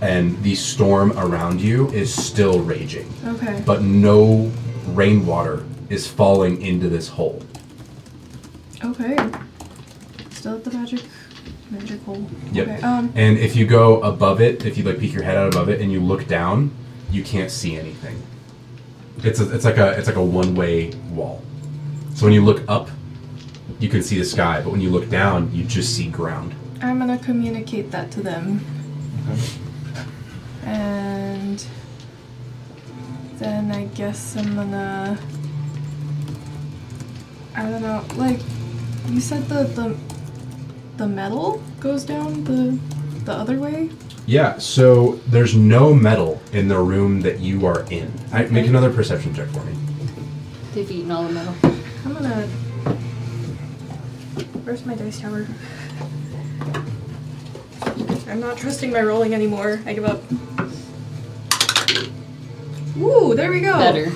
And the storm around you is still raging,
Okay.
but no rainwater is falling into this hole.
Okay. Still at the magic magic hole.
Yep.
Okay. Um.
And if you go above it, if you like peek your head out above it and you look down, you can't see anything. It's a, it's like a it's like a one way wall. So when you look up, you can see the sky, but when you look down, you just see ground.
I'm gonna communicate that to them. And then I guess I'm gonna. I don't know. Like you said, the the the metal goes down the the other way.
Yeah. So there's no metal in the room that you are in. I, make
Okay.
another perception check for me.
They've eaten all the metal.
I'm gonna. Where's my dice tower? I'm not trusting my rolling anymore. I give up. Woo! There we go.
Better,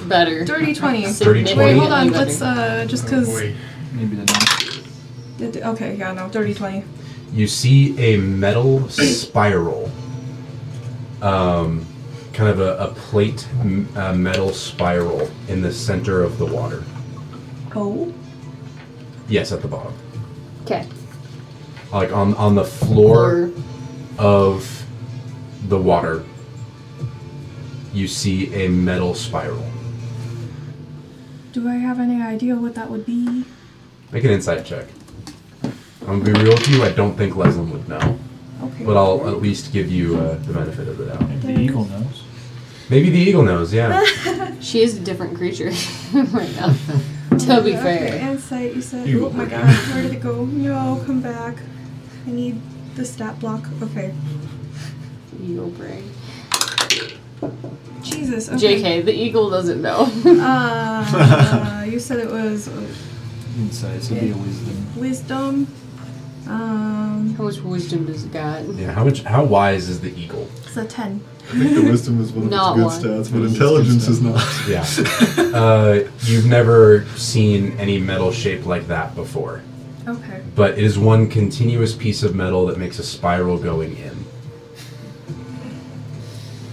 better.
Dirty 20.
Dirty
Wait,
20.
hold on.
Significantly better.
Let's, uh, just
Oh,
because.
boy.
Maybe the next.
okay, yeah, no. Dirty 20.
you see a metal spiral um, kind of a, a plate m- a metal spiral in the center of the water
Oh.
yes at the bottom
Okay.
like on on the floor of the water you see a metal spiral
Do I have any idea what that would be?
make an insight check i'm gonna be real with you i don't think leslin would know
Okay.
but i'll at least give you uh, the benefit of the doubt
Maybe the eagle knows.
maybe the eagle knows yeah
She is a different creature right now. to
Okay,
be fair.
insight, you said.
You
oh my
were-
god, where did it go? No, come back. I need the stat block. Okay.
Eagle brain.
Jesus, okay.
JK, the eagle doesn't know.
Uh, you said it was
Inside, so it'd be a wisdom.
wisdom. Um,
How much wisdom does it got?
yeah how much how wise is the eagle
it's a 10.
I think the wisdom is one of
Not
its good
one.
stats, but intelligence is not.
Yeah. Uh, you've never seen any metal shape like that before.
Okay.
but it is one continuous piece of metal that makes a spiral going in.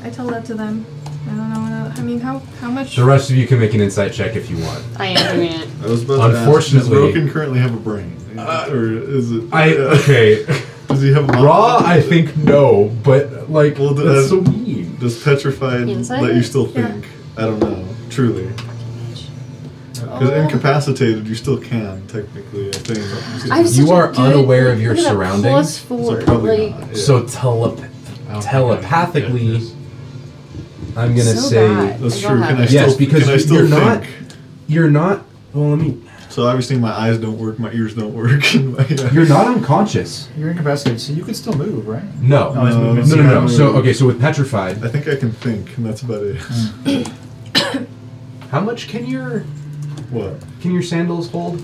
I tell that to them. I don't know. what el- I mean, how how much?
The rest of you can make an insight check if you want.
I am doing it.
I was about to ask, Uh, does
Unfortunately-
Roken currently have a brain? or is it?
I
yeah.
okay.
Does he have a mind?
Raw, I think no, but like
Well, the-
that's so mean.
Does petrified
Inside
let you
it?
still
Yeah.
think? I don't know. Truly, because
Oh.
incapacitated, you still can technically. I think.
I have
You
such a
are
good-
unaware of your
look at that,
surroundings,
Plus
So
four.
probably
like,
not, yeah.
So telep-
I don't think I would
telepathically,
get this.
I'm gonna
so
say
bad.
that's
I
true.
don't have
Can I
it.
Yes,
still?
because
can I
you-
still
you're
think?
not- you're not. Well, let me.
So obviously, my eyes don't work, my ears don't work. and my,
You're not unconscious.
You're incapacitated, so you could still move, right?
No.
No, that's
No,
movement.
no, no. no. So
Yeah.
okay. So with petrified,
I think I can think, and that's about it.
how much can your
what?
can your sandals hold?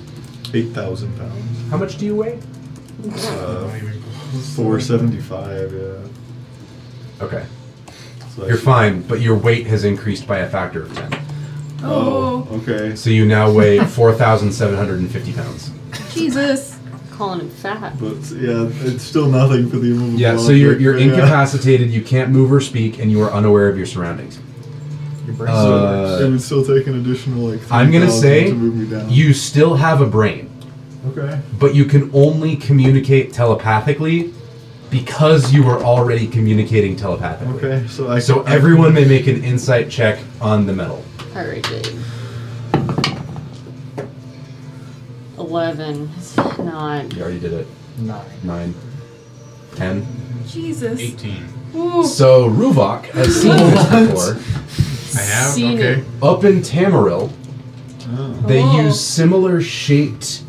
Eight thousand pounds.
How much do you weigh?
Uh,
Not even close.
Four seventy-five. Yeah.
Okay.
So I
You're
should-
fine, but your weight has increased by a factor of ten.
Oh,
Oh, okay.
So you now weigh four thousand seven hundred and fifty pounds.
Oh. Jesus.
Calling him fat.
But yeah, it's still nothing for the immovable.
Yeah. So you're you're
object, but yeah.
incapacitated. You can't move or speak, and you are unaware of your surroundings.
Your brain
Uh,
still
So it would still take an additional like.
I'm gonna
3,000
say
to move me down.
You still have a brain,
Okay.
but you can only communicate telepathically because you were already communicating telepathically.
Okay. So I.
So everyone may make an insight check on the metal.
Alright, Dave. Eleven. It's not.
You already did it.
nine.
Nine. Ten.
Jesus.
18.
Ooh.
So Ruvok has seen this before.
I have?
Seen
okay.
it.
Up in Tamaril,
Oh.
they
Whoa.
use similar shaped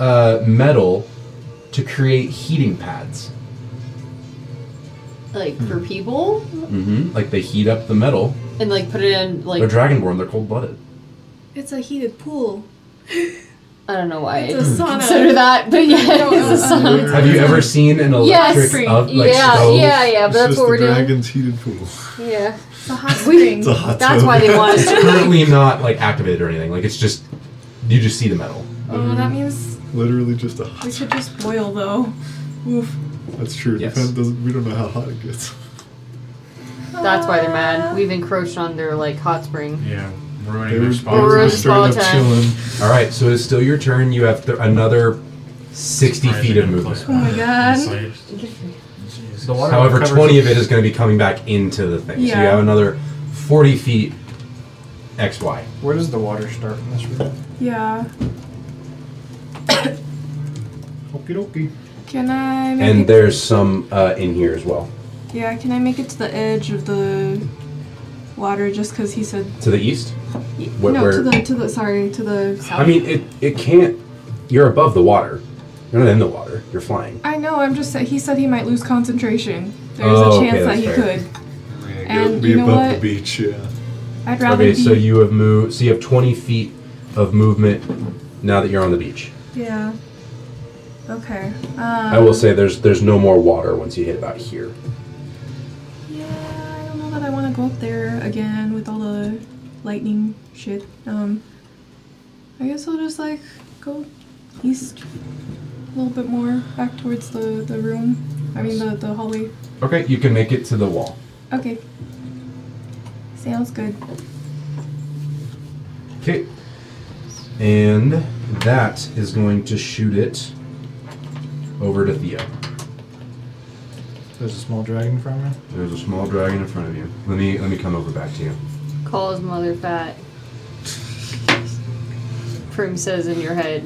uh, metal to create heating pads.
Like for
Hmm.
people?
Mm-hmm. Like they heat up the metal.
And like put it in like
They're dragonborn. They're cold blooded.
It's a heated pool.
I don't know why I
It's a sauna.
consider that, but yeah,
No,
it's a
uh,
sauna.
Have you ever seen an electric
Yes.
of, like
yeah,
stove?
yeah, yeah, but
It's
that's
just
what
the
we're doing.
dragon's heated pool.
Yeah.
It's a hot spring.
It's a hot
That's
tub.
why they want us
It's
to
currently not like activated or anything. Like it's just you just see the metal.
oh, that means
Literally just a
we
hot.
should just boil though. Oof.
That's true.
Yes.
Depends, doesn't, we don't know how hot it gets.
That's why they're mad. We've encroached on their like hot spring.
Yeah. Ruining
They
their
were, they
spot.
Or
were
a
straight up
spa time.
chilling.
All right, so it's still your turn. You have th- another sixty feet of movement.
Oh my god.
The water
However,
covers-
twenty of it is going to be coming back into the thing. So you
Yeah.
have another forty feet X Y.
Where does the water start in this room?
Yeah.
Okie dokie.
Can I make
And
it?
there's some uh, in here as well.
Yeah. Can I make it to the edge of the water just because he said
To the east.
y-
Where-
no
where-
to the to the sorry to the south.
I mean, it it can't. You're above the water. You're not in the water. You're flying.
I know. I'm just saying. He said he might lose concentration. There's
Oh,
a
okay,
chance that
that's
he
fair.
could.
It would
And
be
you know
above
what?
the beach, yeah.
I'd rather
okay,
be.
so you have moved. So you have twenty feet of movement now that you're on the beach.
Yeah. Okay. Um,
I will say there's there's no more water once you hit about here.
Yeah, I don't know that I want to go up there again with all the lightning shit. Um, I guess I'll just like go east a little bit more back towards the the room. I mean the the hallway.
Okay, you can make it to the wall.
Okay. Sounds good.
Okay. And that is going to shoot it over to Theo.
There's a small dragon in front of me.
There's a small dragon in front of you. Let me let me come over back to you.
Call his mother fat. Prim says in your head.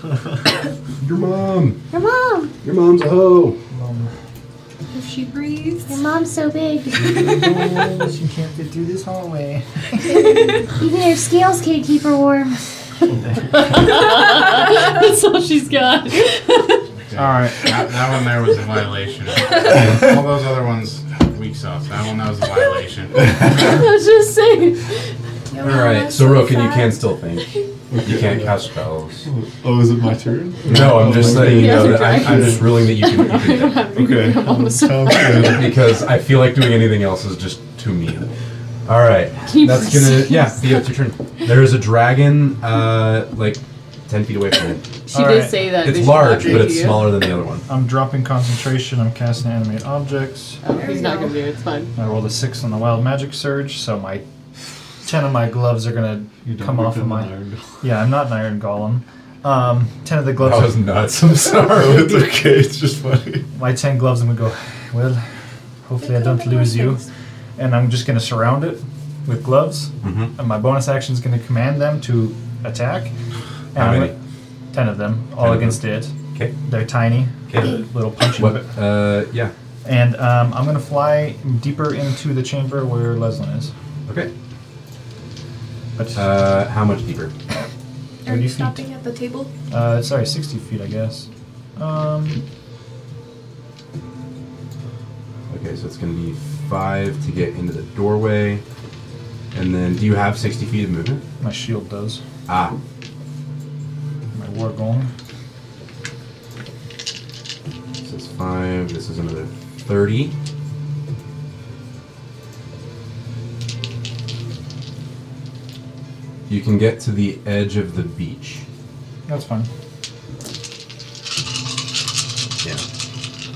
Your mom.
Your mom!
Your mom's a hoe.
Um,
If she breathes.
Your mom's so big.
she can't fit through this hallway.
Even her scales can't keep her warm.
That's all she's got.
All right.
That, that one there was a violation. All those other ones, weak sauce. That one, that was a violation.
I was just saying.
All right, so Roken, you can still think. You can't cast spells.
Oh, is it my turn?
No, I'm just letting you know that I'm, I'm just ruling that you can, you
I
can
don't
think.
have
Okay. Sounds good.
because I feel like doing anything else is just too mean. All right,
Keep
that's gonna yeah. Theo, it's your turn. There is a dragon, uh, like ten feet away from it.
She
All
did
right.
say that.
It's
vision
large,
upgrade
but
to
it's
you.
smaller than the other one.
I'm dropping concentration. I'm casting animate objects.
Oh, he's not gonna do it. It's fine.
I rolled a six on the wild magic surge, so my ten of my gloves are gonna come off of my. Yeah, I'm not an iron golem. Um, ten of the gloves.
That
are-
was nuts. I'm sorry.
it's okay. It's just funny.
my 10 gloves and we go, well, hopefully I don't lose you. And I'm just going to surround it with gloves.
Mhm.
And my bonus action is going to command them to attack. And
How
I'm
many?
gonna- 10 of them, all
of
against it.
Okay.
They're tiny,
Okay.
little punchy.
What? Uh, yeah.
And um, I'm going to fly deeper into the chamber where Leslin is.
Okay.
But, uh,
Uh, how much deeper?
Are
you
you
feet.
stopping at the table?
Uh, sorry, 60 feet, I guess. Um,
Okay, so it's gonna be five to get into the doorway, and then do you have sixty feet of movement?
my shield does.
Ah,
My war golem.
this is five. This is another thirty. You can get to the edge of the beach.
That's fine.
Yeah.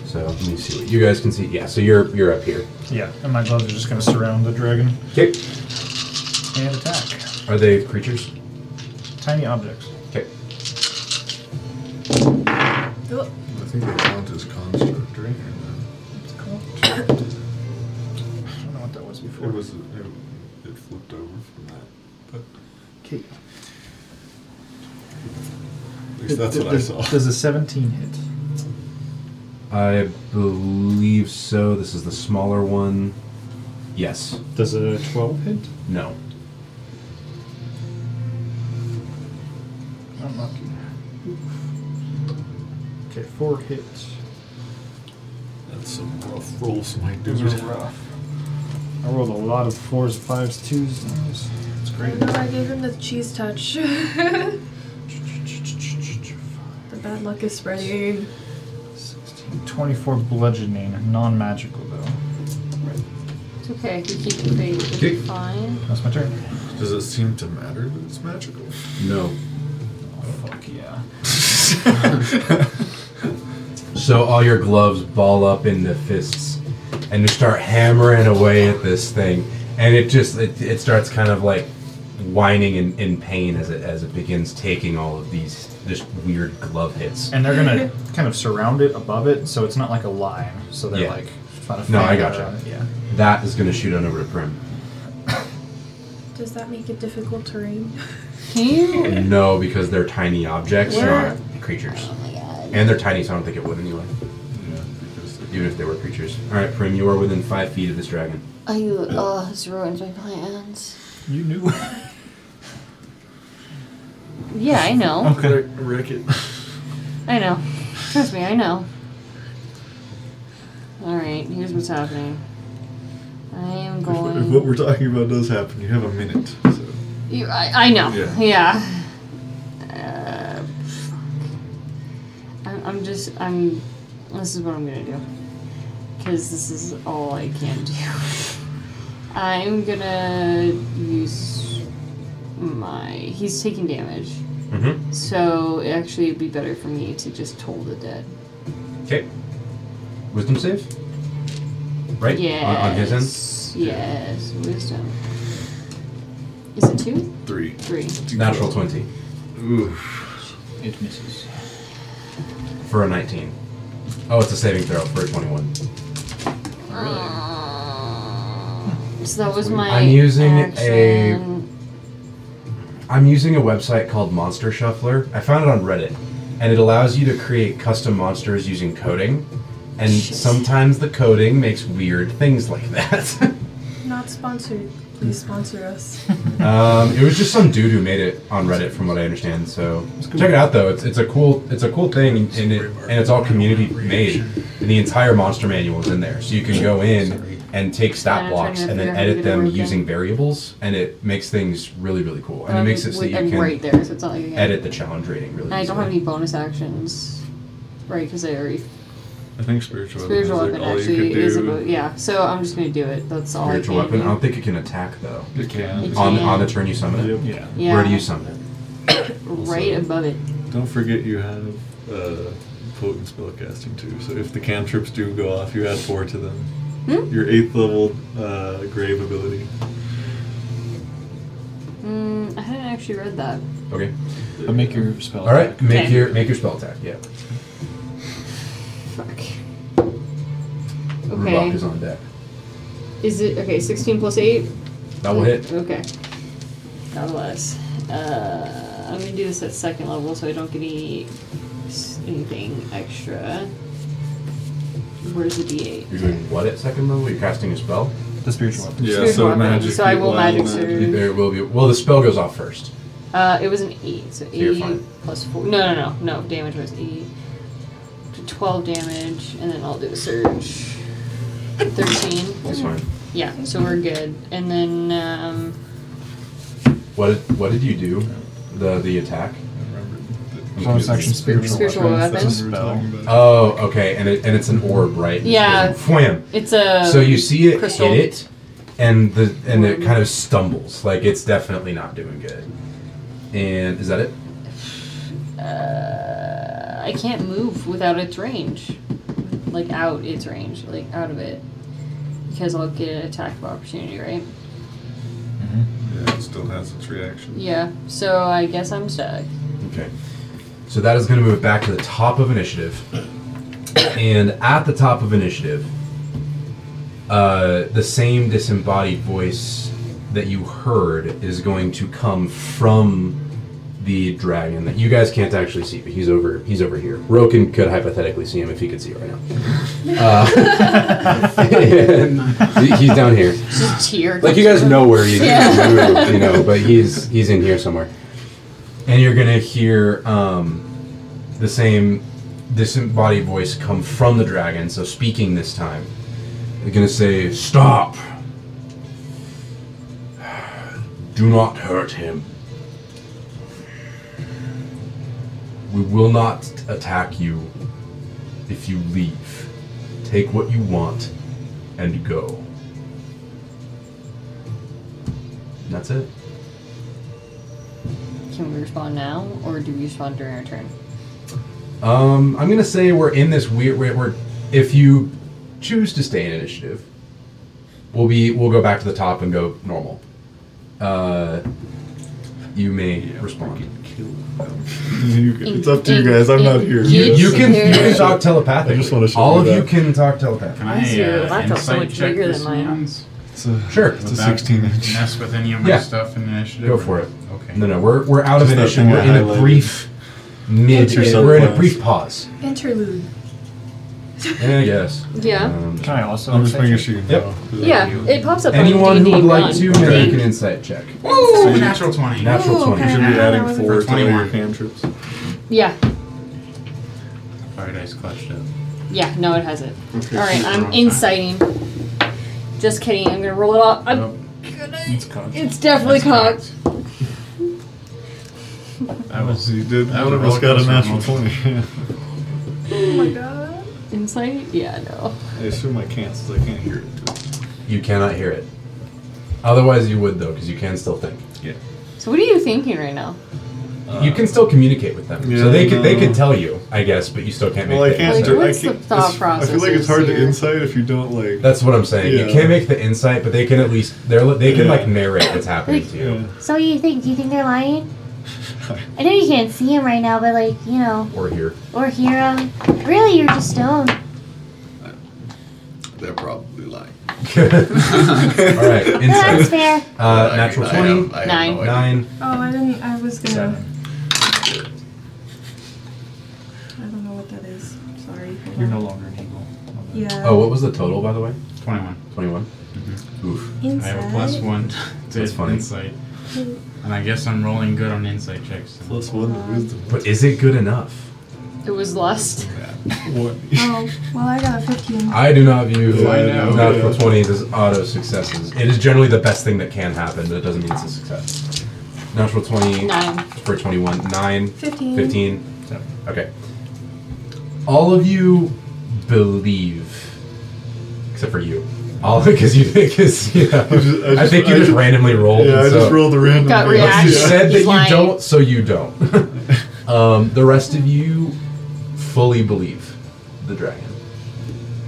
So let me see what you guys can see. Yeah. So you're you're up here.
Yeah, and my gloves are just going to surround the dragon
Okay.
and attack.
Are they creatures?
Tiny objects.
Okay.
Oh,
I think they count as construct right
I don't know what that was
It
before.
was it, it flipped over from that, but
okay.
at least that's what I
does,
saw.
Does a 17 hit?
I believe so. This is the smaller one. Yes.
Does a 12 hit?
No.
I'm lucky. Okay, four hits.
That's some rough rolls, my dude.
Those are rough. I rolled a lot of fours, fives, twos. and those. It's
I
great.
know I gave him the cheese touch. the bad luck is spreading.
16, 24 bludgeoning, non magical though.
It's okay. If you keep it big, it'll be fine.
That's my turn.
Does it seem to matter that it's magical?
No.
Oh, fuck yeah.
So all your gloves ball up in the fists, and you start hammering away at this thing, and it just it, it starts kind of like whining in, in pain as it as it begins taking all of these just weird glove hits.
And they're gonna kind of surround it above it, so it's not like a line. So they're
Yeah.
like trying to
No, I
fan
gotcha.
around it, Yeah.
That is going to shoot on over to Prim.
Does that make it difficult terrain?
Can you?
No, because they're tiny objects,
Where-
not creatures,
Oh my god.
and they're tiny, so I don't think it would anyway.
Yeah, because it-
Even if they were creatures. All right, Prim, you are within five feet of this dragon.
Are you? Oh, this ruins my plans.
You knew.
Yeah, I know.
Wreck- wreck it.
I know. Trust me, I know. All right. Here's what's happening. I am
If, if what
going.
we're talking about does happen, you have a minute. So.
You, I, I know.
Yeah.
Yeah. Uh, I'm, I'm just. I'm. This is what I'm gonna do. Because this is all I can do. I'm gonna use my. He's taking damage.
Mm-hmm.
So actually, it'd be better for me to just toll the dead.
Okay. Wisdom save. Right.
Yes.
On, on his end.
Yes. Wisdom. Is it two?
Three.
Three.
Natural twenty
Ooh.
it misses.
for a nineteen. Oh, it's a saving throw for a twenty-one.
Um, so that was my.
I'm using a-
action.
I'm using a website called Monster Shuffler. I found it on Reddit, and it allows you to create custom monsters using coding. And
Shit.
sometimes the coding makes weird things like that.
Not sponsored. Please sponsor us.
Um, it was just some dude who made it on Reddit, from what I understand. So check it out, though. It's, it's a cool it's a cool thing, and it, and it's all community made. And the entire monster manual is in there, so you can go in and take
Yeah,
stat
I'm trying
blocks
to
and then
figure out how to
edit
get it
them
working.
using variables, and it makes things really really cool. And it
Um,
makes it so
wait,
you
I'm
can
right there, so it's not like I can-
edit the challenge rating really.
And I don't
easily.
have any bonus actions, right? Because I already
I think spiritual,
spiritual
weapon is
weapon
like all you
actually
can do.
is a bo- yeah. So I'm just gonna do it. That's all.
spiritual
I can
weapon. I
do.
don't think it can attack though.
It can. Um,
It
On
can.
on the turn you summon it.
Yeah.
Yeah.
Where do you summon it?
right
Also-
above it.
Don't forget you have uh, potent spellcasting too. So if the cantrips do go off, you add four to them.
Hmm?
Your eighth level uh, grave ability.
Mm, I hadn't actually read that.
Okay.
But make your spell.
All right. Make
Okay.
your make your spell attack. Yeah.
Fuck.
Rubach
Okay.
is on deck.
Is it okay? Sixteen plus eight.
That will hit.
Okay. God bless. Uh, I'm gonna do this at second level so I don't get any s- anything extra. Where's the D8?
You're doing what at second level? You're casting a spell.
The spiritual weapon.
Yeah,
Spiritual
so
weapon.
magic.
So I will
well,
magic surge.
There will be. Well, the spell goes off first.
Uh, it was an eight, so
you're
eight
fine.
plus four. No, no, no, no. Damage was eight. To Twelve damage, and then I'll do a surge. Thirteen.
That's fine.
Yeah, so we're good. And then um,
What did, what did you do? The the attack.
Bonus action spiritual,
Spiritual
weapon.
weapon.
It's a spell.
Oh, okay. And it, and it's an orb, right? It
Yeah.
goes, Wham.
it's a
So you see it
crystal.
hit it, and the and it
Orb.
kind of stumbles. Like it's definitely not doing good. And is that it?
Uh, I can't move without its range, like out its range, like out of it, because I'll get an attack of opportunity, right?
Yeah, it still has its reaction.
Yeah. So I guess I'm stuck.
Okay. So that is going to move it back to the top of initiative. and at the top of initiative, uh, the same disembodied voice that you heard is going to come from the dragon that you guys can't actually see, but he's over he's over here. Roken could hypothetically see him if he could see it right now. Uh, and he- he's down here
Just tear.
like you guys know where he's moved, you know, but he's he's in here somewhere. And you're gonna hear um, the same disembodied voice come from the dragon, so speaking this time. They're gonna say, Stop! Do not hurt him. We will not attack you if you leave. Take what you want and go. And that's it.
Can we respond now, or do we respond during our turn?
Um, I'm gonna say we're in this weird. We're, we're if you choose to stay in initiative, we'll be we'll go back to the top and go normal. Uh, you may respond.
You can- it's up to you guys. I'm not here.
Engage.
You can you can
Yeah.
talk telepathically.
I just wanna show
All of
you
you
that.
can talk telepathically.
Can
Why is your
I uh,
laptop so
insight
much
check
bigger than
this
mine?
man's?
It's a,
Sure.
it's a
Without
16 inch.
Mess with any of my
Yeah.
stuff in initiative?
Go
or-
for it.
Okay.
No, no, we're we're out of
Just that
initiative.
thing
We're
I
in a
highlighted.
brief mid.
Put yourself
We're in a
last.
brief pause. Eh,
Interlude.
Yeah, I guess.
Yeah.
Um,
Can I also?
I'm just making
check?
sure you
Yep.
know.
Yeah, it pops up.
anyone
on
who
D&D
would like
one.
to make an insight check.
Woo! natural 20.
Natural
Ooh,
twenty.
You
okay.
should
Yeah,
be
that
adding
was
four to all your
21.
cantrips.
Yeah,
Fire dice clutched up.
yeah. No, it has it.
Okay,
All right,
it's the
I'm
wrong
inciting. Just kidding. I'm gonna roll it off. I'm
Oh,
Nope,
gonna.
It's cocked.
It's definitely
that's
cocked.
That was
You did. One
That would've
of us got a
roller
natural
coaster
20. yeah.
Oh my god.
Insight? Yeah, no.
I assume I can't since I can't hear it.
You cannot hear it. Otherwise, you would though, because you can still think.
So what are you thinking right now?
you can still communicate with them, so
Yeah,
they could they
no.
could tell you, I guess, but you still can't make.
Well, I
the
can't
Like,
insight.
do
what's
I
the
can't,
thought
it's- I feel like
process
it's hard to
here?
insight if you don't like.
That's what I'm saying. You
Yeah.
can't make the insight, but they can at least they're li- they can
Yeah.
like narrate what's happening to you,
yeah.
So what do you think? Do you think they're lying? I know you can't see him right now, but like, you know,
or here.
or hear him. Really, you're just stoned.
They're probably lying.
All right,
No, that's
insight.
fair.
Uh,
I-
natural
I
twenty
have- I have
Nine.
no idea.
nine.
Oh, I didn't. I was gonna.
Seven.
I don't know what that is. Sorry. Hold
You're
on.
no longer an eagle.
Yeah.
Oh, what was the total by the way?
21.
Twenty-one.
Mm-hmm.
Oof.
I
Inside.
have a plus one to
That's funny.
insight. And I guess I'm rolling good on insight checks.
Plus one to wisdom.
But is it good enough?
It was lust.
What?
Oh, well, I got a 15.
I do not view
Yeah, I
know.
natural
Yeah.
twenties as auto successes. It is generally the best thing that can happen, but it doesn't mean it's a success. Natural twenty
Nine.
for twenty-one. Nine.
15.
15. Okay. All of you believe, except for you, All because you because yeah.
I just- I
I
just-
think you
I
just,
just-
randomly rolled.
yeah,
and
I
so-
just rolled a random.
Gut
thing.
reaction.
You
Yeah.
said that
He's
you
lying.
don't, so you don't. um, the rest of you fully believe the dragon.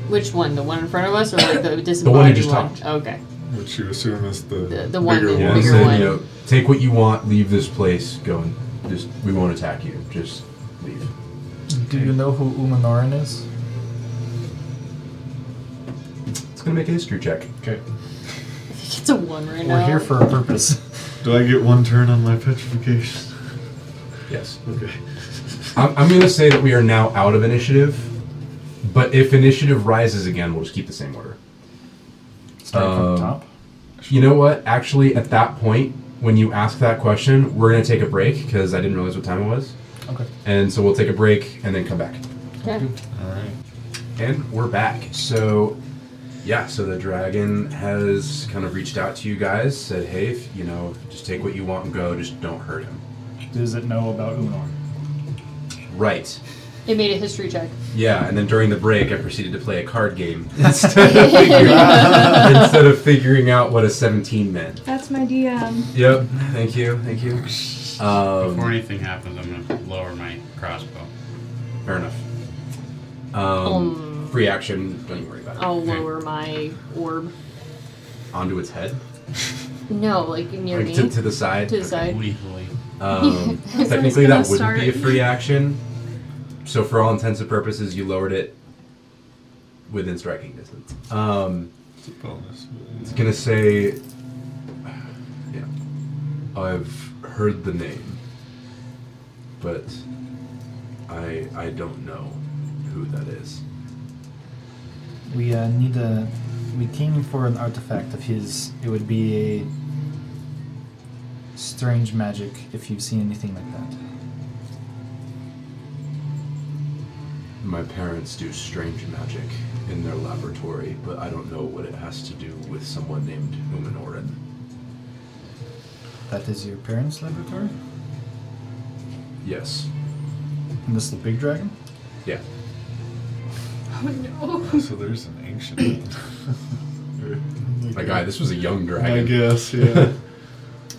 Which one? The one in front of us, or like the disembodied
one you just talked.
Okay.
Which you assume is the
The- the one
bigger
that-
Yeah,
one.
bigger
said,
one.
you know, take what you want, leave this place, go and just we won't attack you. Just leave.
Do you know who Umanoran is?
It's gonna make a history check.
Okay.
I think it's a one right now.
We're here for a purpose.
Do I get one turn on my petrification?
Yes.
Okay.
I'm, I'm gonna say that we are now out of initiative, but if initiative rises again, we'll just keep the same order.
Starting from
Um,
the top.
You know what? Actually, at that point, when you ask that question, we're gonna take a break because I didn't realize what time it was,
Okay.
and so we'll take a break and then come back.
Okay.
All right.
And we're back. So, yeah, so the dragon has kind of reached out to you guys, said, hey, if, you know, just take what you want and go, just don't hurt him.
Does it know about Umanorn?
Right.
It made a history check.
Yeah, and then during the break, I proceeded to play a card game instead of figuring out, instead of figuring out what a 17 meant.
That's my DM.
Yep, thank you, thank you.
Before
Um,
anything happens, I'm gonna lower my crossbow.
fair enough. Um, free action, don't you worry about it.
I'll lower my orb.
Onto its head,
No, like near
like
me.
to, to the side.
To the side.
Holy, holy.
Um,
That's where it's
technically,
gonna
that wouldn't be a
start.
free action. So, for all intents and purposes, you lowered it within striking distance. Um,
It's a bonus.
it's gonna say, "Yeah, I've heard the name, but I I don't know who that is."
We uh, need a. We came for an artifact of his. It would be a strange magic if you see anything like that.
My parents do strange magic in their laboratory, but I don't know what it has to do with someone named Umanoran.
That is your parents' laboratory?
Yes.
And this is the big dragon?
Yeah.
So there's an ancient. one.
My guy, this was a young dragon.
I guess, yeah.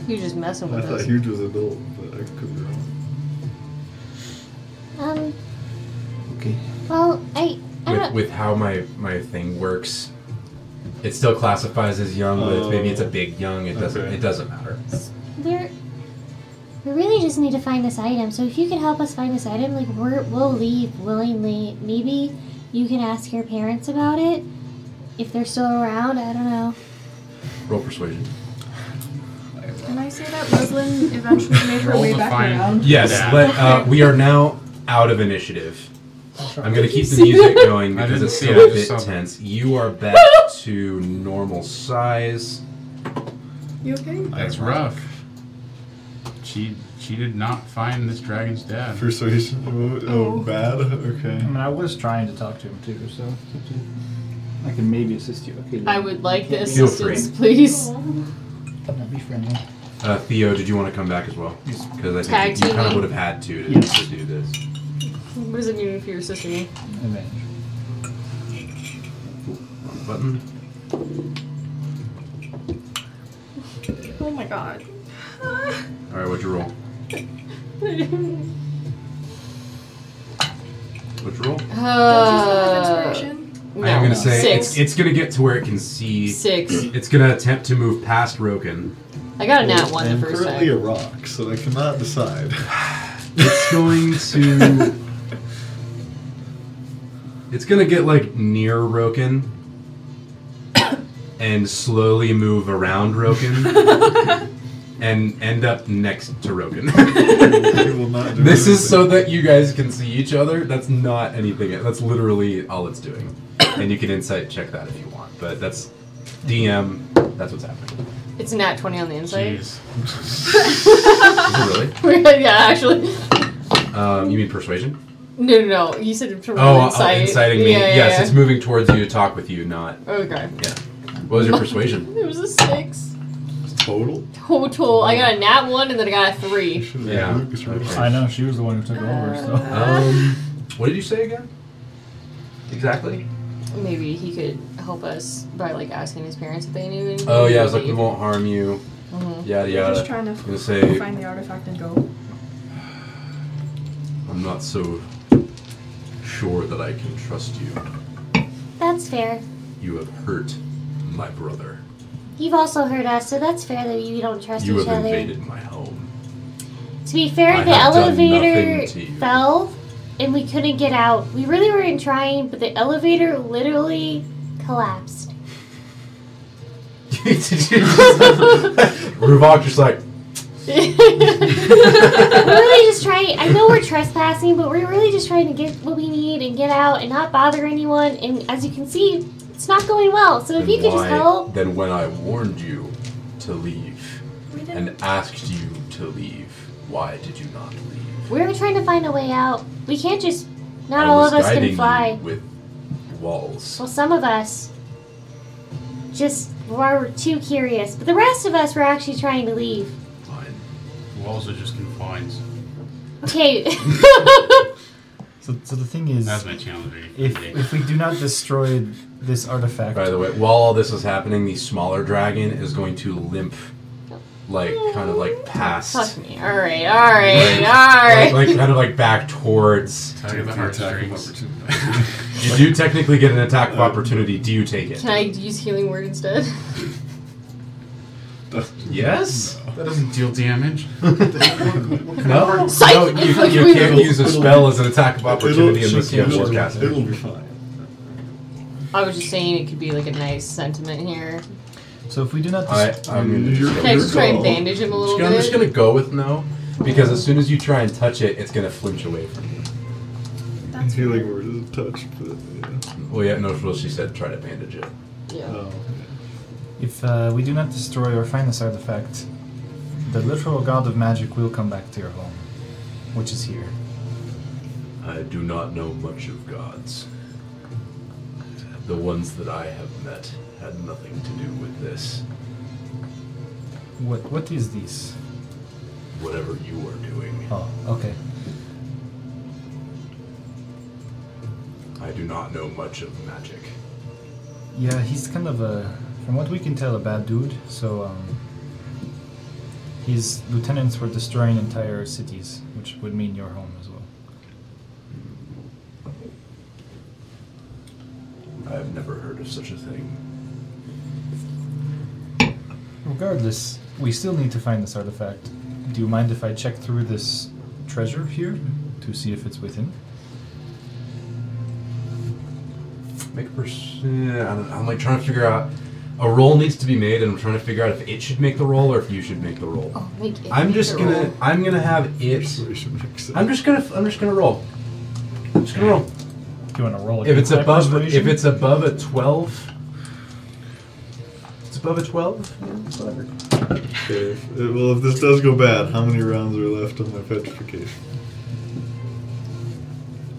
You're just messing
I
with
thought
us.
huge was adult, but I could be wrong.
Um,
Okay.
well, I, I
with,
Uh-huh.
don't.
with how my my thing works it still classifies as young but it's, maybe it's a big young it doesn't
Okay.
it doesn't matter
We're we really just need to find this item. So if you could help us find this item, like we're, we'll leave willingly. Maybe you can ask your parents about it if they're still around. I don't know.
roll persuasion
Can I say that Roslyn eventually made her
Roll
way
to
back
find-
around?
yes
Yeah.
but uh, we are now out of initiative i'm going to keep the
see
music going
I
because
didn't
it's
see
still
it,
a
I just
bit
saw it.
tense you are back to normal size
You okay?
That's rough. She she did not find this dragon's dad.
Persuasion. Oh,
Oh.
oh, bad? Okay.
I mean, I was trying to talk to him too, so.
I can maybe assist you. Okay,
I would like the
Feel
assistance, please.
That'd be friendly.
uh, theo did you want to come back as well
Yes.
because i think
Tag
you kind of
teaming.
would have had to to, to do this
What does it mean if you're assisting me?
Advantage.
Wrong button
Oh my god.
all right what'd you roll what'd you roll
Uh, no.
I am gonna say
six.
it's, it's gonna get to where it can see.
six.
It's gonna attempt to move past Roken.
I got a nat one
I'm
the first
currently
time.
a rock, so I cannot decide.
It's going to. it's gonna get like near Roken, and slowly move around Roken, and end up next to Roken.
I will not do
this is so
anything.
that you guys can see each other. That's not anything. That's literally all it's doing, and you can insight check that if you want. But that's DM. That's what's happening.
It's a nat 20 on the inside.
Jeez.
Is it really?
yeah, actually.
Um, you mean persuasion?
No, no, no. You said from
Oh, uh,
insight.
inciting
yeah,
me.
Yeah,
yes,
yeah.
it's moving towards you to talk with you, not.
Okay.
Yeah. What was your persuasion?
It was a six.
Total?
Total. I got a nat one and then I got a three.
Should've
Yeah.
had Lucas roll.
Okay.
I know, she
Uh.
was the one who took over, so.
Um, what did you say again? Exactly.
maybe he could help us by like asking his parents if they knew anything.
Oh yeah, I was like, we won't harm you.
Mm-hmm.
Mhm.
Yada
We're just
yada.
trying to
I'm gonna say-
find the artifact and go.
I'm not so sure that I can trust you.
That's fair.
You have hurt my brother.
You've also hurt us, so that's fair that you don't trust
You
each
have
other.
invaded my home.
To be fair,
I
the
have done nothing
elevator
to you.
fell and we couldn't get out. We really weren't trying, but the elevator literally collapsed.
Ruvok just like,
We're really just trying. I know we're trespassing, but we're really just trying to get what we need and get out and not bother anyone. And as you can see, it's not going well. So if you
then
could just
why-
help,
Then when I warned you to leave
We didn't.
and asked you to leave, why did you not leave?
we were trying to find a way out. We can't just. Not
I
all
was
of us
guiding
can
you
fly.
with walls.
Well, some of us just were too curious, but the rest of us were actually trying to leave.
Fine.
Walls are just confines.
Okay.
So, so the thing is,
That's my challenge.
if, if we do not destroy this artifact,
By the way, while all this is happening, the smaller dragon is going to limp, like kind of like
Fuck
past,
me. All right. All right. All
like,
right.
like kind of like back towards.
Talk about
attack of
heartstrings.
opportunity.
You do technically get an attack of opportunity. Do you take it?
Can I use healing word instead?
Yes.
That doesn't deal damage.
No.
Psych-
no, you,
it's like
you
we-
can't use a spell as an attack of opportunity
It'll-
unless you have
it'll-
forecasting.
It'll be fine.
I was just saying it could be like a nice sentiment here.
so if we do not,
I,
des-
I'm gonna
You're-
just
Can I
go.
just try and
call.
bandage him a little
I'm just
bit?
gonna go with no, because as soon as you try and touch it, it's gonna flinch away from you.
That's
Healing word is a touch, but
Well, yeah, no, well, she said try to bandage it.
yeah.
Yeah.
Oh,
if uh, we do not destroy or find this artifact, the literal god of magic will come back to your home, which is here.
I do not know much of gods. The ones that I have met had nothing to do with this,
What what is this?
whatever you are doing.
Oh, okay.
I do not know much of magic.
Yeah, he's kind of a, from what we can tell, a bad dude. So um, his lieutenants were destroying entire cities, which would mean your home as well.
I have never heard of such a thing.
Regardless, we still need to find this artifact. Do you mind if I check through this treasure here to see if it's within?
Make a person. I'm, I'm like trying to figure out. A roll needs to be made, and I'm trying to figure out if it should make the roll or if you should make the roll.
Oh, make it-
I'm
make
just
it
gonna.
roll.
I'm gonna have it.
persuasion makes sense.
I'm just gonna. I'm just gonna roll. I'm just gonna roll.
Do you want to roll?
If it's
high
above, if
persuasion?
it's above a twelve, it's above a twelve. yeah, whatever.
Okay. if- Well, if this does go bad, how many rounds are left on my petrification?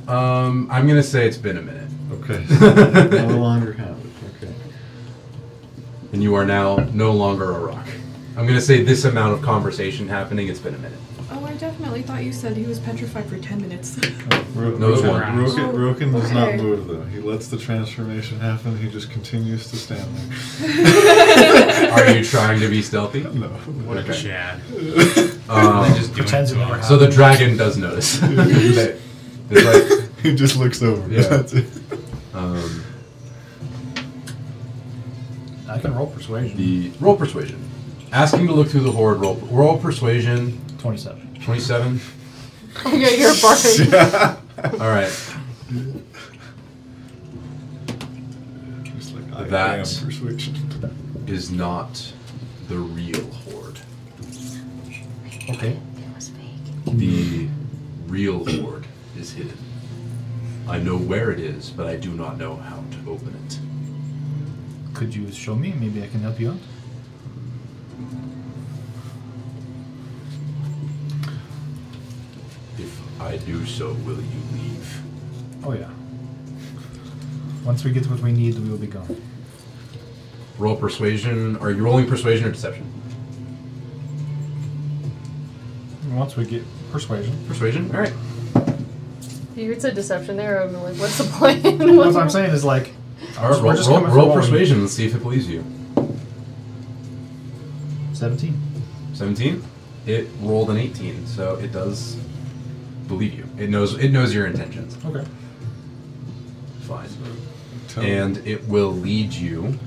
Um, I'm gonna say it's been a minute,
Okay. So I no longer have it. Okay.
and you are now no longer a rock. I'm gonna say this amount of conversation happening. It's been a minute.
Oh, I definitely thought you said he was petrified for 10 minutes.
Ro-
No, it's
Roken,
one.
Roken, Roken does
Okay.
not move though. He lets the transformation happen. He just continues to stand
Are you trying to be stealthy?
there. No.
What a Chad.
Um,
They just do it
Pretends
to
it
our
never
so the dragon does notice. They- they're like,
he just looks over.
Yeah.
That's it.
um,
I can roll persuasion.
the roll persuasion. Ask him to look through the horde. Roll, roll persuasion.
Twenty-seven.
Twenty-seven.
Okay, you're a bard.
All right.
He's like, I
That-
am persuasion.
Is not the real horde.
Okay.
it was fake.
The real hoard is hidden. I know where it is, but I do not know how to open it.
Could you show me? Maybe I can help you out.
If I do so, will you leave?
Oh yeah. Once we get what we need, we will be gone.
Roll persuasion. Are you rolling persuasion or deception?
Once we get persuasion.
Persuasion? Alright.
If you had said deception there, I would have been like, what's the point?
What I'm saying is like,
All right,
We're
roll,
just
roll,
coming for
roll
what we-
persuasion and see if it believes you.
17.
17. It rolled an 18, so it does believe you. It knows it knows your intentions.
Okay.
Fine.
Tele-
And it will lead you.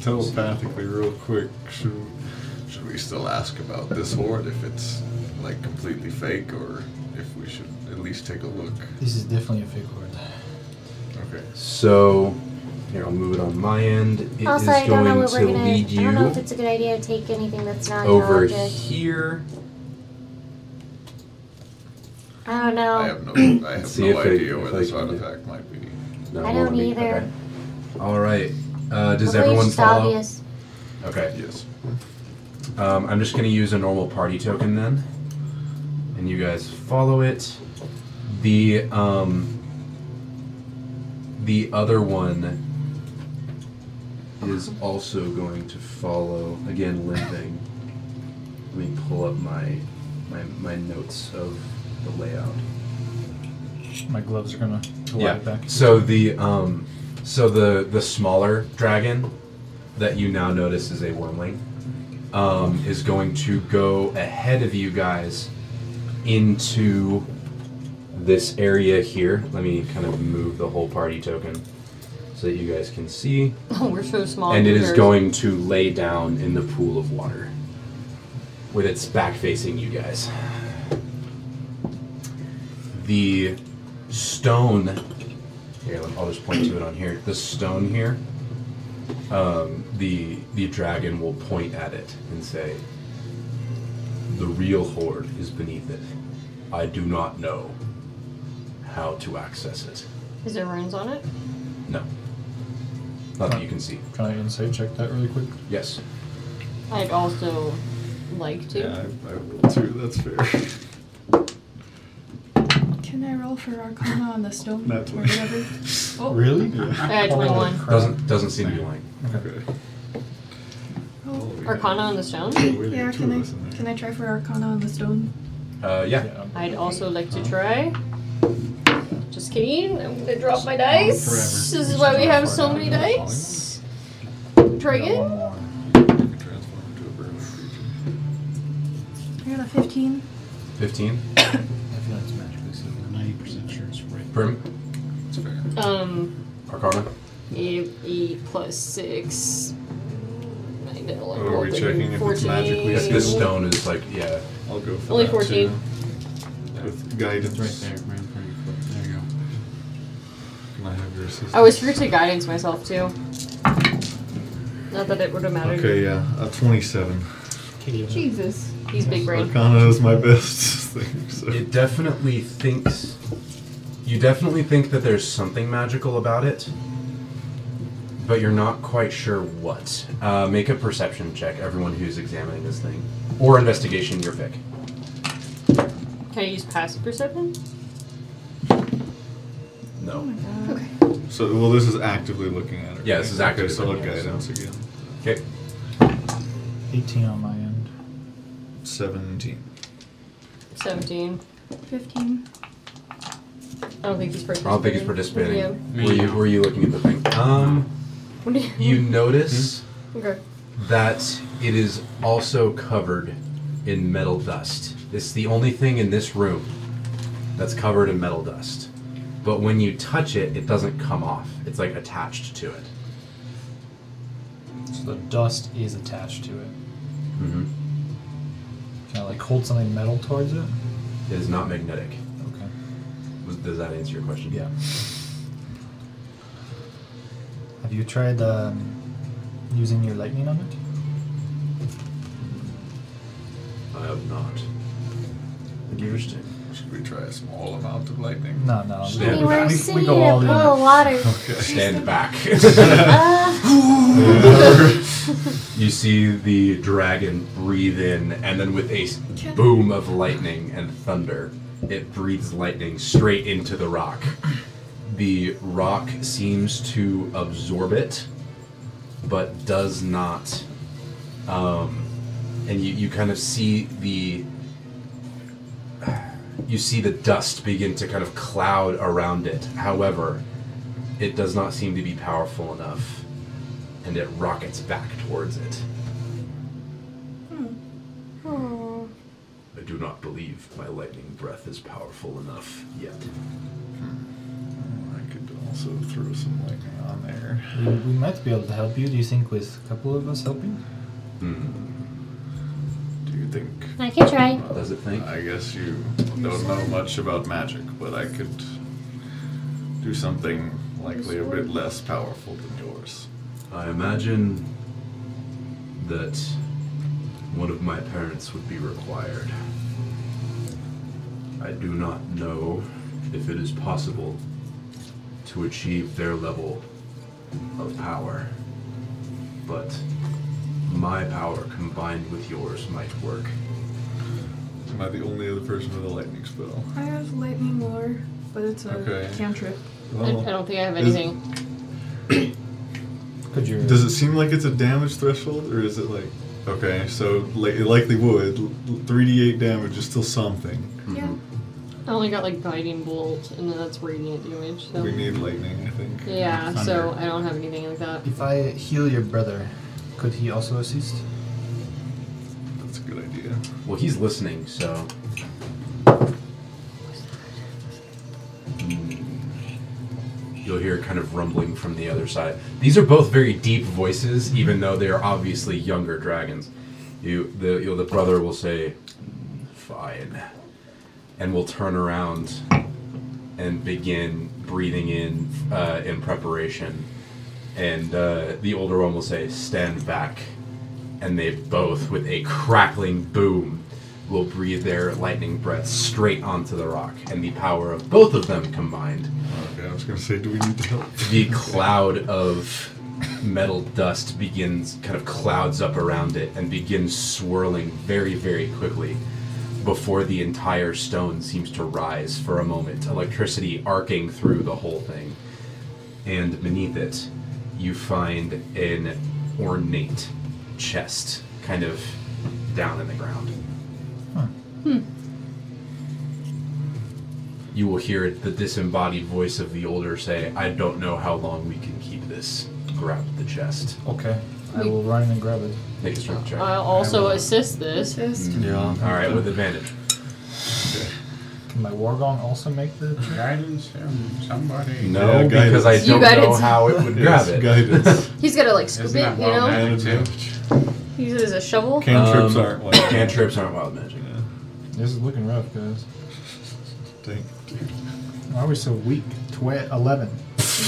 telepathically, real quick, should, should we still ask about this horde if it's like completely fake or if we should at least take a look?
This is definitely a fake word.
Okay.
So here I'll move it on my end. It is
also, I
going
don't know what
to
we're gonna. I
lead
don't know
you
if it's a good idea to take anything that's not
over
an object.
here.
I don't know.
I have no, I have
See
no
if they-
idea where
if they
this
can do-
artifact might be.
No,
I
roll
don't
an eight.
either.
Okay. All right. Uh, does
Hopefully it's
everyone
just
follow?
Obvious.
Okay.
Yes.
Um, I'm just going to use a normal party token then, and you guys follow it. The um, the other one is also going to follow again, limping. Let me pull up my my, my notes of the layout.
My gloves are gonna glide back.
So the um, so the the smaller dragon that you now notice is a wormling um, is going to go ahead of you guys into this area here. Let me kind of move the whole party token so that you guys can see.
Oh, we're so small.
and it is
compared.
going to lay down in the pool of water with its back facing you guys. The stone here, I'll just point to it on here. The stone here, um, the the dragon will point at it and say, "The real horde is beneath it. I do not know how to access it.
Is there runes on it?
No, not that you can see.
Can I insight check that really quick?
Yes."
I'd also like to.
Yeah, I, I will too. That's fair.
Can I roll for Arcana on the stone
Not
or whatever? Oh,
Really?
I had
Holy
21.
crap.
Doesn't doesn't seem to be lying.
Okay.
oh.
Arcana on the stone?
We
Yeah,
have two
can
of us in
I
there.
can I try for Arcana on the stone?
Uh, yeah.
Yeah.
I'd also like to try. Just kidding. I'm gonna drop my dice. This is why we have so many dice. Try
Got one
again.
more.
Transform into a burrowing creature.
I got a 15.
15.
I feel like it's magically sealed. I'm ninety percent sure it's right.
Prim.
That's fair.
Um,
Arcana.
eight, eight plus six. Nine, ten, eleven,
Oh, Are we
twelve,
checking if
thirteen,
it's
fourteen.
magically
If this stone is like, yeah.
I'll go for
Only
that
14.
Too. With guidance.
It's right there, right in front of your foot. There you go.
Can I have your assistance?
I always forget to guidance myself too. Not that it would have mattered.
Okay, yeah, a 27.
Jesus.
He's big brain.
Arcana is my best thing, so.
It definitely thinks. You definitely think that there's something magical about it, but you're not quite sure what. Uh, make a perception check, everyone who's examining this thing, or investigation, your pick.
Can I use passive perception?
No.
Okay.
so, well, this is actively looking at it.
Yeah, this is
right?
actively
Okay, so I'll
looking at it,
guidance again.
Okay.
18 on my end.
17.
17.
15.
I don't think he's
I
participating.
don't think he's participating.
Yeah.
Were you Were you looking at the thing? Um,
What do you-
you Hmm? notice
Okay.
that it is also covered in metal dust. It's the only thing in this room that's covered in metal dust. But when you touch it, it doesn't come off. It's like attached to it.
So the dust is attached to it.
Mm-hmm.
Can I like hold something metal towards it?
It is not magnetic.
Okay.
Was- Does that answer your question?
Yeah. Have you tried um, using your lightning on it?
I have not. Interesting.
Should we try a small amount of lightning?
No, no. we-
Yeah.
I mean, we're
we-
sitting
we
in
go
a
all
pool
in.
of water.
Stand back.
uh,
you see the dragon breathe in, and then with a s-
Can-
boom of lightning and thunder, it breathes lightning straight into the rock. The rock seems to absorb it, but does not. Um, and you, you kind of see the. You see the dust begin to kind of cloud around it. However, It does not seem to be powerful enough, and it rockets back towards it.
Oh.
I do not believe my lightning breath is powerful enough yet.
I could also throw some lightning on there.
We, we might be able to help you. Do you think with a couple of us helping?
Do you think?
I can try.
Does it think?
I guess you don't know much about magic, but I could do something likely a bit less powerful than yours.
I imagine that one of my parents would be required. I do not know if it is possible to achieve their level of power, but my power combined with yours might work.
Am I the only other person with a lightning spell?
I have lightning lore, but it's a
Okay.
cantrip.
I, I don't think I have
is-
anything.
Could you?
Does it seem like it's a damage threshold, or is it like okay? So li- it likely would three d eight damage is still something.
Yeah.
Mm-hmm.
I only got like guiding bolt, and then that's radiant damage. So
We need lightning, I think.
yeah, so
Thunder.
I don't have anything like that.
If I heal your brother, could he also assist?
That's a good idea.
Well, he's listening, so. Hmm. You'll hear kind of rumbling from the other side. These are both very deep voices, even though they are obviously younger dragons. You, the, you know, the brother will say, "Fine," and will turn around and begin breathing in uh, in preparation. And uh, the older one will say, "Stand back." and they both, with a crackling boom, will breathe their lightning breath straight onto the rock, and the power of both of them combined,
Okay, I was gonna say, do we need to help?
the cloud of metal dust begins kind of clouds up around it and begins swirling very, very quickly before the entire stone seems to rise for a moment, electricity arcing through the whole thing. And beneath it, you find an ornate chest kind of down in the ground. You will hear the disembodied voice of the older say, I don't know how long we can keep this. Grab the chest.
Okay. I
We-
will run and grab it.
Make a strength check.
I'll also assist this.
Assist.
Mm-hmm.
Yeah.
All right, with advantage.
Can my wargong also make the?
Guidance from somebody.
No,
Yeah,
because I
guidance.
You
don't
got
know
it.
how it would grab
Yes,
it.
Guidance.
He's gotta like scoop
Isn't
it,
that
you
wild
know.
magic too?
Advantage.
Use it as a shovel.
Cantrips
Um,
aren't like
Cantrips aren't wild magic.
This is looking rough, guys.
Thank you.
Why are we so weak? Twe- Eleven.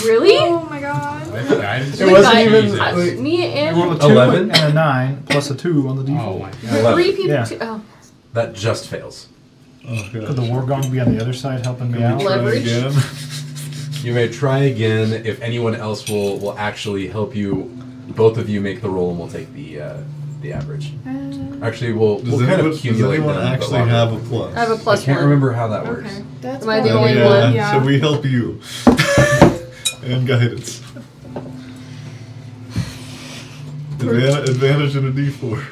Really?
Oh my god.
With guidance?
It wasn't
Like,
even-
I-
like-
me and
two Eleven?
and a nine plus a two on the d4.
Oh my god.
three
Eleven.
people.
Yeah.
Too, oh,
That just fails.
Oh, God.
Could the wargong be on the other side helping me out?
Eleven. Leverage?
Again.
You may try again if anyone else will will actually help you. Both of you make the roll, and we'll take the uh, the average.
Uh,
Actually, we'll,
Does,
we'll kind
anyone,
of
does
accumulate
anyone
them, but
actually
we'll-
have a plus?
I have a
I
plus
can't
one.
remember how that works.
okay. That's
Am I the
fine.
only
yeah,
one?
Yeah.
uh, So we help you. and guidance. Advan- advantage and a d4.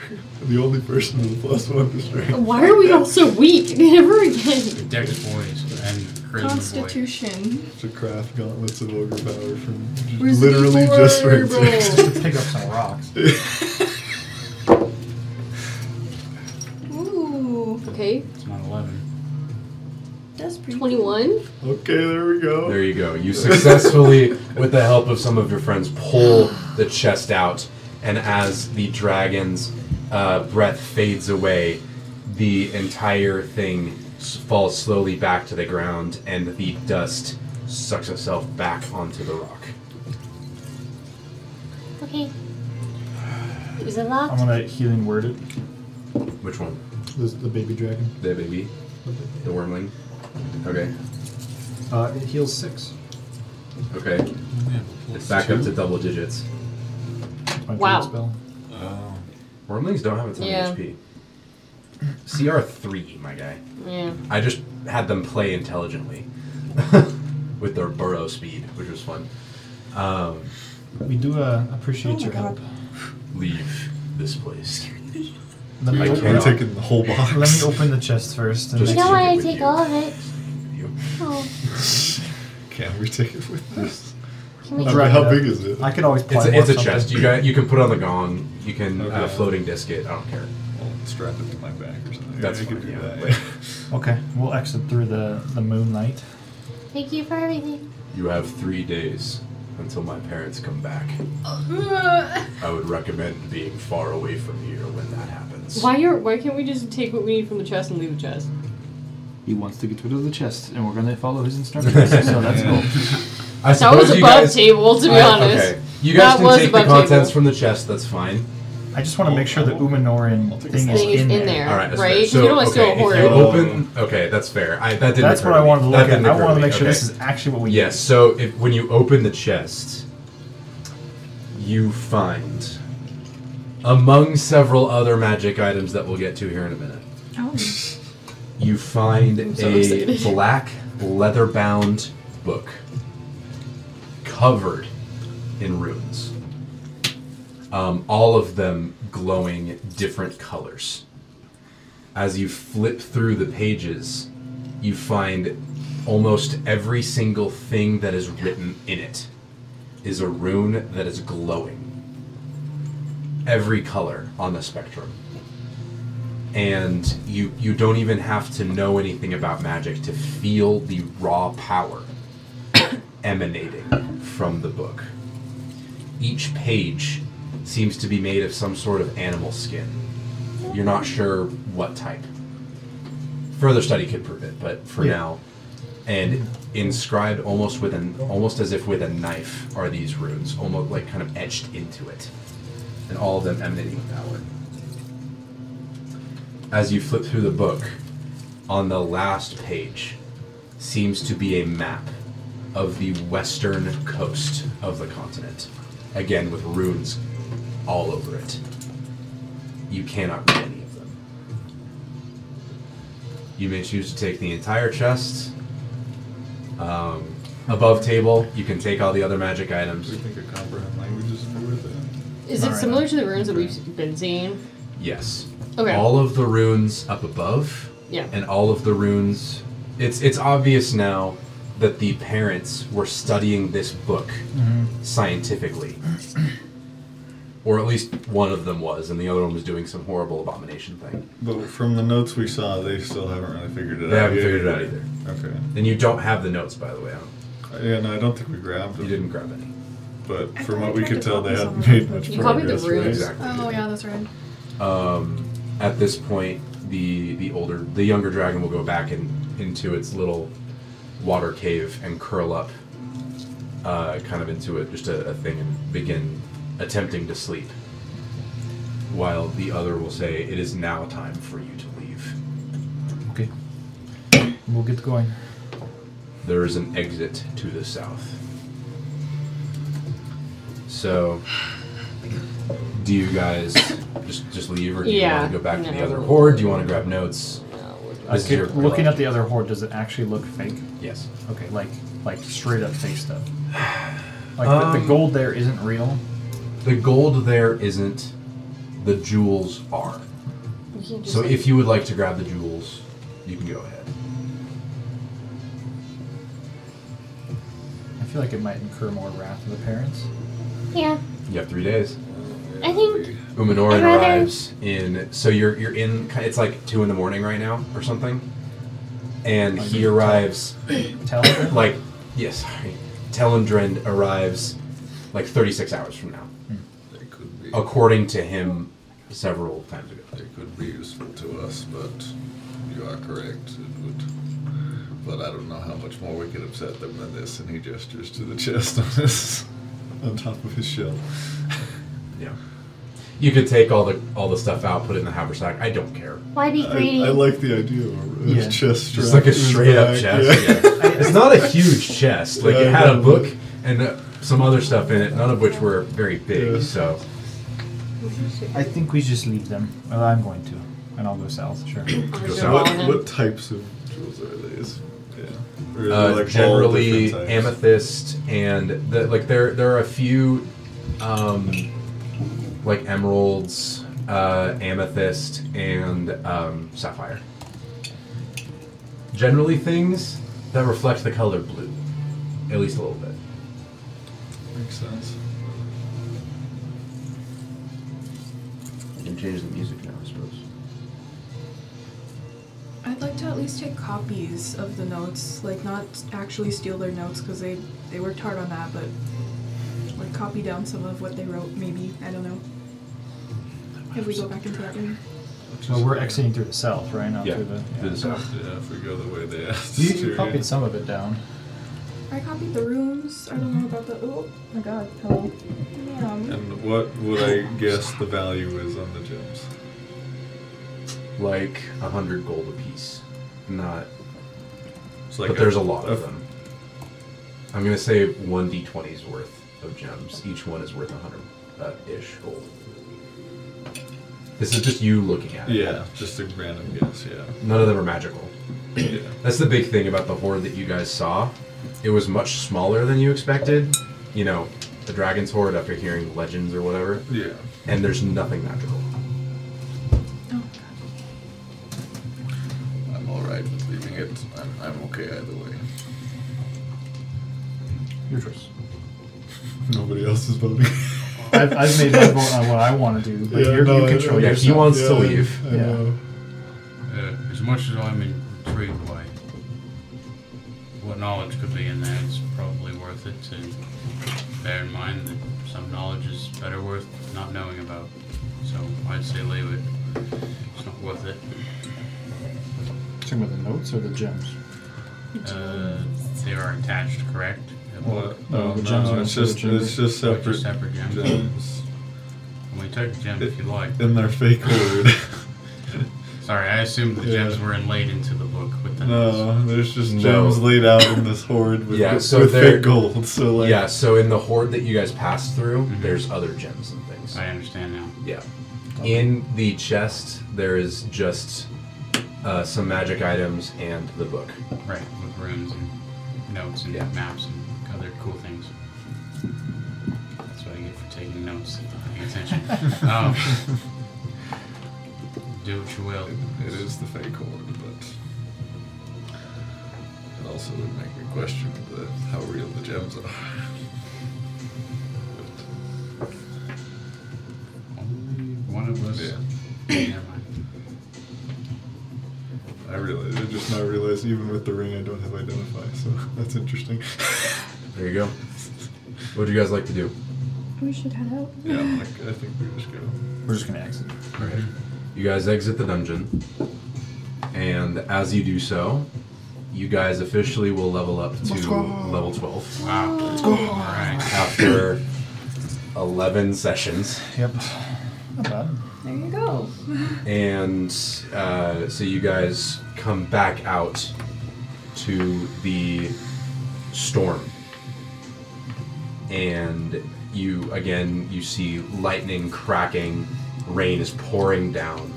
The only person with a plus one to strength.
Why are we all so weak? Never again.
Dex voice and charisma voice.
Constitution.
It's a craft gauntlets of ogre power from
Where's the
literally
D4
just right
roll?
there.
Pick up some rocks.
Ooh,
Okay,
It's not 11.
that's pretty.
twenty-one.
Okay, there we go.
There you go. You successfully, with the help of some of your friends, pull the chest out, and as the dragon's uh, breath fades away, the entire thing s- falls slowly back to the ground, and the dust sucks itself back onto the rock.
Okay. Is it
I'm
locked?
gonna healing word it.
Which one?
This the baby dragon.
The baby? The wormling? Okay.
Uh, it heals six.
Okay. It's back up to double digits.
It's my
Wow.
third Spell.
Oh.
Wormlings don't have a ton
Yeah.
of HP. CR3, my guy.
Yeah.
I just had them play intelligently with their burrow speed, which was fun. Um,
We do uh, appreciate
Oh my
your
God.
help.
leave this place.
Let me,
I
open,
can't
We're
Well. take-
taking the whole box.
let me open the chest first. And
Just-
You
then-
know why I
With
take
you.
all of it?
You-
Oh.
Can we take it with us?
Can we
I
just
mean, how big is it?
I could always play
It's a,
more
it's a
something.
chest. You got you can put it on the gong. You can uh,
Okay.
floating disc it. I don't care.
I'll strap it to my back or something.
That's
I could
fine,
do
yeah.
that.
Wait.
Okay, we'll exit through the, the moonlight.
Thank you for everything.
You have three days until my parents come back. I would recommend being far away from here when that happens.
Why are why can't we just take what we need from the chest and leave the chest?
He wants to get rid of the chest, and we're gonna follow his instructions. so that's cool.
I
That was
suppose you
above
guys-
table, to be
I-
honest.
Okay. You guys
That
can
was
take the
above table.
contents from the chest. That's fine.
I just want to make sure the Umanoran
take
thing
a
is
Thing is
in there.
in there.
All right. That's
right?
Fair.
You
So,
don't wanna
okay,
steal a
if
hoard.
you open. Okay, that's fair. I, that didn't.
That's
occur
what I
me.
wanted to
That
look at.
didn't
I
occur
wanted to
me.
make sure
Okay.
this is actually what we
Yes. So if when you open the chest, you find among several other magic items that we'll get to here in a minute.
Oh,
You find
I'm so
a
excited.
black leather-bound book covered in runes. Um, all of them glowing different colors. As you flip through the pages, you find almost every single thing that is written in it is a rune that is glowing. Every color on the spectrum. And you you don't even have to know anything about magic to feel the raw power emanating from the book. Each page seems to be made of some sort of animal skin. You're not sure what type. Further study could prove it, but for now, and inscribed almost with an almost as if with a knife are these runes, almost like kind of etched into it, and all of them emanating with power. As you flip through the book, on the last page seems to be a map of the western coast of the continent, again with runes all over it. You cannot read any of them. You may choose to take the entire chest. Um, above table, you can take all the other magic
Do
items.
we think a comprehend language is worth it?
Is
All
it
right.
similar to the runes that we've been seeing?
Yes.
Okay.
All of the runes up above
Yeah.
and all of the runes. It's it's obvious now that the parents were studying this book scientifically, or at least one of them was, and the other one was doing some horrible abomination thing.
But from the notes we saw, they still haven't really figured it out.
They haven't
yet.
figured it out either.
Okay.
And you don't have the notes, by the way. I don't-
Uh, Yeah, no, I don't think we grabbed
You
them.
didn't grab any.
But
I
from
thought I
what we
tried
could
to
tell, they
copy
hadn't
some of
made
them,
much
but-
You copied the
progress. right?
runes.
Exactly.
oh yeah, that's right.
Um, at this point, the the older, the younger dragon will go back in, into its little water cave and curl up, uh, kind of into it, just a, a thing, and begin attempting to sleep. While the other will say, "It is now time for you to leave.
Okay. We'll get going.
There is an exit to the south." So, do you guys just just leave, or do you
Yeah,
want to go back to the
no.
other horde? Do you want to grab notes? This is
Okay,
your-
looking at the other horde, does it actually look fake?
Yes.
Okay, like like straight up fake stuff. Like the,
Um,
the gold there isn't real.
The gold there isn't. The jewels are.
We can't just
So
like-
if you would like to grab the jewels, you can go ahead.
I feel like it might incur more wrath of the parents.
Yeah.
You have three days.
I think
Umanoran
I'd rather-
arrives in. So you're you're in. ki- It's like two in the morning right now or something. And he arrives
Tell them.
like yes, sorry. Telendrend arrives like 36 hours from now,
They could
Oh,
be.
according to him, several times ago.
They could be useful to us, but you are correct. It would. But I don't know how much more we could upset them than this. And he gestures to the chest on his, on top of his shell.
Yeah. You could take all the all the stuff out, put it in the haversack. I don't care.
why be greedy?
I, I like the idea of a
Yeah.
chest
Just
strap
like a
to his
straight up
back,
chest.
yeah.
yeah. it's not a huge chest. Like it
Yeah,
had
yeah.
a book and uh, some other stuff in it, none of which were very big.
Yeah.
So
I think we just leave them. Well, I'm going to, and I'll go south. Sure.
I'll
Goes
just
out.
roll on
What,
him.
what types of jewels are these? Yeah. Or is it
uh,
like all
generally
different types?
amethyst and the, like there there are a few um, like emeralds, uh, amethyst, and um, sapphire. Generally, things that reflect the color blue, at least a little bit.
Makes sense.
You can change the music now, I suppose.
I'd like to at least take copies of the notes, like not actually steal their notes because they they worked hard on that, but like copy down some of what they wrote, maybe I don't know. If we go back into that room,
So we're exiting through the south, right? Not
Yeah,
through the.
through the south.
Yeah, if we go the way they asked
You,
us to,
you
yeah.
copied some of it down.
I copied the rooms. I don't know about the. Oh my God, hello. Um,
And what would I guess the value is on the gems?
Like a hundred gold apiece. Not,
It's like
but there's a lot of
a-
them. I'm gonna say one d20's worth of gems. Each one is worth a hundred uh, ish gold. This is just you looking at it.
Yeah, just a random guess. Yeah.
None of them are magical.
yeah.
That's the big thing about the horde that you guys saw. It was much smaller than you expected. You know, the dragon's horde after hearing legends or whatever.
Yeah.
And there's nothing magical.
oh,
I'm all right with leaving it. I'm, I'm okay either way.
Your choice.
Nobody else is voting.
I've, I've made my vote on what I want to do, but you're, you control
I-
yourself.
he wants to leave.
I
Yeah.
know.
Uh, as much as I'm intrigued by what knowledge could be in there, it's probably worth it to bear in mind that some knowledge is better worth not knowing about. So I'd say leave it. It's not worth it.
Talking about the notes or the gems?
Uh, they are attached, correct?
What?
No,
Oh,
the gems
no,
are
it's
also
just
gender.
it's just
They're
separate
just separate gems.
gems
And we took the gem if you like.
in their fake word.
Sorry, I assumed the
Yeah.
gems were inlaid into the book with the notes.
no, there's just
No.
gems laid out in this horde with,
Yeah, so
with
they're-
fake gold. So like, Mm-hmm.
yeah, so in the horde that you guys passed through,
Mhm.
there's other gems and things.
I understand now.
Yeah. In the chest, there is just uh, some magic items and the book.
Right, with runes and notes and
Yeah.
maps and other cool things. That's what I get for taking notes and not paying attention. um, do what you will.
it, it is the fake horde, but it also would make me question the, how real the gems are.
Only one of us.
Yeah.
Never mind.
I realize I just now realized even with the ring I don't have identify, so that's interesting.
There you go. What do you guys like to do?
we should head out.
yeah, I'm like, I think we just go.
We're just gonna exit.
Alright. You guys exit the dungeon, and as you do so, you guys officially will level up to level 12
Wow. Let's go. All right.
after 11 sessions.
Yep. Not bad.
There you go.
And uh, so you guys come back out to the storm. And you, again, you see lightning cracking, rain is pouring down.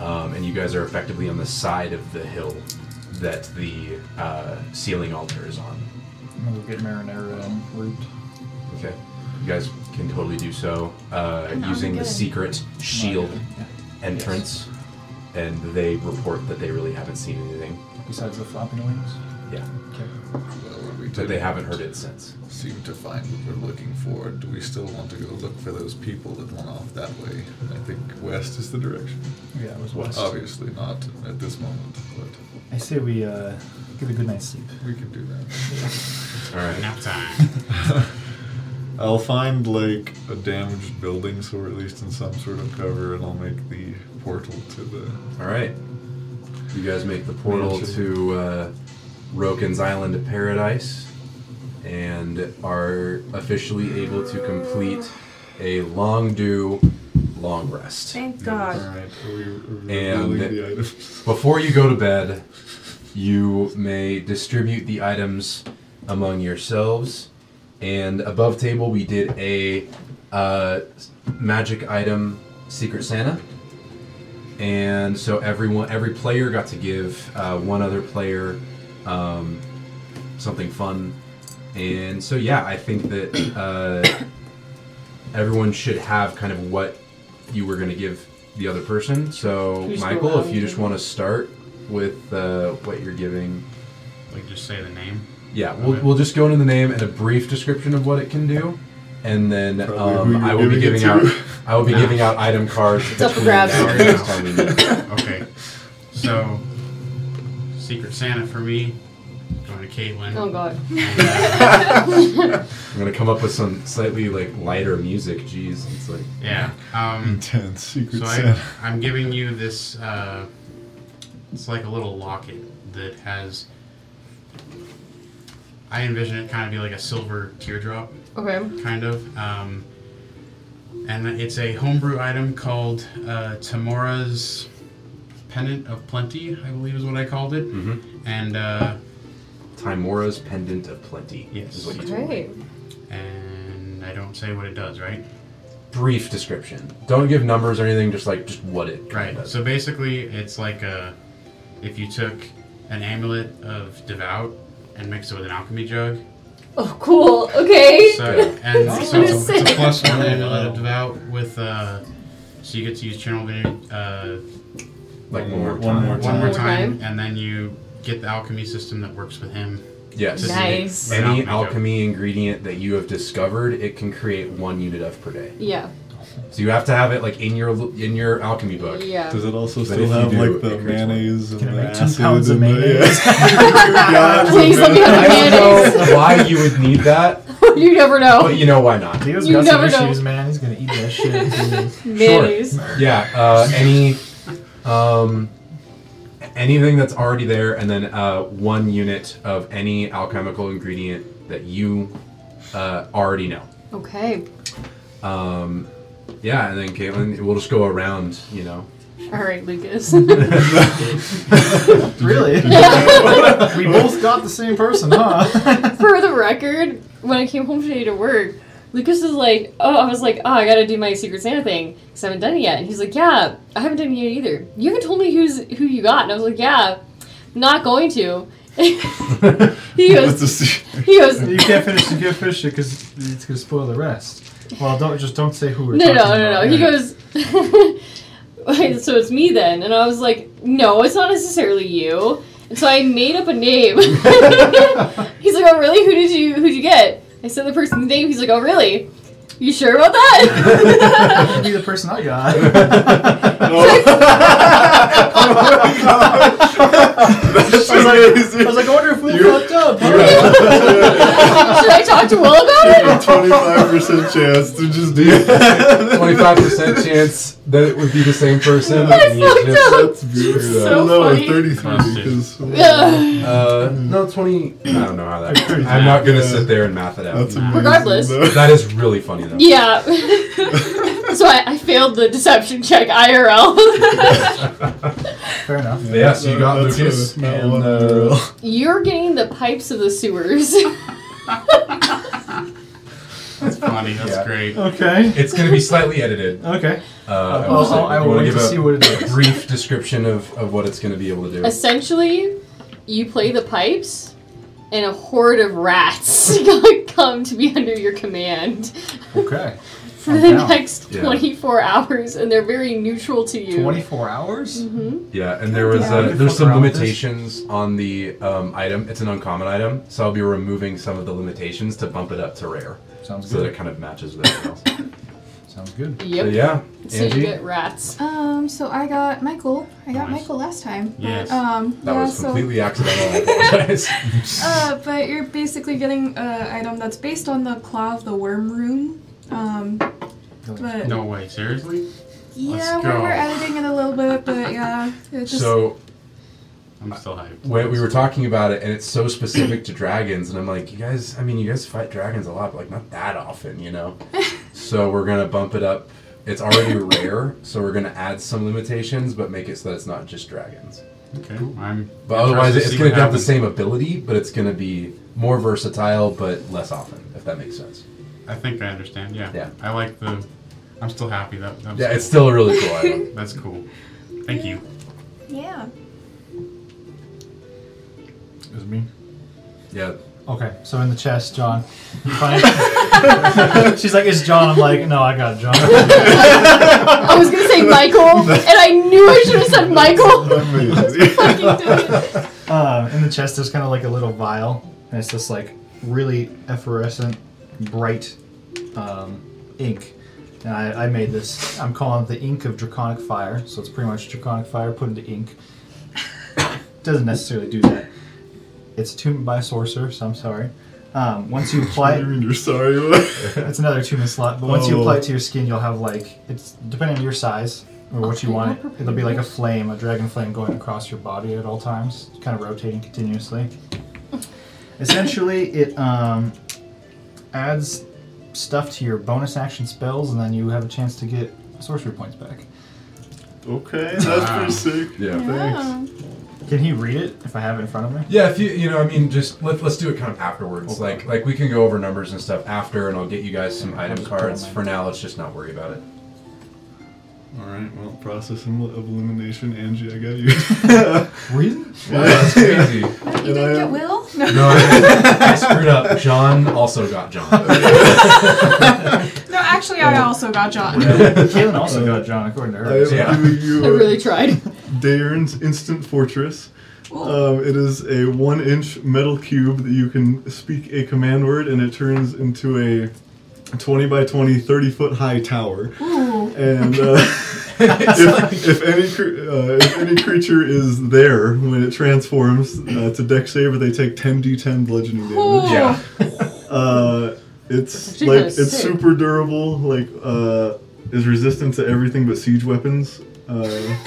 Um, and you guys are effectively on the side of the hill that the uh, ceiling altar is on.
I'm gonna go get marinara and root.
Okay? You guys can totally do so uh,
And I'm
using the
good.
secret shield
Yeah.
entrance, and they report that they really haven't seen anything.
Besides the flopping wings.
Yeah,
Okay.
Well, we
but they
didn't
haven't heard it since.
Seem to find what we're looking for. Do we still want to go look for those people that went off that way? I think west is the direction.
Yeah, it was west.
Obviously not at this moment, but
I say we uh, get a good night's sleep.
we can do that.
All right.
Nap time.
I'll find like a damaged building, so we're at least in some sort of cover, and I'll make the portal to the.
All right. You guys make the portal to uh, Roken's Island of Paradise, and are officially able to complete a long due, long rest.
Thank
All
God.
right, are we
And-
revealing the items?
Before you go to bed, you may distribute the items among yourselves. And above table, we did a uh, magic item, Secret Santa. And so everyone, every player got to give uh, one other player um, something fun. And so, yeah, I think that uh, everyone should have kind of what you were going to give the other person. So,
Should we just go
Michael,
around
if you just
and-
want to start with uh, what you're giving.
Like, just say the name.
Yeah, we'll,
Okay.
we'll just go into the name and a brief description of what it can do, and then
Probably who
um,
you're
I will be
giving it
giving out
to.
I will be giving out item cards
up
between
for grabs.
now and next time we meet.
Okay. So, Secret Santa for me. Going to Caitlin.
Oh god.
I'm gonna come up with some slightly like lighter music. Jeez, it's like
Yeah. Um,
Intense Mm, Secret
so I,
Santa.
I'm giving you this. Uh, it's like a little locket that has. I envision it kind of be like a silver teardrop,
Okay.
kind of. Um, and it's a homebrew item called uh, Tamora's Pendant of Plenty, I believe is what I called it.
Mm-hmm.
Mhm.
And uh,
Timora's pendant of plenty.
Yes.
is what you told me.
Great.
and I don't say what it does, right?
Brief description. Don't give numbers or anything. Just like just what it
Right.
does.
So basically, it's like a, if you took an amulet of devout and mixed it with an alchemy jug.
Oh, cool. Okay.
So
Yeah.
and
That's
so
what
it's,
it
a- it's a
said.
plus one amulet of devout with uh, so you get to use channel vision uh,
like one more
One
time.
more
one more
One
time,
time.
and then you get the alchemy system that works with him.
Yes.
Just
Nice.
an
Any
jug.
alchemy ingredient that you have discovered, it can create one unit of per day.
Yeah.
So you have to have it like in your in your alchemy book.
Yeah.
Does it also
But
still
if you
have
do,
like
it
the
creates one.
mayonnaise and
Can I
the
make two
acid
pounds of
and the-
mayonnaise?
Yeah.
Please let me
I
have the
don't
mayonnaise.
know why you would need that,
you never
but
know.
you know why not.
Leo's
You
got some
never know.
issues, man. He's gonna eat that shit.
Mayonnaise.
Yeah, uh, any um, anything that's already there, and then uh, one unit of any alchemical ingredient that you uh, already know.
Okay.
Um, yeah, and then Caitlin, we'll just go around. You know,
All right, Lucas.
really? we both got the same person, huh?
For the record, when I came home today to work, Lucas was like, "Oh, I was like, oh, I gotta do my Secret Santa thing because I haven't done it yet." And he's like, "Yeah, I haven't done it yet either. You haven't told me who's who you got." And I was like, "Yeah, not going to." he
What's the
goes,
se-
he goes,
you can't finish. You can't finish it because it's gonna spoil the rest. Well, don't just don't say who we're
No,
talking
no, no,
about.
no. He
Yeah.
goes, Wait, so it's me then. And I was like, no, it's not necessarily you. And so I made up a name. He's like, oh, really? Who did you, who'd you get? I said the person's name. He's like, oh, really? You sure about
That would
that?
be the person I got.
That's
I was like,
amazing.
I was like, I wonder if we
You're-
fucked up.
Should I talk to Will about it?
Twenty-five percent chance to just do that.
twenty-five percent chance that it would be the same person.
That's
You
fucked
just-
up.
That's beautiful.
So
no,
funny.
thirty-three because
Ugh.
Uh, no, twenty. I don't know how that. I'm not gonna sit there and math it out.
that's amazing.
Regardless.
though.
That is really funny though.
yeah. so I, I failed the deception check IRL.
Fair enough.
Yeah, so you got
That's
Lucas
a- not
and,
one
uh,
girl.
You're getting the pipes of the sewers.
That's funny. That's
Yeah.
great.
Okay.
It's gonna be slightly edited.
Okay.
Uh, I
I'll-
was like,
I'll- oh, I
you
will
wanna
wait
give
to
a
see what it is.
Brief description of, of what it's going to be able to do.
Essentially, you play the pipes, and a horde of rats come to be under your command
Okay.
for
I'm
the
down.
next
Oh, Yeah.
24 hours, and they're very neutral to you.
24 hours?
Mhm.
Yeah, and there was
Yeah.
uh,
Fuck
there's some
around with this.
limitations on the um, item. It's an uncommon item, so I'll be removing some of the limitations to bump it up to rare,
Sounds
so that
good.
it kind of matches with everything else.
Sounds good.
So
Yep.
yeah,
So
Angie,
you get rats.
Um, so I got Michael. I got
Nice.
Michael last time.
Yes.
But, um,
that
yeah,
was
so-
completely accidental. I apologize.
Uh, but you're basically getting an item that's based on the Claw of the Worm Room. Um, but
No way. Seriously?
yeah,
Let's
we're,
go.
we're editing it a little bit, but yeah, it's just
so
I'm still hyped.
when we were talking about it, and it's so specific to dragons, and I'm like, you guys, I mean, you guys fight dragons a lot, but like not that often, you know. so we're gonna bump it up. It's already rare, so we're gonna add some limitations, but make it so that it's not just dragons.
Okay. I'm.
But otherwise,
interested to
it's
see
going
what
to have the
happens.
same ability, but it's going to be more versatile, but less often, if that makes sense.
I think I understand. Yeah.
Yeah.
I like the. I'm still happy that. that was
Yeah,
cool.
it's still a really cool item.
That's cool. Thank you.
yeah.
Is me.
Yeah.
Okay, so in the chest, John. You find. She's like, it's John. I'm like, no, I got it, John.
I was gonna say Michael, and I knew I should have said Michael.
Amazing.
Fucking do it.
Um, Uh, in the chest, there's kind of like a little vial. and it's this like really effervescent, bright um, ink. And I, I made this. I'm calling it the ink of draconic fire. So it's pretty much draconic fire put into ink. Doesn't necessarily do that. It's tuned by a sorcerer, so I'm sorry. Um, once you apply it,
You're sorry.
it's another two minute slot. But once you
Oh.
apply it to your skin, you'll have like it's depending on your size or what you
Okay,
want.
I'll
It, it'll be like a
prepare.
flame, a dragon flame going across your body at all times, kind of rotating continuously. Essentially, it um, adds stuff to your bonus action spells, and then you have a chance to get sorcery points back.
Okay, that's pretty sick.
Yeah.
Yeah.
Can he read it if I have it in front of me?
Yeah, if you you know, I mean, just let, let's do it kind of afterwards. Like like we can go over numbers and stuff after, and I'll get you guys some item
just put it on
cards.
my-
For now, let's just not worry about it.
All right, well, process of elimination, Angie. I got you.
Reason?
Wow, that's crazy. no,
You didn't get Will? No.
I, I screwed up. John also got John.
No, actually, I also got John.
Kaylin also got John according to
I
her.
am
so-
Yeah.
giving you
I really tried.
Daeron's Instant Fortress. Um, it is a one-inch metal cube that you can speak a command word, and it turns into a 20 by 20, 30 foot high tower.
Ooh.
And uh, if, if any cr- uh, if any creature is there when it transforms uh, to Dex saver, they take 10d10 bludgeoning damage.
yeah.
Uh, it's
actually
like
kinda
it's
sick.
super durable. Like uh, is resistant to everything but siege weapons. Uh,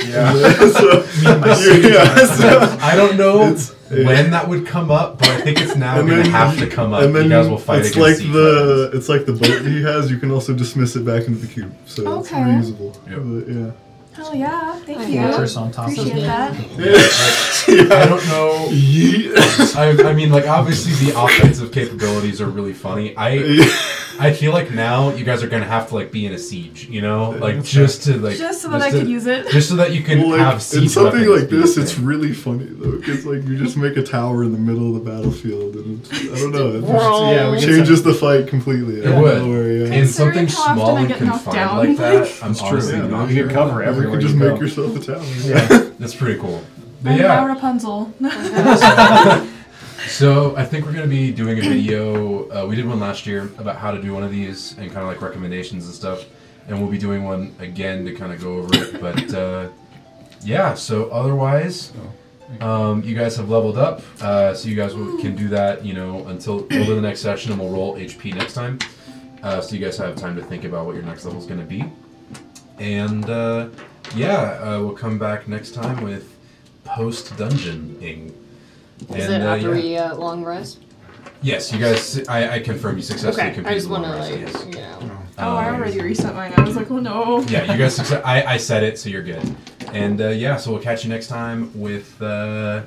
so, yeah, so-
I don't know
It's-
when that would come up, but I think it's now
And
going to
then-
have to come up.
and then
you guys will fight
it's like
against each
the
other.
it's like the boat he has. You can also dismiss it back into the cube, so it's
Okay.
reusable.
Yep.
But, yeah.
Hell yeah. Thank you.
Fortress on top of
Appreciate
it.
that.
I don't know.
Yeet.
I, I mean, like obviously the offensive capabilities are really funny. I I feel like now you guys are gonna have to like be in a siege, you know, like just to like
Just so that I could
to-
use it.
just so that you can
Well, like,
have
in
siege
something
weapons
like
be
this,
a
it's
thing.
really funny though, because like you just make a tower in the middle of the battlefield, and it's, I don't know, it just
Wrong.
Yeah, we get
changes the fight completely.
it would,
Nowhere, yeah.
and something
Considering how often
small
I
and
get knocked
confined
down,
like that.
like-
I'm honestly
true.
not
You
sure.
could
cover everywhere
you can
you
just
go.
make yourself a tower.
Yeah.
That's pretty cool. But
I'm now
yeah, Oh,
Rapunzel.
so I think we're gonna be doing a video. Uh, we did one last year about how to do one of these and kind of like recommendations and stuff, and we'll be doing one again to kind of go over it. But uh, yeah, so otherwise. Um, you guys have leveled up, uh, so you guys will, can do that, you know, until over the next session, and we'll roll HP next time. Uh, so you guys have time to think about what your next level is going to be. And uh, yeah, uh, we'll come back next time with post dungeoning.
Is
And,
it
uh,
after
yeah.
we uh, long rest?
Yes, you guys. I, I confirm you successfully
Okay, I
completed
just
the
want
long
to
rest.
like,
yes.
you know.
Oh, I
Um,
already reset mine. I was like, oh no.
Yeah, you guys. Success- I I said it, so you're good. And uh, yeah, so we'll catch you next time with. Uh,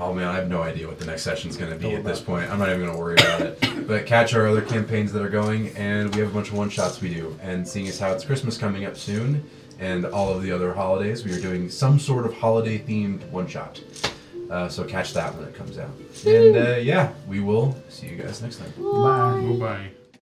oh man, I have no idea what the next session's going to be at this point. I'm not even going to worry about it. But catch our other campaigns that are going, and we have a bunch of one shots we do. And seeing as how it's Christmas coming up soon, and all of the other holidays, we are doing some sort of holiday themed one shot. Uh, so catch that when it comes out. And uh, yeah, we will see you guys next time.
Goodbye.